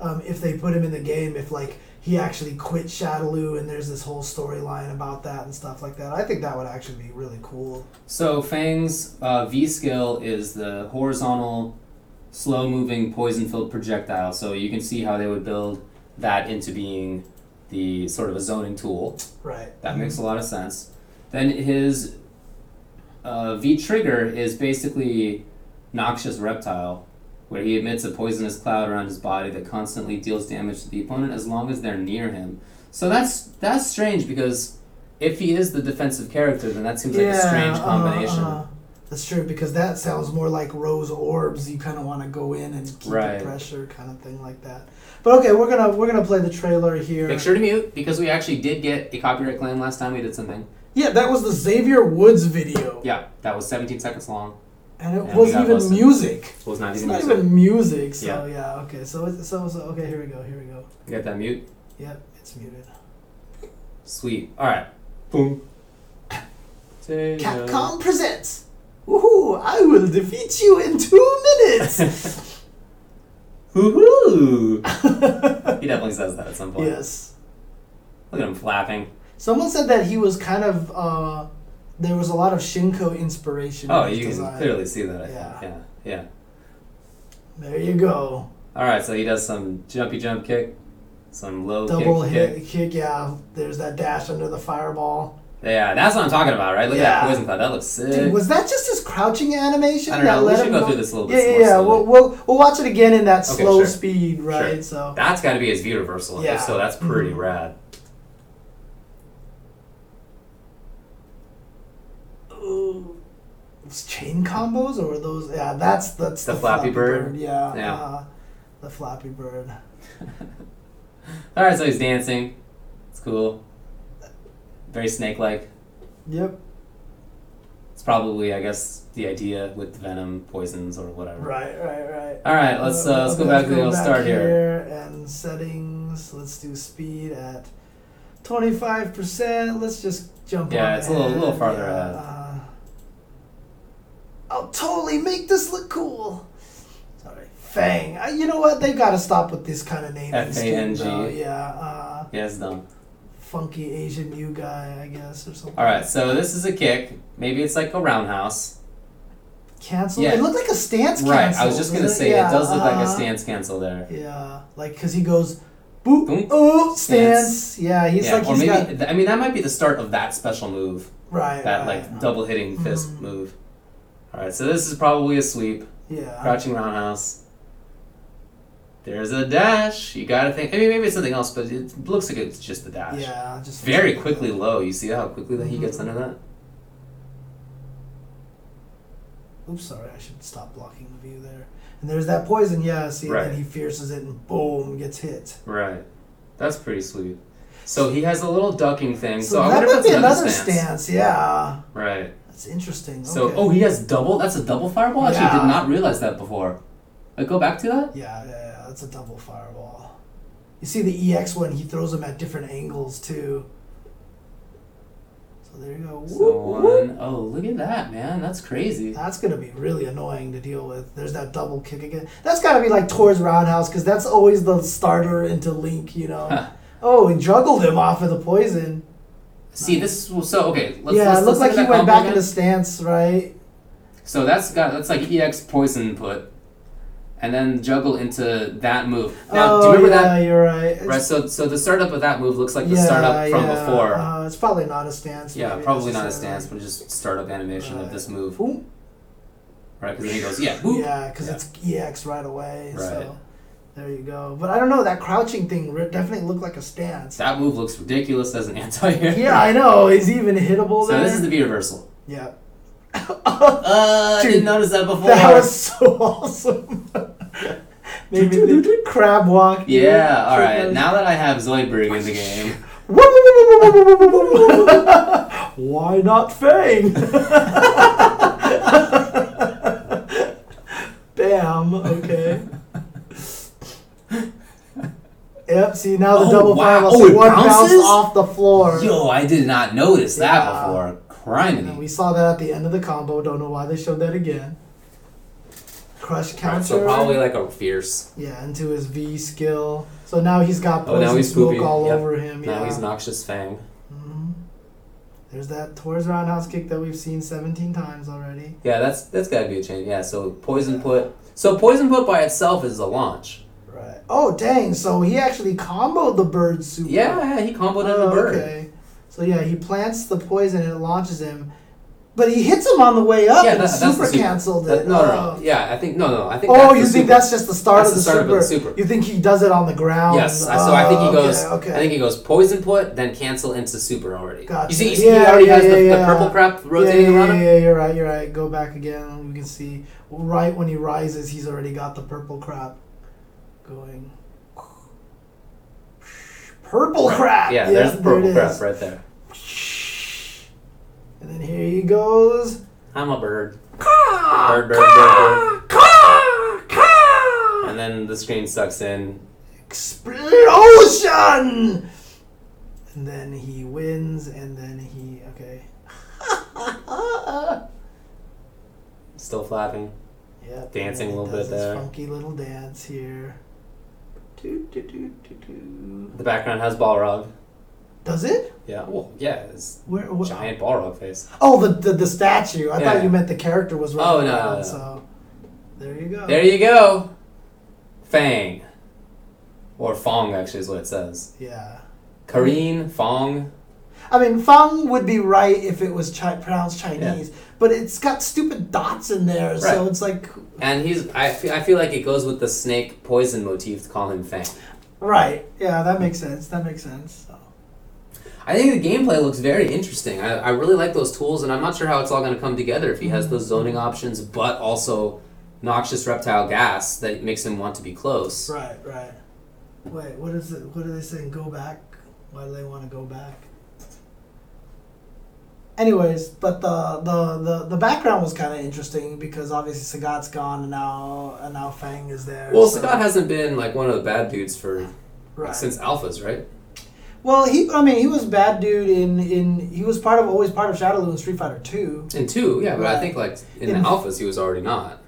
B: Um, if they put him in the game, if like he actually quit Shadaloo and there's this whole storyline about that and stuff like that, I think that would actually be really cool.
A: So Fang's uh, V skill is the horizontal, slow moving poison filled projectile. So you can see how they would build that into being the sort of a zoning tool.
B: Right.
A: That makes a lot of sense. Then his uh, V trigger is basically Noxious Reptile, where he emits a poisonous cloud around his body that constantly deals damage to the opponent as long as they're near him. So that's that's strange because if he is the defensive character, then that seems like a strange
B: uh,
A: combination.
B: uh, that's true because that sounds more like rose orbs. You kind of want to go in and keep
A: Right.
B: the pressure, kind of thing like that. But okay, we're gonna we're gonna play the trailer here.
A: Make sure to mute because we actually did get a copyright claim last time we did something.
B: Yeah, that was the Xavier Woods video,
A: Yeah, that was 17 seconds long.
B: and it
A: Yeah, we
B: wasn't
A: got
B: even
A: busted.
B: music.
A: It was not
B: It's
A: even
B: not
A: music.
B: even music. So
A: Yeah.
B: yeah, okay. So it's, so so okay. Here we go. Here we go.
A: You got that mute?
B: Yep, it's muted.
A: Sweet. All right. Boom.
B: Capcom presents. Woohoo! I will defeat you in two minutes.
A: Woohoo! he definitely says that at some point.
B: yes.
A: Look at him flapping.
B: Someone said that he was kind of uh, there was a lot of Shinko inspiration.
A: Oh,
B: in his
A: you can
B: design.
A: clearly see that. I yeah.
B: Yeah.
A: Think. Yeah. Yeah.
B: There you go.
A: All right. So he does some jumpy jump kick, some low
B: Double
A: kick,
B: hit kick. Yeah, there's that dash under the fireball.
A: Yeah, that's what I'm talking about, right? Look at that
B: Yeah.
A: poison cloud. That looks sick.
B: Dude, was that just his crouching animation?
A: I don't
B: that
A: know. We
B: let
A: should
B: him
A: go through this a little
B: Yeah,
A: bit
B: yeah,
A: more
B: yeah. We'll,
A: slowly.
B: we'll we'll watch it again in that
A: Okay,
B: slow
A: sure.
B: speed, right? So
A: that's got to be his V reversal.
B: Yeah.
A: Yeah. So that's pretty
B: Mhm.
A: rad.
B: Ooh. It's chain combos or were those? Yeah, that's that's
A: The Flappy Bird?
B: Yeah,
A: Yeah.
B: uh, the Flappy Bird.
A: All right. So he's dancing. It's cool. Very snake-like.
B: Yep.
A: It's probably, I guess, the idea with venom, poisons, or whatever.
B: Right, right, right.
A: All right. Let's
B: Um,
A: uh, let's go back to the old start here.
B: And settings. Let's do speed at twenty five percent. Let's just jump.
A: Yeah,
B: on
A: it's a little-
B: ahead.
A: little farther
B: Yeah,
A: ahead.
B: uh, I'll totally make this look cool. Sorry, Fang. Uh, you know what? They gotta stop with this kind of name. and skin,
A: F.A.N.G..
B: though. Yeah. Uh,
A: Yeah, it's dumb.
B: funky Asian new guy, I guess, or something.
A: All right, so this is a kick. Maybe it's like a roundhouse.
B: Cancel.
A: Yeah.
B: It looked like a stance.
A: Right. I
B: cancel.
A: was just gonna
B: Doesn't
A: say
B: yeah,
A: it does look like a
B: uh-huh.
A: stance cancel there.
B: Yeah, like because he goes, boop,
A: Boom.
B: oh,
A: Stance.
B: stance. Yeah, he's
A: yeah,
B: like
A: or
B: he's
A: maybe
B: got
A: th- I mean that might be the start of that special move,
B: right,
A: that
B: right.
A: like double hitting fist
B: Mhm.
A: move. All right, so this is probably a sweep,
B: Uh-huh. yeah,
A: crouching roundhouse. There's a dash. You gotta think. I mean, maybe it's something else, but it looks like it's just a dash.
B: yeah, just
A: Very quickly low. You see how quickly that he gets under that.
B: Oops, sorry, I should stop blocking the view there. And there's that poison. Yeah, see, and
A: Right.
B: then he fierces it and boom gets hit.
A: Right. That's pretty sweet. So he has a little ducking thing. So, I
B: that
A: wonder if
B: might
A: that's
B: be
A: another,
B: another
A: stance.
B: stance. Yeah,
A: Right.
B: that's interesting.
A: So,
B: okay.
A: oh, he has double. That's a double fireball. Actually, I did
B: Yeah.
A: not realize that before. Like, go back to that.
B: yeah, yeah, yeah, that's a double fireball. You see the EX one, he throws them at different angles too. So there you go.
A: So
B: Whoop, whoop.
A: one. Oh, look at that, man. That's crazy.
B: That's gonna be really annoying to deal with. There's that double kick again. That's gotta be like Tor's roundhouse because that's always the starter into Link, you know. oh, and juggled him off of the poison.
A: See, this. is- So okay. Let's,
B: yeah,
A: let's,
B: it looked like
A: let's look at
B: he
A: that
B: went
A: combo
B: back
A: again.
B: into stance, right?
A: So that's got that's like EX poison put, and then juggle into that move. Now,
B: oh,
A: do you remember
B: yeah,
A: that?
B: you're right. It's-
A: Right. So, so the startup of that move looks like the
B: yeah,
A: startup from
B: yeah.
A: before.
B: Uh, it's probably not a stance.
A: yeah,
B: maybe,
A: probably
B: as you
A: not a
B: said.
A: stance, but just startup animation of
B: Right.
A: this move.
B: Boom.
A: Right, because then he goes, yeah, boop.
B: Yeah, because
A: Yeah.
B: it's EX right away.
A: Right.
B: So there you go. But I don't know. That crouching thing re- definitely looked like a stance.
A: That move looks ridiculous as an anti-air.
B: yeah, I know. Is he even hittable
A: So
B: there?
A: this is the V reversal.
B: Yeah.
A: Uh, I didn't
B: Dude,
A: notice that before.
B: That was so awesome. Maybe the crab walk. dude.
A: yeah, alright.
B: Freaking-
A: Now that I have Zoidberg in the game,
B: Why not Fang? Bam. Okay. Yep. See now the
A: Oh,
B: double
A: wow.
B: wow.
A: Oh, it
B: one bounced
A: bounces?
B: off the floor.
A: yo, I did not notice that
B: Yeah.
A: before.
B: And we
A: Criminy.
B: saw that at the end of the combo. Don't know why they showed that again. Crush counter.
A: Alright, so probably like a fierce.
B: yeah, into his V skill. So now he's got
A: Oh, now
B: poison
A: he's
B: smoke
A: poopy.
B: all
A: Yep.
B: over him.
A: Now
B: yeah.
A: he's Noxious Fang.
B: Mhm. There's that Torres roundhouse kick that we've seen 17 times already.
A: Yeah, that's that's gotta be a change. Yeah, so poison put. So poison put by itself is a launch.
B: Right. Oh dang! So he actually comboed the bird super.
A: Yeah, yeah, he comboed on the
B: Oh,
A: bird.
B: Okay. So yeah, he plants the poison and it launches him, but he hits him on the way up
A: Yeah,
B: and
A: that- that's the
B: super
A: super-
B: canceled
A: That-
B: it.
A: no,
B: Oh.
A: no, no. Yeah, I think no, no. I think.
B: Oh,
A: that's
B: you
A: the
B: think
A: super-
B: that's just the start
A: That's
B: of
A: the
B: the,
A: start of
B: super.
A: the super.
B: You think he does it on the ground?
A: Yes, I so I think he
B: Oh,
A: goes.
B: Okay, okay.
A: I think he goes poison put, then cancel into super already.
B: Gotcha.
A: You see, you see he
B: Yeah,
A: already
B: yeah,
A: has the,
B: yeah,
A: the
B: yeah.
A: purple crap rotating
B: yeah, yeah,
A: around him.
B: yeah, yeah, you're right. You're right. Go back again. We can see right when he rises, he's already got the purple crap going. Purple crap.
A: Yeah, there's the
B: there
A: purple
B: it
A: crap
B: is.
A: right there.
B: And then here he goes.
A: I'm a bird. Bird, bird, bird, bird. And then the screen sucks in.
B: Explosion! And then he wins. And then he okay.
A: Still flapping.
B: Yep.
A: Dancing
B: and
A: a
B: he
A: little
B: does
A: bit
B: his
A: there.
B: Funky little dance here. Doo, doo, doo, doo, doo.
A: The background has Balrog.
B: Does it?
A: Yeah. Well, yeah. It's
B: Where? wh-
A: giant Balrog face.
B: Oh, the, the the statue. I
A: Yeah.
B: thought you meant the character was
A: Oh,
B: running
A: no,
B: around.
A: no, no.
B: So there you go.
A: There you go. Fang. Or Fong actually is what it says.
B: yeah.
A: Kareen Fong.
B: I mean, Fang would be right if it was chi- pronounced Chinese, but it's got stupid dots in there, so
A: Right.
B: it's like
A: And he's I fe- I feel like it goes with the snake poison motif to call him Fang.
B: right. Yeah, that makes sense. That makes sense. So.
A: I think the gameplay looks very interesting. I, I really like those tools, and I'm not sure how it's all going to come together if he has those zoning options, but also noxious reptile gas that makes him want to be close.
B: Right, right. Wait, what is it? What are they saying? Go back? Why do they want to go back? Anyways, but the the the, the background was kind of interesting because obviously Sagat's gone and now and now Fang is there.
A: Well,
B: so-
A: Sagat hasn't been like one of the bad dudes for
B: right.
A: since alphas, right?
B: Well, he I mean he was bad dude in in he was part of always part of Shadowloo in Street Fighter Two.
A: In two, yeah, but I
B: Right.
A: think like in,
B: In-
A: the alphas he was already not.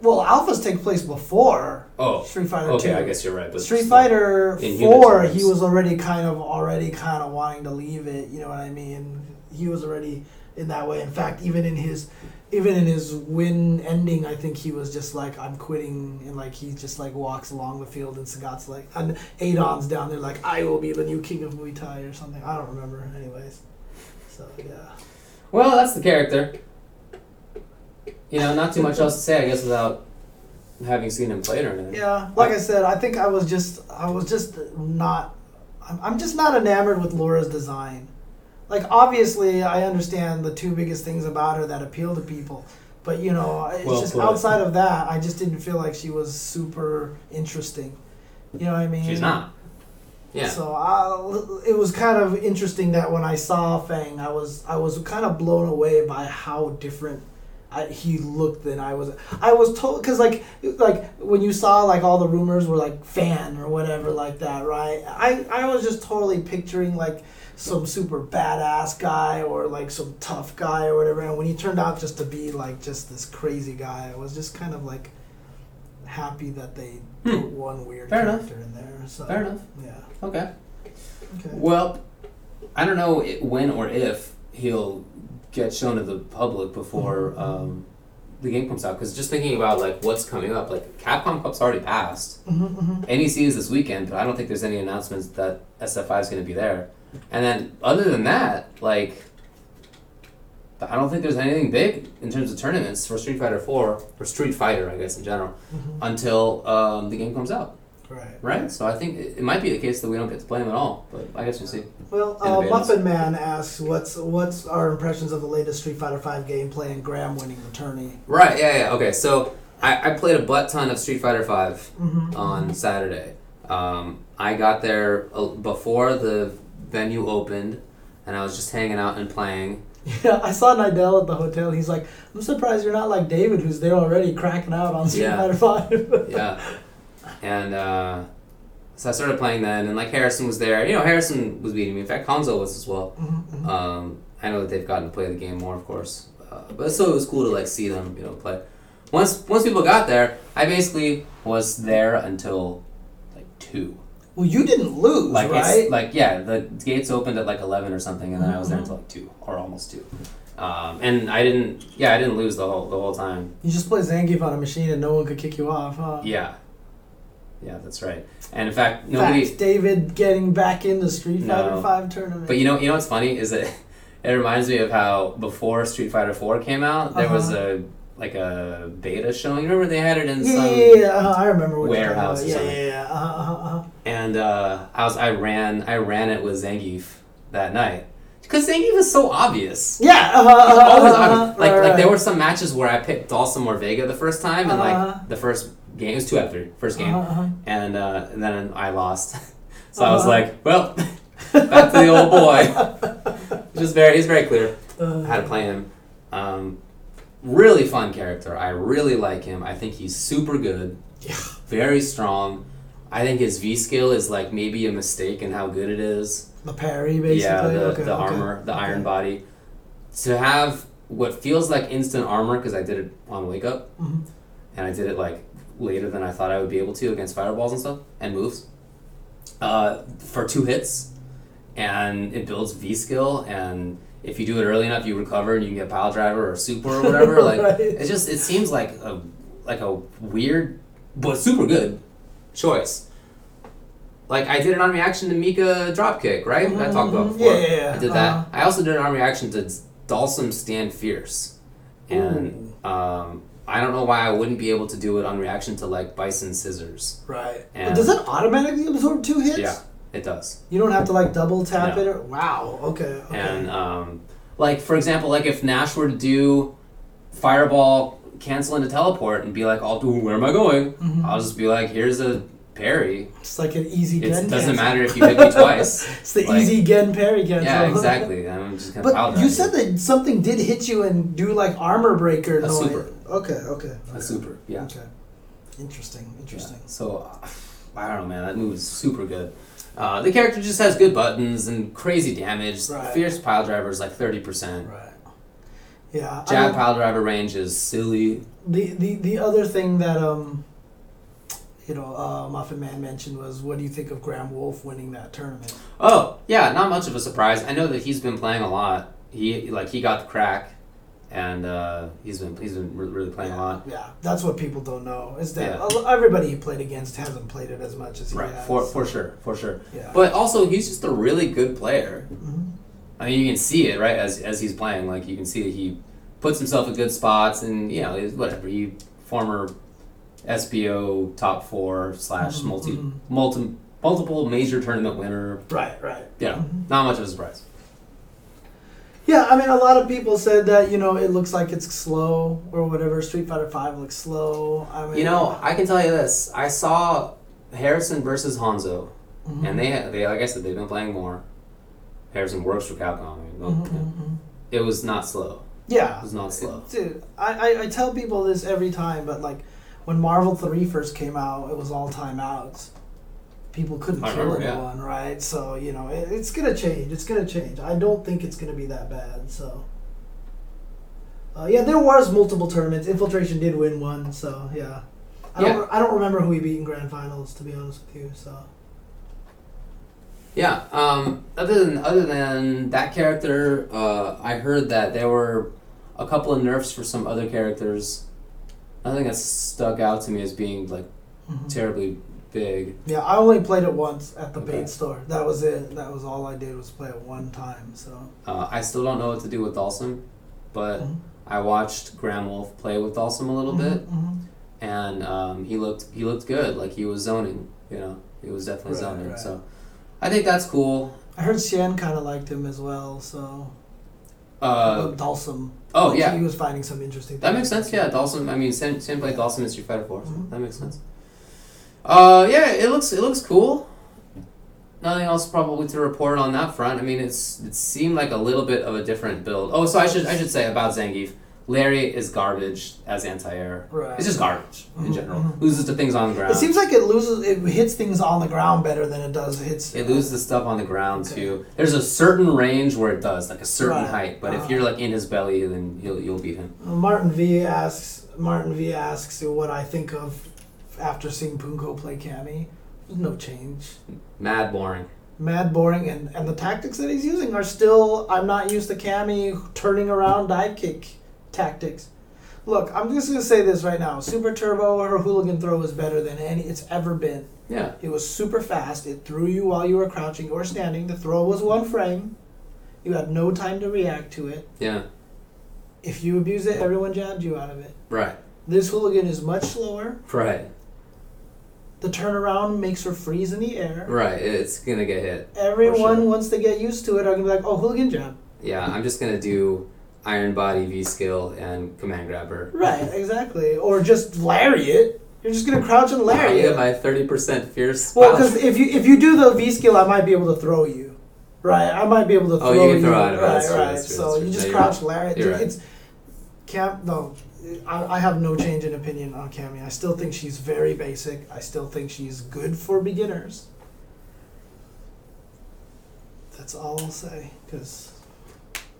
B: Well, alphas take place before
A: Oh,
B: Street Fighter
A: okay,
B: Two.
A: I guess you're right. But
B: Street Fighter
A: In human
B: Four,
A: terms.
B: he was already kind of already kind of wanting to leave it. You know what I mean? He was already in that way. In fact, even in his even in his win ending, I think he was just like, "I'm quitting," and like he just like walks along the field, and Sagat's like, and Adon's down there like, "I will be the new king of Muay Thai" or something. I don't remember. Anyways, so yeah.
A: Well, that's the character. You know, not too much else to say, I guess, without having seen him play it or anything.
B: Yeah, like I said, I think I was just I was just not I'm, I'm just not enamored with Laura's design. Like obviously, I understand the two biggest things about her that appeal to people, but you know, it's
A: Well
B: just
A: put.
B: outside of that, I just didn't feel like she was super interesting. You know what I mean?
A: She's not. Yeah.
B: So I, it was kind of interesting that when I saw Fang, I was I was kind of blown away by how different I, he looked than I was. I was told because like like when you saw like all the rumors were like fan or whatever like that, right? I I was just totally picturing like some super badass guy or like some tough guy or whatever. And when he turned out just to be like just this crazy guy, I was just kind of like happy that they put one weird
A: Hmm. Fair enough.
B: character in there. So
A: Fair enough.
B: yeah.
A: Okay.
B: Okay.
A: Well, I don't know i when or if he'll get shown to the public before um, the game comes out. Because just thinking about like what's coming up, like Capcom Cup's already passed. NEC is this weekend, but I don't think there's any announcements that SF5 is going to be there. And then other than that, like I don't think there's anything big in terms of tournaments for Street Fighter 4 or Street Fighter, I guess in general, until um, the game comes out.
B: Right.
A: right? So I think it, it might be the case that we don't get to play him at all, but I guess we'll see.
B: Well,
A: In
B: uh,
A: advance.
B: Muffin Man asks, "What's what's our impressions of the latest Street Fighter V gameplay and Graham winning the tourney?"
A: Right, yeah, yeah, okay. So I, I played a butt ton of Street Fighter Five
B: Mhm.
A: on Saturday. Um, I got there uh, before the venue opened, and I was just hanging out and playing.
B: Yeah, I saw Nidell at the hotel. He's like, "I'm surprised you're not like David, who's there already cracking out on Street
A: Yeah.
B: Fighter V.
A: yeah. And uh, so I started playing then, and like Harrison was there. You know, Harrison was beating me. In fact, Hanzo was as well.
B: Mm-hmm,
A: Um, I know that they've gotten to play the game more, of course. Uh, but so it was cool to like see them, you know, play. Once once people got there, I basically was there until like two.
B: well, you didn't lose,
A: Like
B: right?
A: it's like yeah, the gates opened at like eleven or something, and then I was
B: Mm-hmm.
A: there until like two or almost two. Um, and I didn't, yeah, I didn't lose the whole the whole time.
B: You just play Zangief on a machine and no one could kick you off, huh?
A: Yeah, yeah, that's right. And in fact, nobody.
B: Fact, David getting back into Street
A: No.
B: Fighter V tournament.
A: But you know, you know what's funny is that it reminds me of how before Street Fighter Four came out, there was a like a beta showing. Remember they had it in
B: Uh-huh. yeah,
A: some,
B: yeah, yeah, uh-huh, I remember what you're
A: warehouse or
B: talking about. Yeah,
A: something.
B: yeah, yeah. Uh-huh, uh-huh, uh-huh.
A: and uh, I was I ran I ran it with Zangief that night because Zangief is so obvious.
B: Yeah, uh-huh, uh-huh,
A: It's always
B: uh-huh,
A: obvious. Like
B: right,
A: like there
B: right.
A: were some matches where I picked Dawson or Vega the first time, and
B: Uh-huh.
A: like the first game it was two out of three, first game,
B: Uh-huh, uh-huh.
A: and, uh, and then I lost. so I was
B: Uh-huh.
A: like, well, back to the old boy. Just very he's very clear.
B: Uh,
A: how to play him. Um, really fun character. I really like him. I think he's super good.
B: Yeah.
A: Very strong. I think his V skill is like maybe a mistake in how good it is.
B: the parry, basically.
A: yeah, the,
B: okay,
A: the
B: okay.
A: armor, the iron
B: okay.
A: body. To have what feels like instant armor because I did it on Wake Up,
B: Mhm.
A: and I did it like later than I thought I would be able to against fireballs and stuff and moves. Uh, for two hits, and it builds V skill and if you do it early enough, you recover and you can get pile driver or super or whatever. Like
B: Right.
A: it just it seems like a like a weird but super good choice. Like I did an on reaction to Mika dropkick, right? I talked about
B: Mhm.
A: before.
B: Yeah, yeah, yeah.
A: I did
B: Uh-huh.
A: that. I also did an on reaction to Dalsum Stand Fierce, and um, I don't know why I wouldn't be able to do it on reaction to like Bison Scissors.
B: Right.
A: And-
B: Does it automatically absorb two hits?
A: Yeah, it does.
B: You don't have to like double tap
A: No.
B: it. Or, wow. Okay. okay.
A: And um, like for example, like if Nash were to do Fireball, cancel into teleport, and be like, "I'll do. Where am I going?"
B: Mm-hmm.
A: I'll just be like, "Here's a parry.
B: it's like an easy
A: It
B: gen.
A: doesn't
B: cancel.
A: matter if you hit me twice."
B: It's the
A: Like-
B: easy gen parry cancel.
A: yeah, exactly. I'm just gonna pile
B: But
A: drive
B: you said that something did hit you and do like armor breaker
A: A
B: noise.
A: super.
B: Okay. Okay.
A: a super. Yeah.
B: Okay. Interesting. Interesting.
A: So uh, I don't know, man. That move is super good. Uh, the character just has good buttons and crazy damage.
B: Right.
A: Fierce pile driver is like thirty percent.
B: Right. Yeah. I
A: Jab
B: mean,
A: pile driver range is silly.
B: the, the the other thing that um, you know, uh, Muffin Man mentioned was, what do you think of Graham Wolf winning that tournament?
A: Oh, yeah, not much of a surprise. I know that he's been playing a lot. He like he got the crack, and uh, he's been he's been re- really playing a lot.
B: Yeah, that's what people don't know is that
A: Yeah.
B: a- everybody he played against hasn't played it as much as he
A: Right,
B: has.
A: for for sure, for sure.
B: Yeah.
A: But also, he's just a really good player. I mean, you can see it right as as he's playing. Like you can see that he puts himself in good spots, and you know he's- whatever he former SBO top four slash multi multi multiple major tournament winner.
B: right, right.
A: Yeah, not much of a surprise.
B: Yeah, I mean, a lot of people said that you know it looks like it's slow or whatever. Street Fighter Five looks slow. I mean,
A: You know, I can tell you this. I saw Harrison versus Hanzo, and they they like I said they've been playing more. Harrison works for Capcom. I mean, no- It was not slow. It
B: yeah,
A: was not slow.
B: dude. I, I I tell people this every time, but like when Marvel Three first came out, it was all timeouts. People couldn't
A: I
B: kill
A: remember, yeah.
B: anyone, right? So you know it, it's gonna change. It's gonna change. I don't think it's gonna be that bad. So. Uh, yeah, there was multiple tournaments. Infiltration did win one, so yeah. I
A: Yeah.
B: don't I don't remember who he beat in grand finals to be honest with you. So
A: Yeah. Um, other than other than that character, uh, I heard that there were a couple of nerfs for some other characters. Nothing that stuck out to me as being like
B: Mm-hmm.
A: terribly big.
B: Yeah, I only played it once at the
A: Okay.
B: bait store. That was it. That was all I did was play it one time. So
A: Uh, I still don't know what to do with Dawson, but
B: Mhm.
A: I watched Graham Wolf play with Dawson a little bit.
B: Mhm, mhm.
A: and um, he looked he looked good. Like he was zoning. You know, it was definitely
B: Right,
A: zoning.
B: right.
A: So I think that's cool.
B: I heard Shan kind of liked him as well, so.
A: Uh,
B: But Dalsum.
A: oh
B: like,
A: yeah,
B: He was finding some interesting
A: That
B: things.
A: makes sense, yeah. Dawson, I mean, Sam, Sam played Dawson in Street Fighter 4. so
B: Mhm.
A: That makes sense. Uh, yeah, it looks it looks cool. Nothing else probably to report on that front. I mean, it's it seemed like a little bit of a different build. Oh, so I should I should say about Zangief, Larry is garbage as anti-air.
B: Right.
A: It's just garbage in
B: Mhm,
A: general.
B: mhm.
A: Loses to things on the ground.
B: It seems like it loses, it hits things on the ground better than it does hits.
A: It loses the stuff on the ground
B: Okay.
A: too. There's a certain range where it does, like a certain
B: Right.
A: height. But if
B: Ah.
A: you're like in his belly, then you'll you'll beat him.
B: Uh, Martin V asks. Martin V asks what I think of after seeing Punko play Cammy. There's no change.
A: Mad boring.
B: Mad boring, and and the tactics that he's using are still. I'm not used to Cammy turning around dive kick tactics. Look, I'm just gonna say this right now. Super Turbo, her hooligan throw is better than any it's ever been.
A: Yeah.
B: It was super fast. It threw you while you were crouching or standing. The throw was one frame. You had no time to react to it.
A: Yeah.
B: If you abused it, everyone jabbed you out of it.
A: Right.
B: This hooligan is much slower.
A: Right.
B: The turnaround makes her freeze in the air.
A: Right, it's gonna get hit.
B: Everyone,
A: For sure.
B: once they get used to it, are gonna be like, "Oh, hooligan jab."
A: Yeah, I'm just gonna do Iron Body V Skill and Command Grabber.
B: Right, exactly. Or just lariat. You're just gonna crouch and
A: Wow,
B: lariat.
A: yeah, my 30% fierce.
B: Well,
A: power.
B: because if you if you do the V skill, I might be able to throw you. Right, I might be able to throw
A: Oh, you can throw out of it.
B: Right,
A: That's
B: right.
A: true, that's true,
B: so
A: that's true.
B: you
A: No,
B: just
A: you're
B: crouch, Larry.
A: You're right.
B: It's Cam. No, I, I have no change in opinion on Cammy. I still think she's very basic. I still think she's good for beginners. That's all I'll say because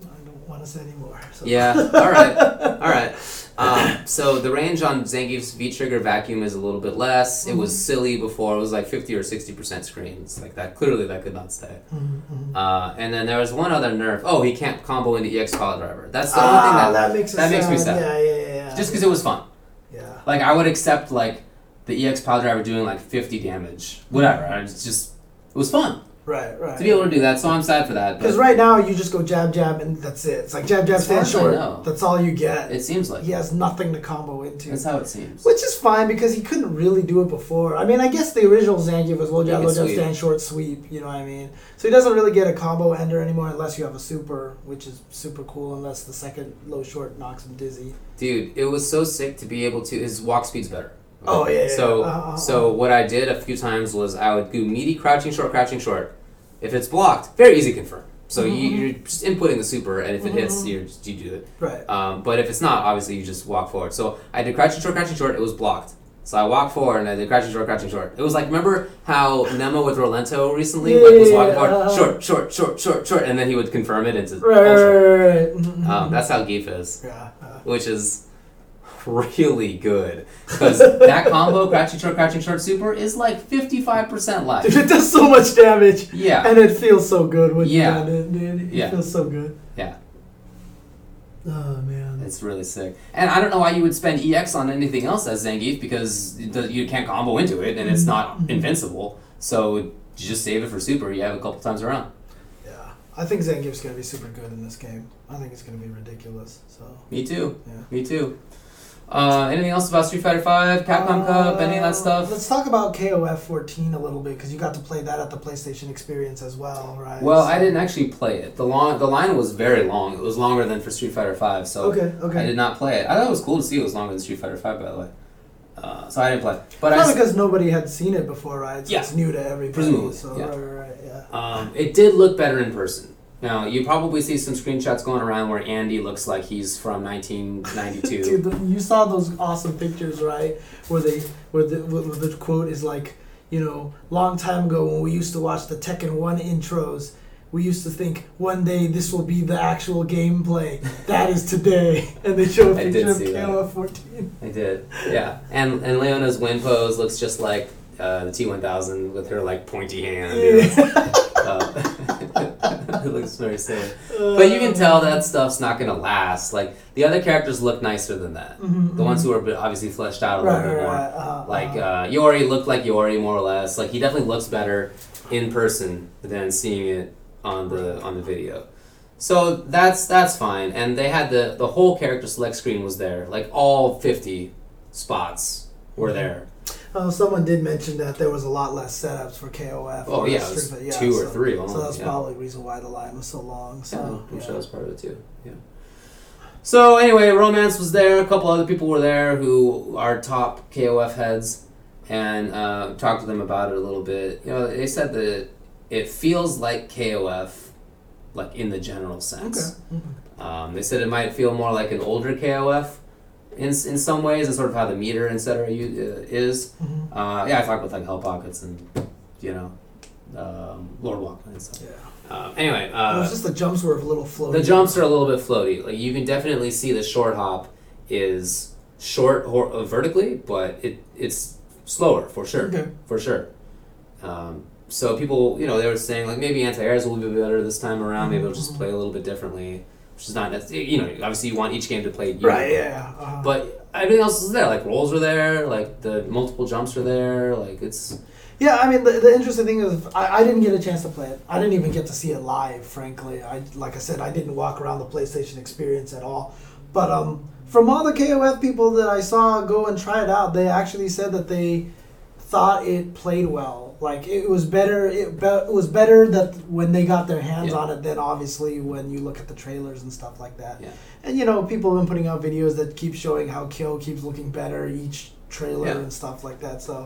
B: I don't want to say anymore. So.
A: yeah, alright, alright. Um, so the range on Zangief's V Trigger vacuum is a little bit less. It
B: Mm-hmm.
A: was silly before, it was like 50 or 60% screens. Like that, clearly that could not stay.
B: Mhm, mhm.
A: Uh, and then there was one other nerf. Oh, he can't combo into EX Power Driver. That's the only
B: ah,
A: thing that.
B: that, makes us
A: that makes me sad.
B: Yeah, yeah, yeah. yeah.
A: Just because it was fun.
B: yeah.
A: Like I would accept like the EX power driver doing like 50 damage, whatever. I was just it was fun
B: Right, right.
A: to be able to do that. So I'm sad for that,
B: Because
A: but
B: right now you just go jab jab and that's it. It's like jab jab
A: As far
B: stand
A: as I
B: short.
A: know.
B: That's all you get.
A: it seems like
B: he has nothing to combo into,
A: that's how it seems.
B: which is fine because he couldn't really do it before. I mean, I guess the original Zangief was low jab
A: He
B: low
A: could
B: jab
A: sweep.
B: stand short sweep. You know what I mean? So he doesn't really get a combo ender anymore unless you have a super, which is super cool. Unless the second low short knocks him dizzy.
A: Dude, it was so sick to be able to. His walk speed's better.
B: Oh, yeah, yeah,
A: So
B: yeah. Uh, uh,
A: so what I did a few times was I would do meaty crouching short crouching short. If it's blocked, very easy confirm. So
B: Mm-hmm.
A: you, you're just inputting the super, and if it hits, you're, you do it.
B: Right.
A: Um, but if it's not, obviously you just walk forward. So I did crouching short, crouching short. It was blocked. So I walked forward and I did crouching short, crouching short. It was like remember how Nemo with Rolento recently like, was walking forward,
B: Yeah.
A: short, short, short, short, short, and then he would confirm it into
B: Right.
A: all
B: right,
A: short.
B: right, right, right. Mhm,
A: Um,
B: mhm.
A: that's how Geef is,
B: yeah. uh,
A: which is really good because that combo crouching short, crouching short super is like fifty five percent
B: Dude,
A: life.
B: it does so much damage,
A: Yeah,
B: and it feels so good when
A: Yeah.
B: you done it, dude. It
A: Yeah.
B: feels so good.
A: yeah,
B: Oh man.
A: it's really sick. And I don't know why you would spend EX on anything else as Zangief because it does- you can't combo into it and it's
B: Mm-hmm.
A: not invincible. So you just save it for super. You have it a couple times around.
B: Yeah, I think Zangief's gonna be super good in this game. I think it's gonna be ridiculous. So
A: Me too.
B: yeah.
A: Me too. Uh, anything else about Street Fighter Five, Capcom Cup, any of
B: Uh,
A: that stuff?
B: Let's talk about KOF 14 a little bit because you got to play that at the PlayStation Experience as well, right?
A: Well, I
B: So-
A: didn't actually play it. The long the line was very long. It was longer than for Street Fighter Five, so
B: Okay, okay.
A: I did not play it. I thought it was cool to see it was longer than Street Fighter Five, by the way. Uh, so I didn't play. it. But I
B: Probably
A: s-
B: because nobody had seen it before, right? So
A: Yeah.
B: It's new to everybody.
A: Presumably,
B: So
A: yeah.
B: right, right, right, yeah.
A: um, it did look better in person. Now you probably see some screenshots going around where Andy looks like he's from 1992.
B: Dude, the, you saw those awesome pictures, right? Where they, where the, where the quote is like, you know, long time ago when we used to watch the Tekken One intros, we used to think one day this will be the actual gameplay. That is today, and they show a
A: I did
B: picture of
A: see that.
B: KOF 14.
A: I did, yeah. And and Leona's win pose looks just like uh, the T1000 with her like pointy hand. you know. Uh, it looks very silly.
B: Uh.
A: But you can tell that stuff's not gonna last. Like the other characters look nicer than that. The ones who are bit- obviously fleshed out a
B: Mm-hmm, Right,
A: little
B: right,
A: bit more.
B: right, uh,
A: Like
B: uh,
A: uh, Yori looked like Yori more or less. Like he definitely looks better in person than seeing it on the on the video. So that's that's fine. And they had the the whole character select screen was there. Like all fifty spots were there.
B: Oh, someone did mention that there was a lot less setups for KOF.
A: Oh,
B: or
A: yeah,
B: Street
A: it was
B: Fighter. yeah,
A: two or
B: so-
A: three
B: So
A: only,
B: that's
A: yeah.
B: probably the reason why the line was so long.
A: Yeah,
B: So
A: I'm
B: yeah.
A: sure that's part of it too. Yeah. So anyway, romance was there. A couple other people were there who are top KOF heads, and uh, talked to them about it a little bit. You know, they said that it feels like KOF, like in the general sense.
B: Mm-hmm.
A: Um, they said it might feel more like an older KOF in, in some ways, and sort of how the meter, et cetera, you, uh, is.
B: Mhm.
A: Uh, yeah, I talked about like Hell Pockets and, you know, um, Lord Walkman and stuff.
B: Yeah.
A: Um, anyway.
B: it
A: Uh,
B: was just the jumps were a little floaty.
A: the jumps are a little bit floaty. Like you can definitely see the short hop is short or uh, vertically, but it it's slower for sure,
B: Okay.
A: for sure. Um, so people, you know, they were saying like maybe anti-airs will be better this time around. Maybe it'll just
B: Mm-hmm.
A: play a little bit differently, which is not that's you know obviously you want each game to play uniquely.
B: Right. Yeah. Uh,
A: But everything else is there. Like rolls are there. Like the multiple jumps are there. Like it's
B: Yeah, I mean, the, the interesting thing is, I, I didn't get a chance to play it. I didn't even get to see it live, frankly. I like I said, I didn't walk around the PlayStation experience at all. But um, from all the KOF people that I saw go and try it out, they actually said that they thought it played well. Like it was better. It, be, it was better that when they got their hands
A: Yeah.
B: on it than obviously when you look at the trailers and stuff like that.
A: Yeah.
B: And you know, people have been putting out videos that keep showing how Kill keeps looking better each trailer
A: Yeah.
B: and stuff like that. So.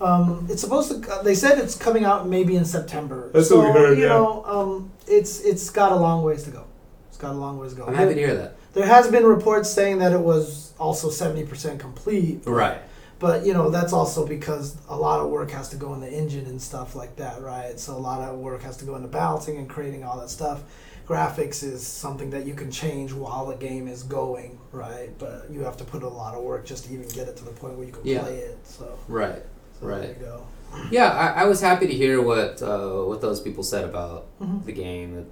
B: Um, it's supposed to. uh, They said it's coming out maybe in September.
D: That's
B: so,
D: what we heard,
B: You
D: yeah.
B: know, um, it's it's got a long ways to go. It's got a long ways to go.
A: I'm happy to
B: There,
A: hear that.
B: there has been reports saying that it was also seventy percent complete,
A: Right.
B: but you know that's also because a lot of work has to go in the engine and stuff like that, right? So a lot of work has to go into balancing and creating all that stuff. Graphics is something that you can change while the game is going, right? But you have to put a lot of work just to even get it to the point where you can
A: Yeah.
B: play it. So,
A: Right.
B: so there
A: Right.
B: you go.
A: Yeah, I, I was happy to hear what uh, what those people said about
B: Mm-hmm.
A: the game.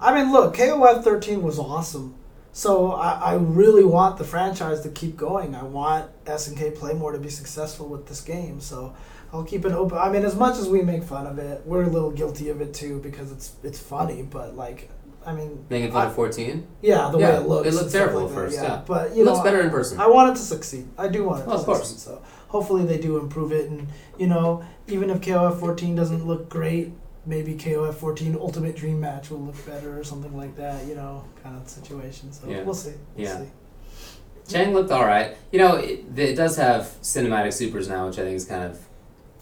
B: I mean, look, KOF 13 was awesome. So I, I really want the franchise to keep going. I want SNK Playmore to be successful with this game. So I'll keep it open. I mean, as much as we make fun of it, we're a little guilty of it too because it's it's funny. But like, I mean,
A: Making fun
B: I-
A: of fourteen,
B: yeah, the
A: Yeah,
B: way
A: it
B: it looks.
A: looked
B: and stuff
A: terrible
B: like
A: at
B: that,
A: first, yeah.
B: but you
A: it looks
B: know,
A: better in person.
B: I want it to succeed. I do want it
A: Well,
B: to
A: of course.
B: succeed. So hopefully they do improve it. And, you know, even if KOF 14 doesn't look great, maybe KOF 14 Ultimate Dream Match will look better or something like that, you know, kind of situation. So
A: Yeah.
B: we'll see. We'll
A: Yeah.
B: see.
A: Chang looked all right. You know, it, it does have cinematic supers now, which I think is kind of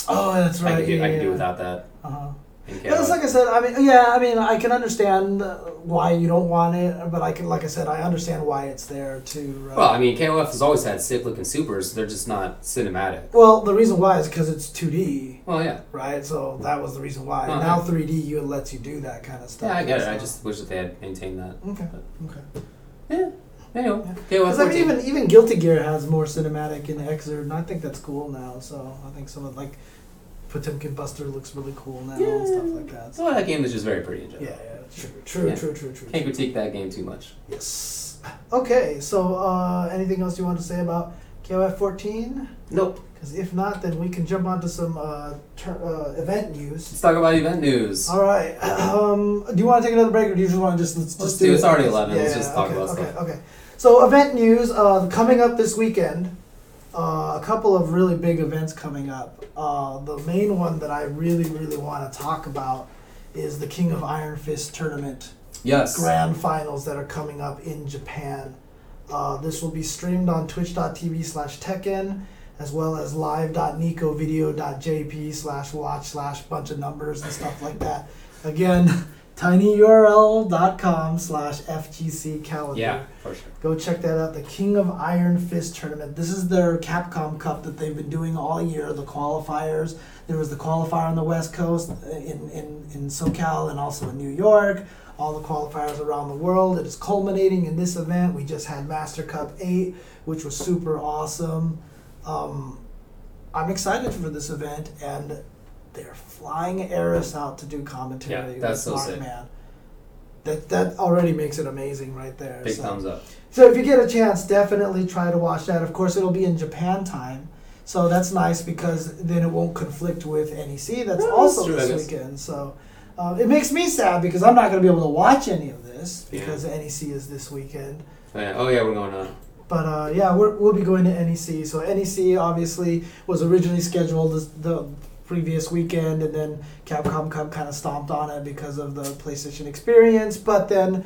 B: Oh, that's right.
A: I could do,
B: yeah,
A: I could do
B: yeah.
A: without that.
B: Uh-huh.
A: In
B: But it's like I said, I mean, yeah, I mean, I can understand uh, why you don't want it, but I can, like I said, I understand why it's there uh, too, right?
A: well, I mean, KOF has always had sick looking supers. They're just not cinematic.
B: Well, the reason why is because it's 2D,
A: Well, yeah,
B: right? So that was the reason why.
A: Uh-huh.
B: Now 3D, you lets you do that kind of stuff.
A: yeah, I get it. I
B: so-
A: just wish that they had maintained that.
B: Okay.
A: Yeah. Anyway, KOF
B: Because I mean,
A: 14.
B: even even Guilty Gear has more cinematic in Exert, and I think that's cool now. So I think someone like Potemkin Buster looks really cool now and stuff like that.
A: So that game is just very pretty in general.
B: yeah, yeah, true, true,
A: Yeah.
B: true, true, true.
A: Can't critique that game too much.
B: Yes. Okay, so uh, anything else you want to say about KOF 14?
A: Nope.
B: Because if not, then we can jump onto some uh, ter- uh, event news.
A: Let's talk about event news.
B: All right. Um, do you want to take another break, or do you just want to just let's,
A: Let's
B: just
A: do-
B: do
A: it's
B: it?
A: already 11,
B: Yeah,
A: let's just talk
B: okay,
A: about
B: okay,
A: stuff.
B: Okay. So event news uh, coming up this weekend. Uh, a couple of really big events coming up. Uh, the main one that I really really want to talk about is the King of Iron Fist tournament
A: Yes.
B: grand finals that are coming up in Japan. Uh, this will be streamed on twitch.tv slash tekken as well as live.nicovideo.jp slash watch slash bunch of numbers and stuff like that. Again, tinyurl.com slash FGC calendar.
A: Yeah, for sure.
B: Go check that out. The King of Iron Fist tournament. This is their Capcom Cup that they've been doing all year. The qualifiers. There was the qualifier on the West Coast, uh, in in in SoCal, and also in New York. All the qualifiers around the world. It is culminating in this event. We just had Master Cup Eight, which was super awesome. Um, I'm excited for this event, and they're flying Eris out to do commentary.
A: Yeah, that's
B: with
A: so sick.
B: Markman. That that already makes it amazing right there.
A: Big
B: so.
A: thumbs up.
B: So if you get a chance, definitely try to watch that. Of course, it'll be in Japan time, so that's nice because then it won't conflict with NEC. That's
A: Yeah, that's
B: also
A: true, I guess.
B: this weekend. So uh, it makes me sad because I'm not going to be able to watch any of this
A: Yeah.
B: because NEC is this weekend.
A: Oh yeah, we're going on.
B: But uh, yeah, we're, we'll be going to NEC. So NEC obviously was originally scheduled this, the previous weekend, and then Capcom kind of stomped on it because of the PlayStation experience. But then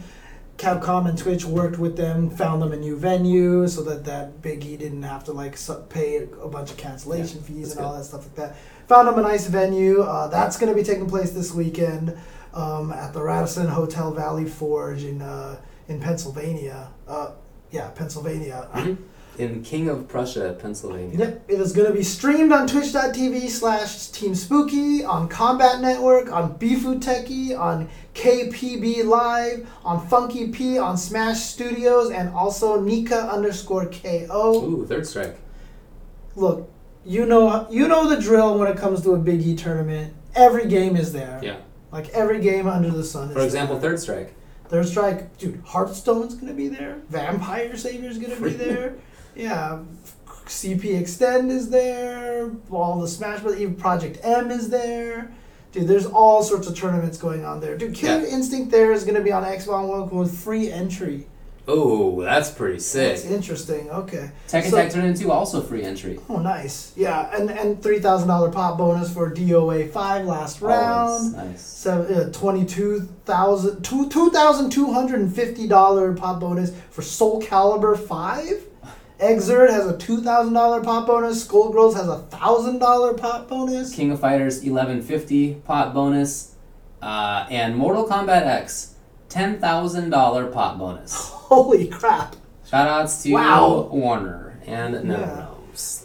B: Capcom and Twitch worked with them, found them a new venue so that that Biggie didn't have to like su- pay a bunch of cancellation
A: Yeah,
B: fees
A: that's
B: and all that stuff like that. Found them a nice venue. Uh, that's going to be taking place this weekend um, at the Radisson Hotel Valley Forge in uh, in Pennsylvania. Uh, yeah, Pennsylvania.
A: Mm-hmm. In King of Prussia, Pennsylvania.
B: Yep, it is going to be streamed on twitch.tv slash Team Spooky, on Combat Network, on Bifu Techie, on KPB Live, on Funky P, on Smash Studios, and also Nika underscore KO.
A: Ooh, third strike.
B: Look, you know you know the drill when it comes to a Big E tournament. Every game is there.
A: Yeah.
B: Like every game under the sun is
A: For example,
B: there.
A: third strike.
B: Third Strike, dude, Hearthstone's gonna be there. Vampire Savior's gonna be there. yeah, CP Extend is there. All the Smash Bros. Even Project M is there. Dude, there's all sorts of tournaments going on there. Dude, Killer Instinct there is gonna be on Xbox One with free entry.
A: Oh, that's pretty
B: That's
A: sick.
B: interesting. Okay.
A: Tekken
B: So-
A: Tag Tournament 2 also free entry.
B: Oh, nice. Yeah, and and three thousand dollar pop bonus for DOA five last
A: Always
B: round.
A: Oh, Nice.
B: Seven, uh, $22,000 two- $2,250 pop bonus for Soul Calibur 5. Exert has a $2,000 pop bonus. Skullgirls has a $1,000 pop bonus.
A: King of Fighters 1150 pot bonus, uh, and Mortal Kombat X ten thousand dollar pot bonus.
B: Holy crap.
A: Shoutouts to
B: Wow.
A: Warner and no
B: Yeah.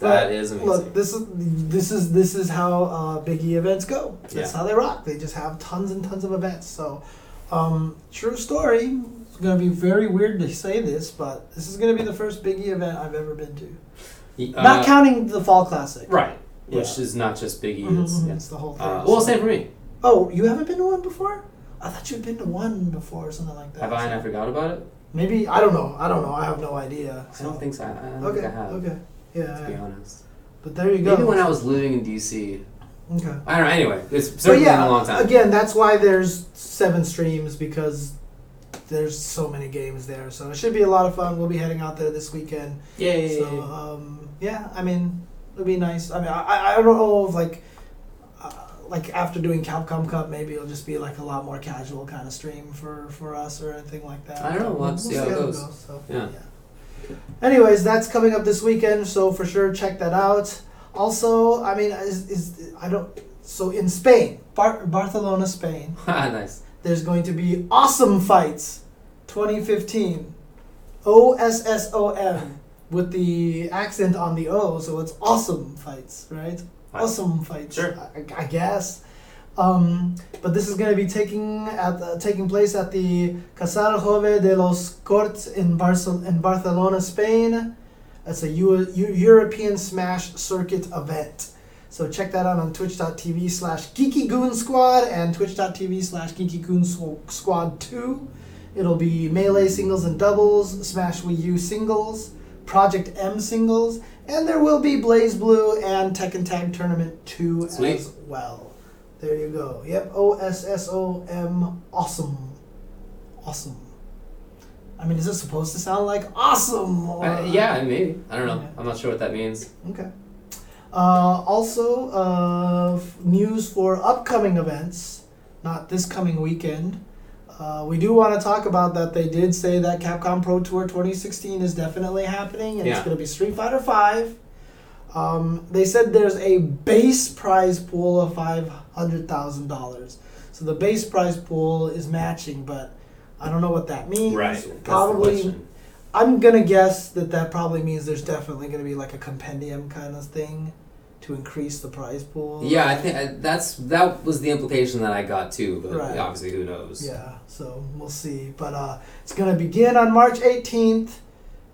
A: That
B: But,
A: is amazing.
B: Look, this is this is this is how uh, Big E events go. That's
A: Yeah.
B: how they rock. They just have tons and tons of events. So, um, true story. It's gonna be very weird to say this, but this is gonna be the first Big E event I've ever been to.
A: Y- uh,
B: Not counting the Fall Classic.
A: right, which is not just Biggie.
B: Mhm,
A: It's,
B: mhm,
A: yeah.
B: It's the whole thing.
A: Uh, well, same for me.
B: Oh, you haven't been to one before? I thought you'd been to one before or something like that.
A: Have I and I forgot about it?
B: Maybe I don't know. I don't know. I have no idea.
A: I don't think so. I, I don't
B: Okay.
A: think I have.
B: Okay. Yeah.
A: To be
B: yeah.
A: honest,
B: But there you go.
A: maybe when I was living in DC.
B: okay.
A: I don't know. Anyway, it's
B: So
A: certainly
B: yeah,
A: been a long time.
B: again, that's why there's seven streams because there's so many games there. So it should be a lot of fun. We'll be heading out there this weekend.
A: Yay!
B: So um, yeah, I mean, it'll be nice. I mean, I- I, I don't know if like uh, like after doing Capcom Cup, maybe it'll just be like a lot more casual kind of stream for for us or anything like that.
A: I don't know. We'll have to see how it goes.
B: so,
A: Yeah.
B: Anyways, that's coming up this weekend, so for sure check that out. Also, I mean, is, is I don't so in Spain, Bar- Barcelona, Spain
A: Ah, nice.
B: there's going to be Awesome Fights 2015. O S S O M with the accent on the O, so it's Awesome Fights, right?
A: Right.
B: Awesome Fights,
A: Sure.
B: I, I guess. Um, but this is going to be taking at the, taking place at the Casal Jove de los Corts in, Barcel- in Barcelona, Spain. That's a Eu- Eu- European Smash Circuit event. So check that out on twitch.tv slash Geeky Goon Squad and twitch.tv slash Geeky Goon Sw- Squad 2. It'll be Melee singles and doubles, Smash Wii U singles, Project M singles, and there will be Blaze Blue and Tekken Tag Tournament 2
A: Sweet.
B: as well. There you go. Yep, O S S O M. Awesome. Awesome. I mean, is this supposed to sound like awesome? Or...
A: Uh, yeah, maybe. I don't know.
B: Yeah.
A: I'm not sure what that means.
B: Okay. Uh, also, uh, f- news for upcoming events, not this coming weekend. Uh, we do want to talk about that. They did say that Capcom Pro Tour 2016 is definitely happening, and
A: Yeah.
B: it's going to be Street Fighter Five. Um, they said there's a base prize pool of five hundred thousand dollars. So the base prize pool is matching, but I don't know what that means.
A: That's the
B: Probably
A: question.
B: I'm gonna guess that that probably means there's definitely gonna be like a compendium kind of thing to increase the prize pool.
A: Yeah, I think I, that's that was the implication that I got too. But
B: Right.
A: obviously, who knows?
B: Yeah. So we'll see, but uh, it's gonna begin on March 18th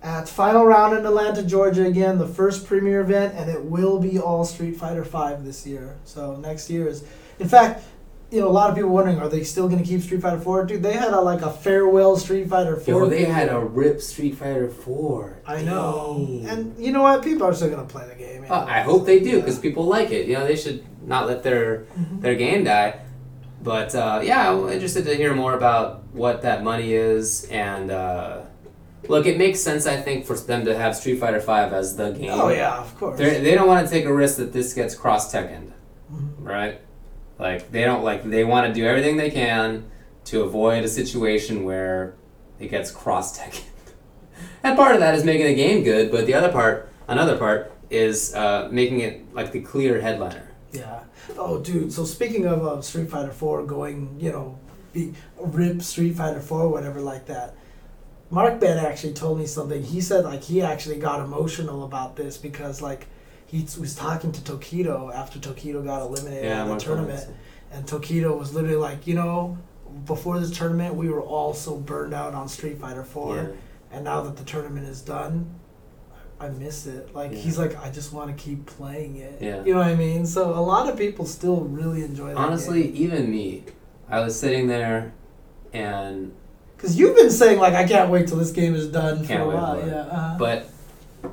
B: at final round in Atlanta, Georgia. Again, the first premier event, and it will be all Street Fighter Five this year. So next year is, in fact. You know, a lot of people wondering, are they still gonna keep Street Fighter Four? Dude, they had a like a farewell Street Fighter Four.
A: Yo, they had
B: video.
A: a rip Street Fighter Four.
B: I know.
A: Dang.
B: And you know what? People are still gonna play the game.
A: Uh, I
B: anyways.
A: hope they do because
B: Yeah.
A: people like it. You know, they should not let their
B: Mhm.
A: their game die. But uh, yeah, I'm interested to hear more about what that money is and uh, Look, it makes sense, I think, for them to have Street Fighter Five as the game.
B: Oh yeah, of course.
A: They're, they don't want to take a risk that this gets cross Tekken, right? Like they don't like they want to do everything they can to avoid a situation where it gets cross Tekken. and part of that is making the game good, but the other part, another part, is uh, making it like the clear headliner.
B: Yeah. Oh, dude. So speaking of uh, Street Fighter Four going, you know, be, rip Street Fighter Four, whatever, like that. Mark Ben actually told me something. He said like he actually got emotional about this because like he t- was talking to Tokido after Tokido got eliminated
A: Yeah,
B: in the
A: Mark Ben,
B: tournament,
A: so.
B: and Tokido was literally like, you know, before this tournament we were all so burned out on Street Fighter Four,
A: Yeah.
B: and now that the tournament is done. I miss it. Like
A: Yeah.
B: he's like, I just want to keep playing it.
A: Yeah.
B: You know what I mean? So a lot of people still really enjoy that.
A: Honestly, even me, I was sitting there, and
B: because you've been saying like, I can't wait till this game is done for
A: Can't
B: a
A: wait
B: while.
A: for it.
B: Yeah. Uh-huh.
A: But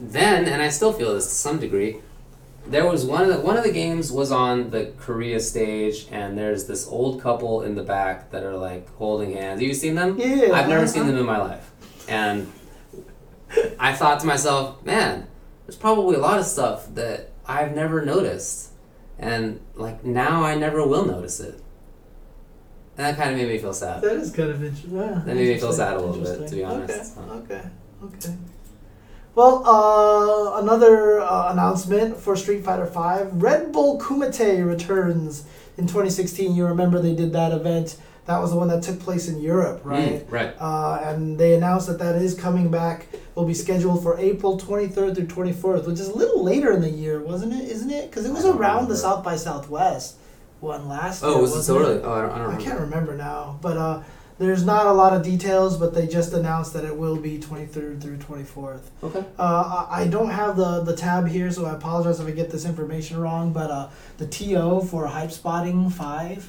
A: then, and I still feel this to some degree, there was one of the one of the games was on the Korea stage, and there's this old couple in the back that are like holding hands. Have you seen them?
B: Yeah,
A: I've never
B: uh-huh.
A: seen them in my life, and I thought to myself, man, there's probably a lot of stuff that I've never noticed, and like now I never will notice it. And that kind of made me feel sad.
B: that is kind of interesting. Yeah,
A: That made me feel
B: interesting,
A: sad a little bit, to
B: interesting.
A: be honest. Uh,
B: Okay. Okay. okay. Well, uh, another uh, announcement for Street Fighter V. Red Bull Kumite returns in 2016. You remember they did that event. That was the one that took place in Europe, right?
A: Mm, right.
B: uh, and they announced that that is coming back. Will be scheduled for April 23rd through 24th, which is a little later in the year, wasn't it? Isn't it? Because it was
A: I don't
B: around the
A: remember.
B: South by Southwest one last year.
A: Oh, was it so
B: wasn't
A: early? Oh, I don't, I don't
B: I
A: remember.
B: can't remember now, but uh, there's not a lot of details, but they just announced that it will be 23rd through 24th.
A: Okay.
B: Uh, I I don't have the, the tab here, so I apologize if I get this information wrong, but uh, the TO for Hype Spotting 5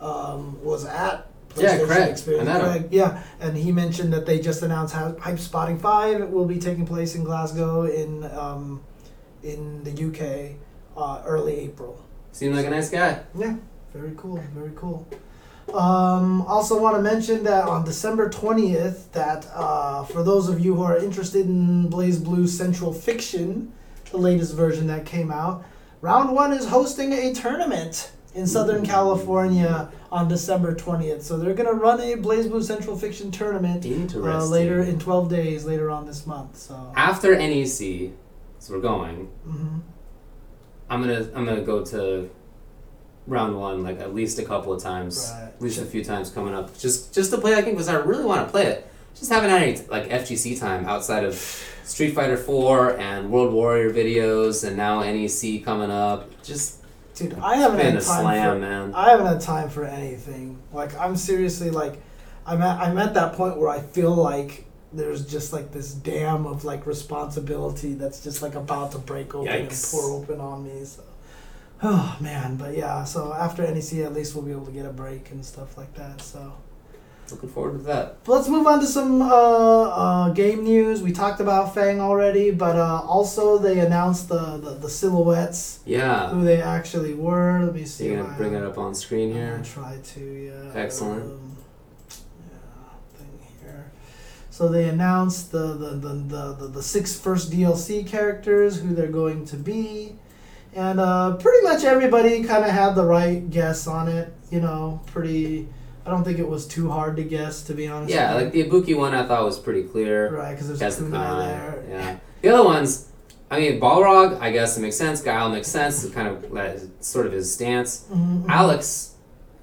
B: um, was at
A: Yeah, Craig. I met him.
B: yeah, and he mentioned that they just announced Hy- Hype Spotting 5 will be taking place in Glasgow in, um, in the UK uh, early April.
A: Seemed like a nice guy.
B: Yeah, very cool, very cool. Um, also, want to mention that on December 20th, that uh, for those of you who are interested in Blaze Blue Central Fiction, the latest version that came out, Round 1 is hosting a tournament in Southern California on December 20th. So they're going to run a Blaze Blue Central Fiction tournament
A: Interesting.
B: uh, later in 12 days, later on this month. So,
A: after NEC, so we're going.
B: mhm.
A: I'm gonna I'm gonna go to round one like at least a couple of times,
B: Right.
A: at least a few times coming up, just just to play that game because I really want to play it. Just haven't had any like FGC time outside of Street Fighter Four and World Warrior videos, and now NEC coming up. Just
B: dude, I haven't
A: been
B: had
A: a
B: time for
A: slam, man.
B: I haven't had time for anything. Like I'm seriously like, I'm at I'm at that point where I feel like there's just like this dam of like responsibility that's just like about to break open
A: Yikes.
B: and pour open on me. So, oh man, but yeah. So after NEC, at least we'll be able to get a break and stuff like that. So.
A: Looking forward to that.
B: But Let's move on to some uh, uh, game news. We talked about Fang already, but uh, also they announced the, the, the silhouettes,
A: Yeah,
B: who they actually were. Let me
A: so
B: see.
A: you're
B: if
A: gonna
B: I
A: bring
B: have-
A: it up on screen
B: I'm
A: here.
B: gonna try to, yeah.
A: Excellent.
B: Um, yeah, thing here. So they announced the the, the, the, the the six first DLC characters, who they're going to be, and uh, pretty much everybody kind of had the right guess on it. You know, pretty. I don't think it was too hard to guess, to be honest.
A: Yeah,
B: with
A: like the Ibuki one, I thought was pretty clear.
B: you. right, because
A: That's
B: there's
A: the
B: Kunai
A: con,
B: there.
A: Yeah. The other ones, I mean, Balrog, I guess it makes sense. Guile makes sense. It kind of that is sort of his stance.
B: Mhm, mhm,
A: Alex,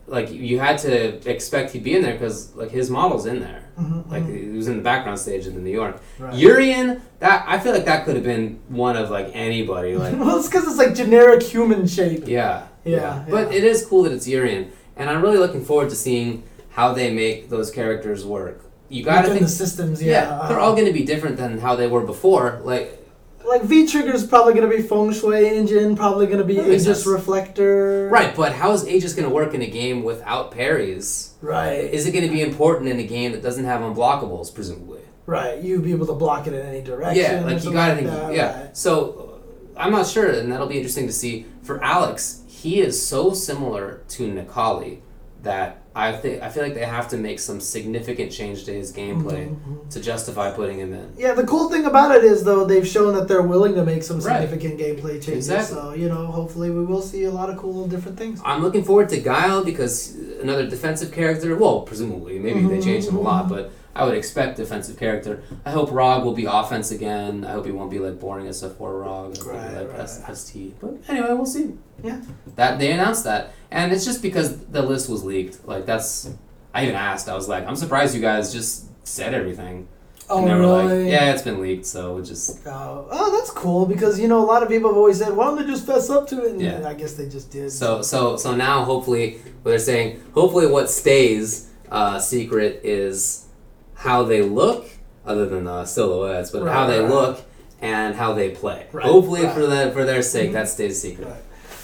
A: like you had to expect he'd be in there because like his model's in there.
B: mhm,
A: Like
B: mhm.
A: he was in the background stage in New York.
B: Right.
A: Urian, that I feel like that could have been one of like anybody. Like
B: well, it's because it's like generic human shape.
A: yeah,
B: Yeah,
A: But
B: yeah.
A: it is cool that it's Urian, and I'm really looking forward to seeing how they make those characters work. You gotta
B: Within
A: think,
B: the systems. Yeah,
A: yeah, they're
B: uh,
A: all gonna be different than how they were before. Like
B: Like V trigger's probably gonna be feng shui engine, probably gonna be
A: That makes
B: Aegis
A: sense.
B: reflector.
A: Right, but how is Aegis going to work in a game without parries?
B: Right.
A: Is it going to be important in a game that doesn't have unblockables, presumably?
B: Right. You'd be able to block it in any direction.
A: Yeah,
B: or
A: like you
B: something
A: got to think.
B: that,
A: yeah.
B: right.
A: So uh, I'm not sure, and that'll be interesting to see. For Alex, he is so similar to Nikali that I think I feel like they have to make some significant change to his gameplay
B: Mm-hmm,
A: to justify putting him in.
B: Yeah, the cool thing about it is though they've shown that they're willing to make some
A: Right.
B: significant gameplay changes.
A: Exactly.
B: So you know, hopefully we will see a lot of cool different things.
A: I'm looking forward to Guile because another defensive character. Well, presumably, maybe
B: Mm-hmm.
A: they changed him a lot, but I would expect defensive character. I hope Rog will be offense again. I hope he won't be like boring as a four Rog, or
B: Right,
A: like
B: right.
A: S- ST. But anyway, we'll see.
B: Yeah.
A: That they announced that, and it's just because the list was leaked. Like that's, I even asked. I was like, I'm surprised you guys just said everything.
B: Oh
A: and they were
B: really?
A: like, Yeah, it's been leaked, so we just
B: Oh, oh, that's cool because you know a lot of people have always said, "Why don't they just fess up to it?" And
A: Yeah.
B: I guess they just did.
A: So so so now hopefully what they're saying hopefully what stays uh, secret is how they look other than the silhouettes, but how
B: Right,
A: they
B: right.
A: look and how they play.
B: Right,
A: hopefully
B: right. Mm-hmm.
A: for that for their sake that stays secret.
B: Right.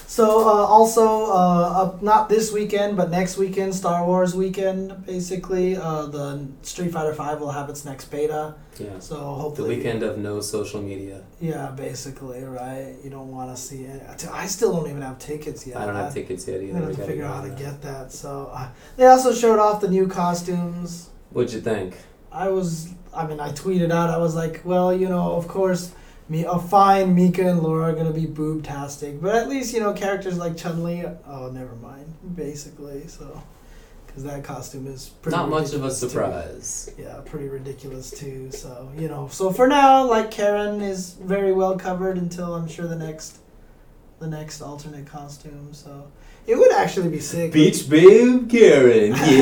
B: So uh, also uh, up not this weekend but next weekend, Star Wars weekend, basically uh, the Street Fighter Five will have its next beta.
A: Yeah.
B: So
A: The
B: hopefully,
A: weekend of no social media.
B: yeah, basically, right? You don't want to see it. I still don't even have tickets yet.
A: I don't have tickets yet
B: I'm
A: either.
B: gonna
A: We
B: have to
A: gotta
B: figure
A: go
B: out how
A: on
B: to
A: that.
B: get that. So uh, they also showed off the new costumes.
A: What'd you think?
B: I was, I mean, I tweeted out, I was like, well, you know, of course, me, uh, fine, Mika and Laura are going to be boobtastic, but at least, you know, characters like Chun Li, oh, never mind, basically, so. Because that costume is pretty
A: Not much of a
B: ridiculous, too.
A: surprise.
B: Yeah, pretty ridiculous, too, so, you know. So for now, like, Karen is very well covered until I'm sure the next. The next alternate costume, so it would actually be sick.
A: Beach babe Karen.
B: I
A: Yeah.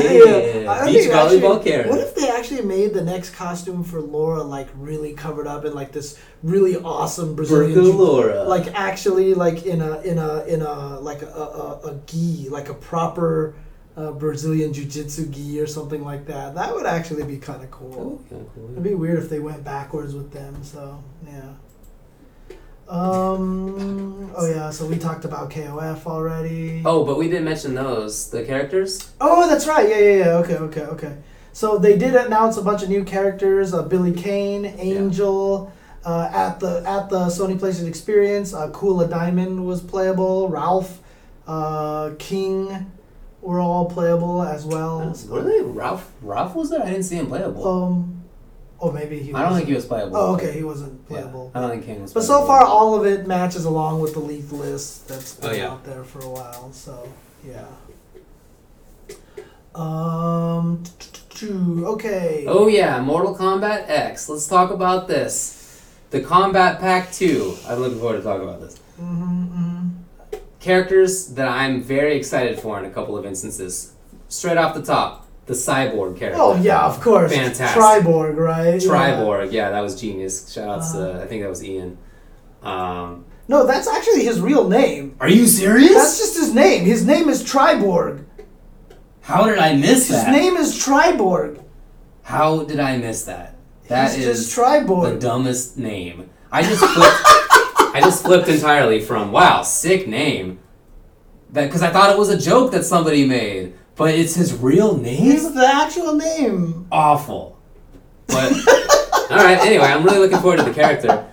A: Beach
B: think they
A: volleyball
B: actually-
A: Karen.
B: What if they actually made the next costume for Laura like really covered up in like this really awesome Brazilian,
A: Burka
B: ju-
A: Laura.
B: like actually like in a in a in a like a a, a gi like a proper uh, Brazilian jiu-jitsu gi or something like that? That would actually be kind of cool.
A: Oh, kinda cool.
B: It'd be weird if they went backwards with them. So yeah. Um. Oh yeah. So we talked about KOF already.
A: Oh, but we didn't mention those. The characters?
B: Oh, that's right. Yeah, yeah, yeah. Okay, okay, okay. So they did announce a bunch of new characters: uh, Billy Kane, Angel. Uh, at the at the Sony PlayStation Experience, uh, Kula Diamond was playable. Ralph, uh, King, were all playable as well.
A: Were they Ralph? Ralph was there? I didn't see him playable.
B: Um, oh maybe he. Was,
A: I don't think he was playable.
B: Oh, okay, he wasn't playable.
A: Yeah, I don't think Kane was.
B: But so
A: playable.
B: far, all of it matches along with the leaked list that's
A: Oh,
B: been
A: yeah.
B: out there for a while. So yeah. Um. Okay.
A: Oh yeah, Mortal Kombat X. Let's talk about this. The Combat Pack Two. I'm looking forward to talking about this.
B: Mm-hmm,
A: Characters that I'm very excited for in a couple of instances. Straight off the top, the Cyborg character.
B: Oh yeah, of course.
A: Fantastic.
B: Triborg, right? Yeah.
A: Triborg. Yeah, that was genius. Shout outs
B: Uh-huh.
A: to I think that was Ian. Um,
B: No, that's actually his real name.
A: Are you serious?
B: That's just his name. His name is Triborg.
A: How did I miss
B: His name is Triborg.
A: How did I miss that? That is.
B: He's just
A: the
B: Triborg.
A: dumbest name. I just flipped. I just flipped entirely from wow, sick name. That because I thought it was a joke that somebody made, but it's his real name.
B: He's the actual name.
A: Awful. But all right. Anyway, I'm really looking forward to the character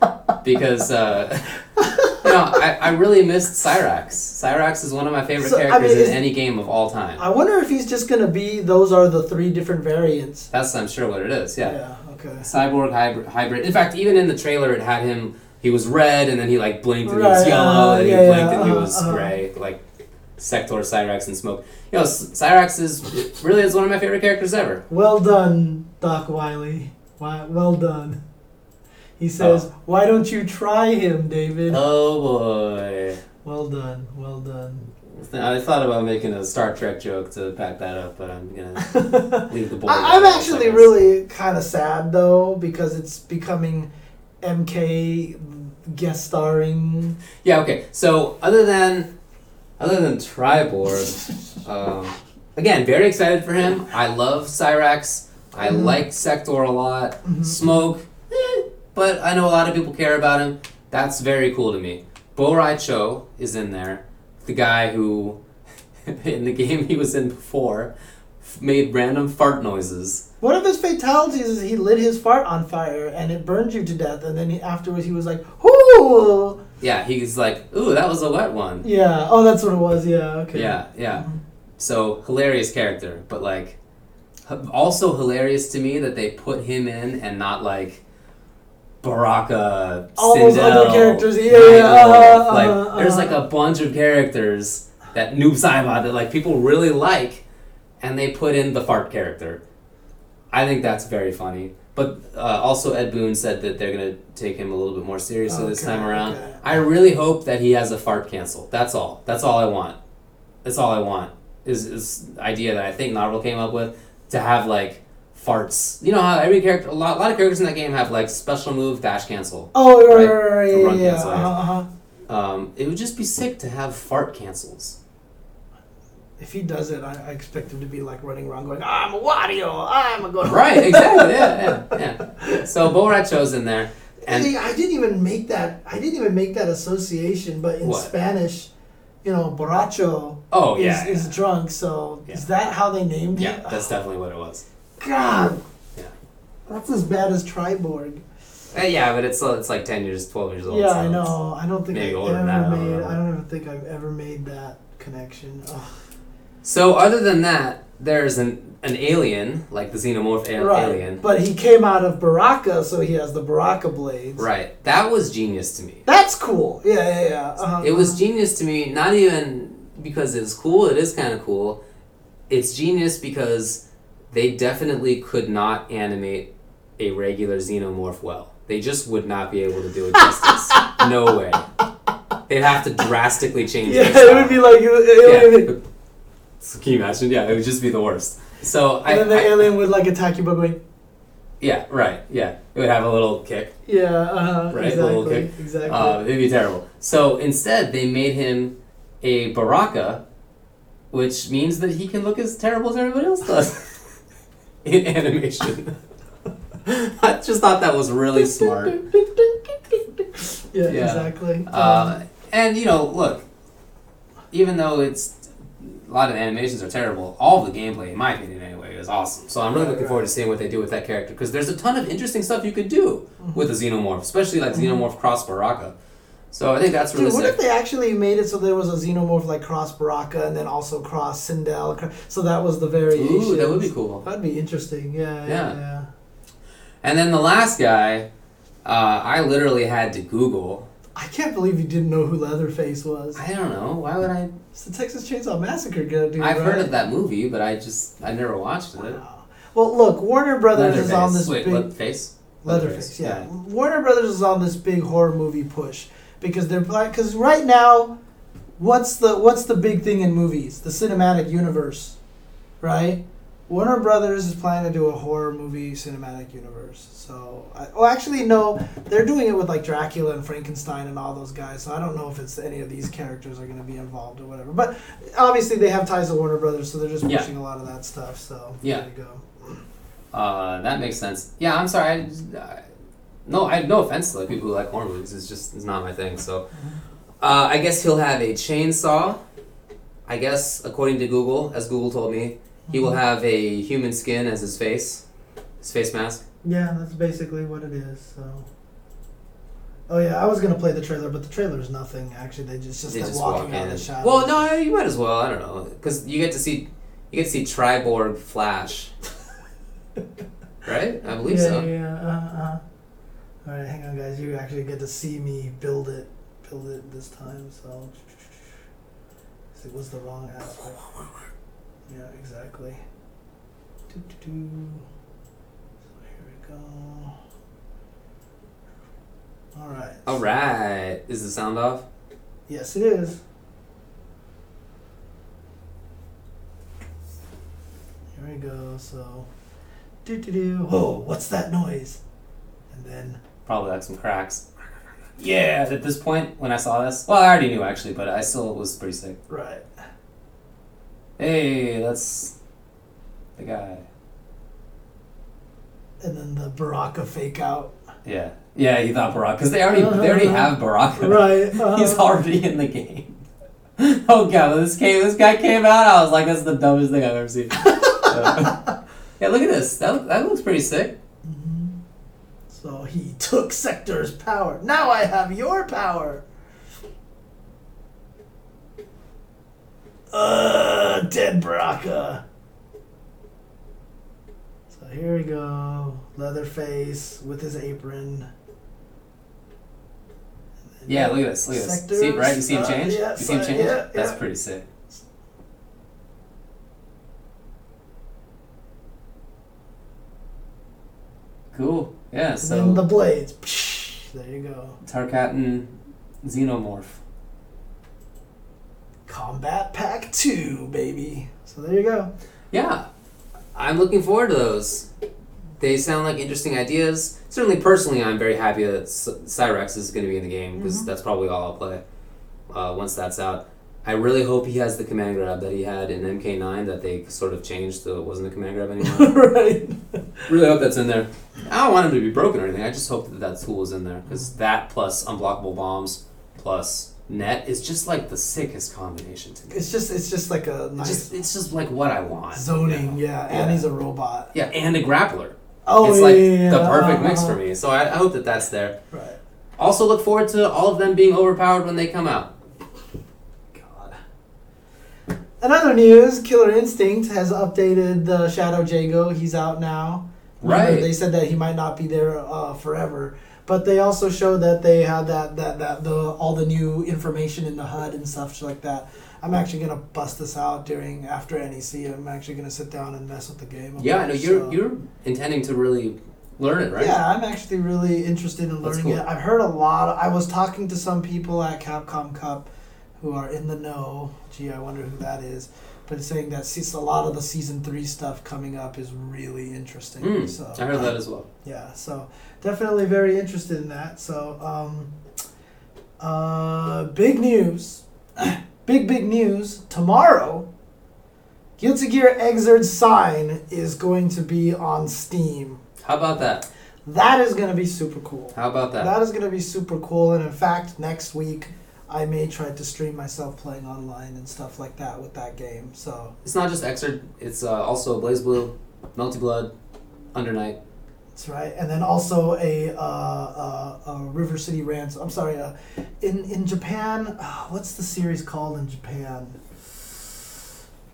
A: because uh, you know I, I really missed Cyrax. Cyrax is one of my favorite
B: So, I mean,
A: characters
B: is-
A: in any game of all time.
B: I wonder if he's just gonna be. Those are the three different variants.
A: That's I'm sure what it is. yeah.
B: Yeah. Okay.
A: cyborg hybrid, hybrid. In fact, even in the trailer, it had him. He was red, and then he like blinked, and he was
B: Right,
A: yellow,
B: uh,
A: and
B: yeah,
A: he blinked,
B: yeah,
A: and he
B: uh-huh,
A: was
B: uh-huh.
A: gray. Like Sector, Cyrax, and Smoke. You know, S- Cyrax is really is one of my favorite characters ever.
B: Well done, Doc Wiley. Why, well done. He says, "Why don't you try him, David?"
A: Oh boy!
B: Well done. Well done.
A: I thought about making a Star Trek joke to back that up, but I'm gonna leave the board.
B: I, I'm actually really kind of sad though because it's becoming MK guest starring.
A: Yeah. Okay. So other than other than Triborg, um, again, very excited for him. I love Cyrax. I
B: Mhm.
A: like Sector a lot. Smoke, eh, but I know a lot of people care about him. That's very cool to me. Bo Rai Cho is in there, the guy who, in the game he was in before, f- made random fart noises.
B: One of his fatalities is he lit his fart on fire and it burned you to death, and then he, afterwards he was like, "Ooh,
A: Yeah, he's like, ooh, that was a wet one.
B: yeah, oh, that's what it was, yeah, okay,
A: Yeah, yeah. So hilarious character, but like h- also hilarious to me that they put him in and not like Baraka,
B: All those
A: Sindel,
B: other characters, yeah,
A: Nightwolf.
B: yeah, uh,
A: like
B: uh,
A: there's
B: uh.
A: like a bunch of characters that Noob Saibot that like people really like, and they put in the fart character. I think that's very funny. But uh, also, Ed Boon said that they're gonna take him a little bit more seriously this
B: Okay,
A: time around.
B: okay.
A: I really hope that he has a fart cancel. That's all. That's all I want. That's all I want. Is is the idea that I think Marvel came up with to have like farts. You know how every character, a lot, a lot of characters in that game have like special move dash cancel.
B: Oh, right,
A: Right.
B: right, right, right,
A: From
B: yeah,
A: Run
B: yeah,
A: Cancel.
B: uh-huh, uh-huh.
A: Um, it would just be sick to have fart cancels.
B: If he does it, I, I expect him to be like running around going, "I'm a Wario, I'm a good."
A: Right. Exactly. yeah. Yeah. Yeah. So Borat shows in there, and
B: See, I didn't even make that. I didn't even make that association. But in
A: What?
B: Spanish, you know, borracho
A: oh
B: is,
A: yeah,
B: is drunk. So
A: Yeah.
B: is that how they named
A: yeah,
B: it? Oh,
A: that's definitely what it was.
B: God.
A: Yeah.
B: That's as bad as Triborg.
A: Uh, yeah, but it's it's like ten years, twelve years old.
B: yeah,
A: so
B: I
A: it's-
B: know. I don't think
A: maybe
B: I've
A: older
B: ever
A: than that, I don't
B: made.
A: know.
B: I don't even think I've ever made that connection. Ugh.
A: So other than that, there's an an alien like the xenomorph a-
B: Right.
A: alien.
B: But he came out of Baraka, so he has the Baraka blades.
A: Right. That was genius to me.
B: That's cool. Yeah, yeah, yeah. Uh-huh.
A: It was genius to me, not even because it's cool, it is kind of cool. It's genius because they definitely could not animate a regular xenomorph well. They just would not be able to do it justice. no way. They'd have to drastically change their
B: Yeah, it
A: style.
B: would be like. It would, it would
A: yeah.
B: be-
A: So Can you imagine? Yeah, it would just be the worst. So I,
B: and then the
A: I-
B: alien would like attack you by going,
A: yeah, right, yeah. It would have a little kick.
B: yeah, uh,
A: Right,
B: exactly,
A: little kick.
B: exactly.
A: Uh, it'd be terrible. So instead, they made him a Baraka, which means that he can look as terrible as everybody else does in animation. I just thought that was really smart.
B: yeah,
A: yeah.
B: exactly. Um,
A: Uh, and you know, look, even though it's a lot of the animations are terrible, all the gameplay, in my opinion, anyway, is awesome. So I'm really
B: Right,
A: looking forward to seeing what they do with that character because there's a ton of interesting stuff you could do
B: Mm-hmm.
A: with a xenomorph, especially like xenomorph cross Baraka. So I think that's really
B: Dude, what
A: sick.
B: if they actually made it so there was a xenomorph like cross Baraka and then also cross Sindel? cr- So that was the variation.
A: Ooh, that would be cool.
B: That'd be interesting. Yeah,
A: Yeah.
B: yeah, yeah.
A: And then the last guy, uh, I literally had to Google.
B: I can't believe you didn't know who Leatherface was.
A: I don't know why would I?
B: It's the Texas Chainsaw Massacre guy, dude.
A: I've
B: right?
A: heard of that movie, but I just I never watched it.
B: Wow. Well, look, Warner Brothers is on this
A: Wait,
B: big
A: what face?
B: Leatherface, yeah. Warner Brothers is on this big horror movie push because they're because right now, what's the what's the big thing in movies? The cinematic universe, right? Warner Brothers is planning to do a horror movie cinematic universe. So, I, well, actually, no, they're doing it with like Dracula and Frankenstein and all those guys. So I don't know if it's any of these characters are going to be involved or whatever. But obviously, they have ties to Warner Brothers, so they're just
A: Yeah.
B: pushing a lot of that stuff. So
A: Yeah.
B: there you go.
A: Uh, that makes sense. Yeah, I'm sorry. I, just- I- no, I no offense to like people who like horror movies. It's just it's not my thing. So, uh, I guess he'll have a chainsaw. I guess according to Google, as Google told me, he
B: Mm-hmm.
A: will have a human skin as his face, his face mask.
B: Yeah, that's basically what it is. So. Oh yeah, I was gonna play the trailer, but the trailer's nothing. Actually, they just just,
A: they
B: them
A: just
B: walking
A: walk
B: out
A: in.
B: of the shadows.
A: well, no, you might as well. I don't know, because you get to see, you get to see Triborg Flash, right? I believe
B: yeah,
A: so.
B: Yeah, yeah. Uh, uh. All right, hang on, guys. You actually get to see me build it, build it this time. So. 'Cause It was the wrong aspect. Yeah, exactly. Doo, doo, doo. So here we go. All right.
A: All right, is the sound off?
B: Yes, it is. Here we go. So, do do do. Whoa! What's that noise? And then,
A: probably like some cracks. Yeah, at this point, when I saw this, well, I already knew actually, but I still was pretty sick.
B: right.
A: Hey, that's the guy.
B: And then the Baraka fake out.
A: Yeah, yeah, he thought Baraka because they already they already have Baraka.
B: Right. uh,
A: He's already in the game. Oh god, when this came this guy came out. I was like, that's the dumbest thing I've ever seen. Uh, yeah, look at this. That that looks pretty sick.
B: So he took Sector's power. Now I have your power. Uh, dead Baraka. So here we go. Leatherface with his apron. And
A: Yeah, look at this. Look at this.
B: Sectors,
A: See, right? You see him
B: uh,
A: change?
B: yeah,
A: you see him
B: so-
A: change?
B: yeah,
A: That's
B: yeah.
A: pretty sick. Cool. Yeah,
B: And then
A: so
B: the blades. Psh, there you go.
A: Tarkatan Xenomorph.
B: Combat Pack 2, baby. So there you go.
A: Yeah, I'm looking forward to those. They sound like interesting ideas. Certainly, personally, I'm very happy that S- Cyrex is going to be in the game because that's probably all I'll play uh, once that's out. I really hope he has the command grab that he had in MK9 that they sort of changed so it wasn't a command grab anymore.
B: right.
A: really hope that's in there. I don't want him to be broken or anything. I just hope that that tool is in there because that plus unblockable bombs plus net is just like the sickest combination to me.
B: It's just it's just like a nice
A: Just, it's just like what I want.
B: zoning, yeah. And
A: Yeah.
B: he's a robot.
A: Yeah, and a grappler.
B: Oh,
A: it's
B: yeah,
A: like
B: yeah, yeah,
A: the perfect
B: uh-huh.
A: mix for me. So I, I hope that that's there.
B: Right.
A: Also, look forward to all of them being overpowered when they come out.
B: God. Another news: Killer Instinct has updated the Shadow Jago. He's out now. Remember,
A: Right.
B: They said that he might not be there uh, forever, but they also showed that they had that that that the all the new information in the HUD and stuff like that. I'm actually gonna bust this out during after NEC. I'm actually gonna sit down and mess with the game. a
A: Yeah,
B: bit,
A: I know you're
B: so-
A: you're intending to really learn it, right?
B: Yeah, I'm actually really interested in
A: That's
B: learning
A: cool.
B: it. I've heard a lot. I was talking to some people at Capcom Cup who are in the know. Gee, I wonder who that is. But saying that sees a lot of the season three stuff coming up is really interesting.
A: Mm,
B: so uh,
A: I heard that as well.
B: yeah, so definitely very interested in that. So, um, uh, big news, big big news tomorrow. Guilty Gear Exerd Sign is going to be on Steam.
A: How about that?
B: That is going to be super cool.
A: How about that?
B: That is going to be super cool. And in fact, next week I may try to stream myself playing online and stuff like that with that game. So
A: It's not just Exert. It's uh, also Blaze Blue, Melty Blood, Under Night.
B: that's right. And then also a, uh, uh, uh, River City Ransom. I'm sorry. Uh, in in Japan, uh, what's the series called in Japan?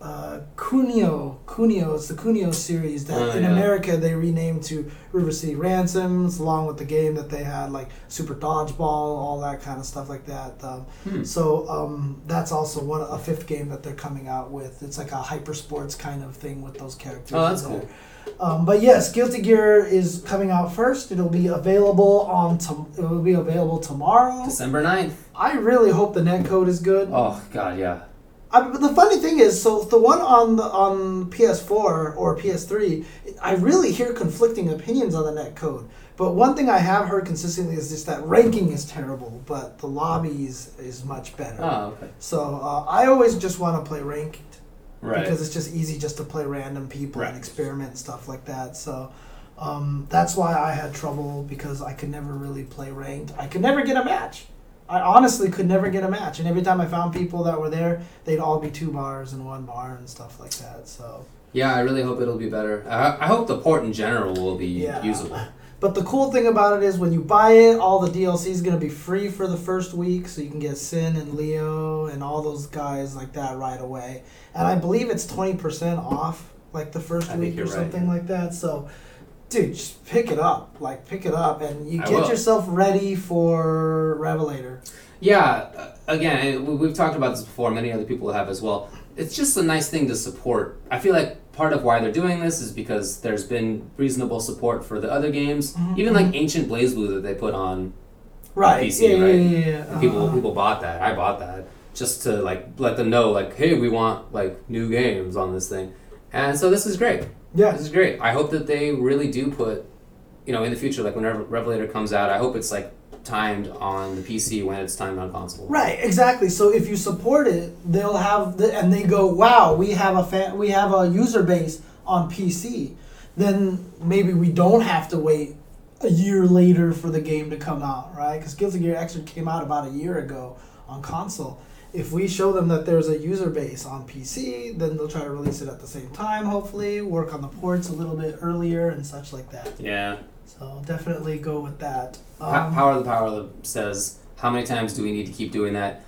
B: Uh, Kunio, Kunio, it's the Kunio series that
A: Oh,
B: in
A: yeah.
B: America they renamed to River City Ransoms, along with the game that they had like Super Dodgeball, all that kind of stuff like that. Um,
A: Hmm.
B: So um, that's also one a fifth game that they're coming out with. It's like a hyper sports kind of thing with those characters.
A: Oh, that's
B: in there. Um, but yes, Guilty Gear is coming out first. It'll be available on. tom it will be available tomorrow.
A: December 9th.
B: I really hope the netcode is good.
A: Oh God, yeah.
B: I, but the funny thing is, so the one on the on PS4 or PS3, I really hear conflicting opinions on the netcode. But one thing I have heard consistently is just that ranking is terrible, but the lobbies is much better.
A: Oh, okay.
B: So uh, I always just want to play ranked
A: Right.
B: because it's just easy just to play random people
A: Right.
B: and experiment and stuff like that. So um, that's why I had trouble because I could never really play ranked. I could never get a match. I honestly could never get a match, and every time I found people that were there, they'd all be two bars and one bar and stuff like that. So,
A: yeah, I really hope it'll be better. I, I hope the port in general will be
B: Yeah.
A: usable.
B: but the cool thing about it is when you buy it, all the DLC is gonna be free for the first week, so you can get Sin and Leo and all those guys like that right away. And I believe it's twenty percent off, like the first
A: I think
B: week or
A: you're right,
B: something
A: yeah.
B: like that. So, dude, just pick it up, like pick it up, and you
A: I
B: get
A: will.
B: yourself ready for Revelator.
A: Yeah, uh, again, I- we- we've talked about this before. Many other people have as well. It's just a nice thing to support. I feel like part of why they're doing this is because there's been reasonable support for the other games,
B: Mm-hmm,
A: even like Ancient BlazBlue that they put on.
B: Right.
A: PC,
B: Uh, yeah,
A: right?
B: yeah, yeah, yeah.
A: and people
B: Uh,
A: people bought that. I bought that just to like let them know like, hey, we want like new games on this thing, and so this is great.
B: yeah.
A: This is great. I hope that they really do put, you know, in the future, like whenever Revelator comes out, I hope it's like timed on the PC when it's timed on console.
B: Right, exactly. So if you support it, they'll have the, and they go, "Wow, we have a fan, we have a user base on PC." Then maybe we don't have to wait a year later for the game to come out, right? Because Guilty Gear Xrd came out about a year ago on console. If we show them that there's a user base on PC, then they'll try to release it at the same time. Hopefully, work on the ports a little bit earlier and such like that.
A: Yeah.
B: So definitely go with that.
A: Pa- power of the power of the says how many times do we need to keep doing that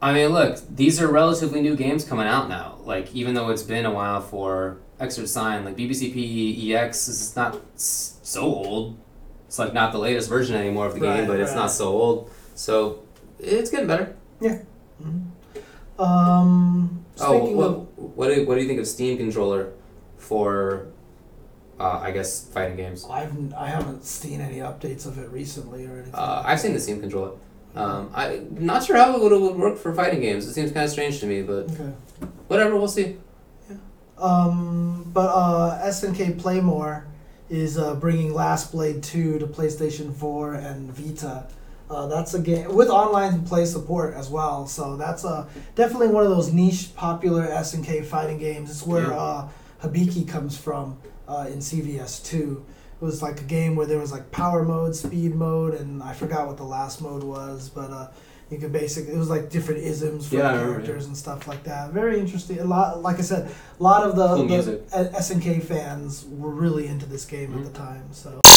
A: I mean, look, these are relatively new games coming out now. Like, even though it's been a while for Extra Sign, like BBC EX E is not s- so old. It's like not the latest version anymore of the game,
B: Right,
A: but it's
B: right.
A: not so old. So it's getting better.
B: Um,
A: oh,
B: speaking
A: what,
B: of
A: what, do, what do you think of Steam Controller for, uh, I guess, fighting games?
B: I've I haven't seen any updates of it recently or anything.
A: Uh, I've seen the Steam Controller. Um, I'm not sure how it would, would work for fighting games. It seems kind of strange to me, but
B: okay.
A: whatever, we'll see.
B: Um, but uh, SNK Playmore is uh, bringing Last Blade 2 to PlayStation 4 and Vita. Uh, that's a game with online play support as well. So that's uh, definitely one of those niche, popular SNK fighting games. It's where
A: Yeah.
B: uh, Habiki comes from uh, in CVS 2. It was like a game where there was like power mode, speed mode, and I forgot what the last mode was, but uh, you could basically it was like different isms for
A: Yeah, I remember,
B: characters and stuff like that. Very interesting. A lot, like I said, a lot of the,
A: Cool
B: the
A: music. Mm-hmm.
B: SNK fans were really into this game at the time. So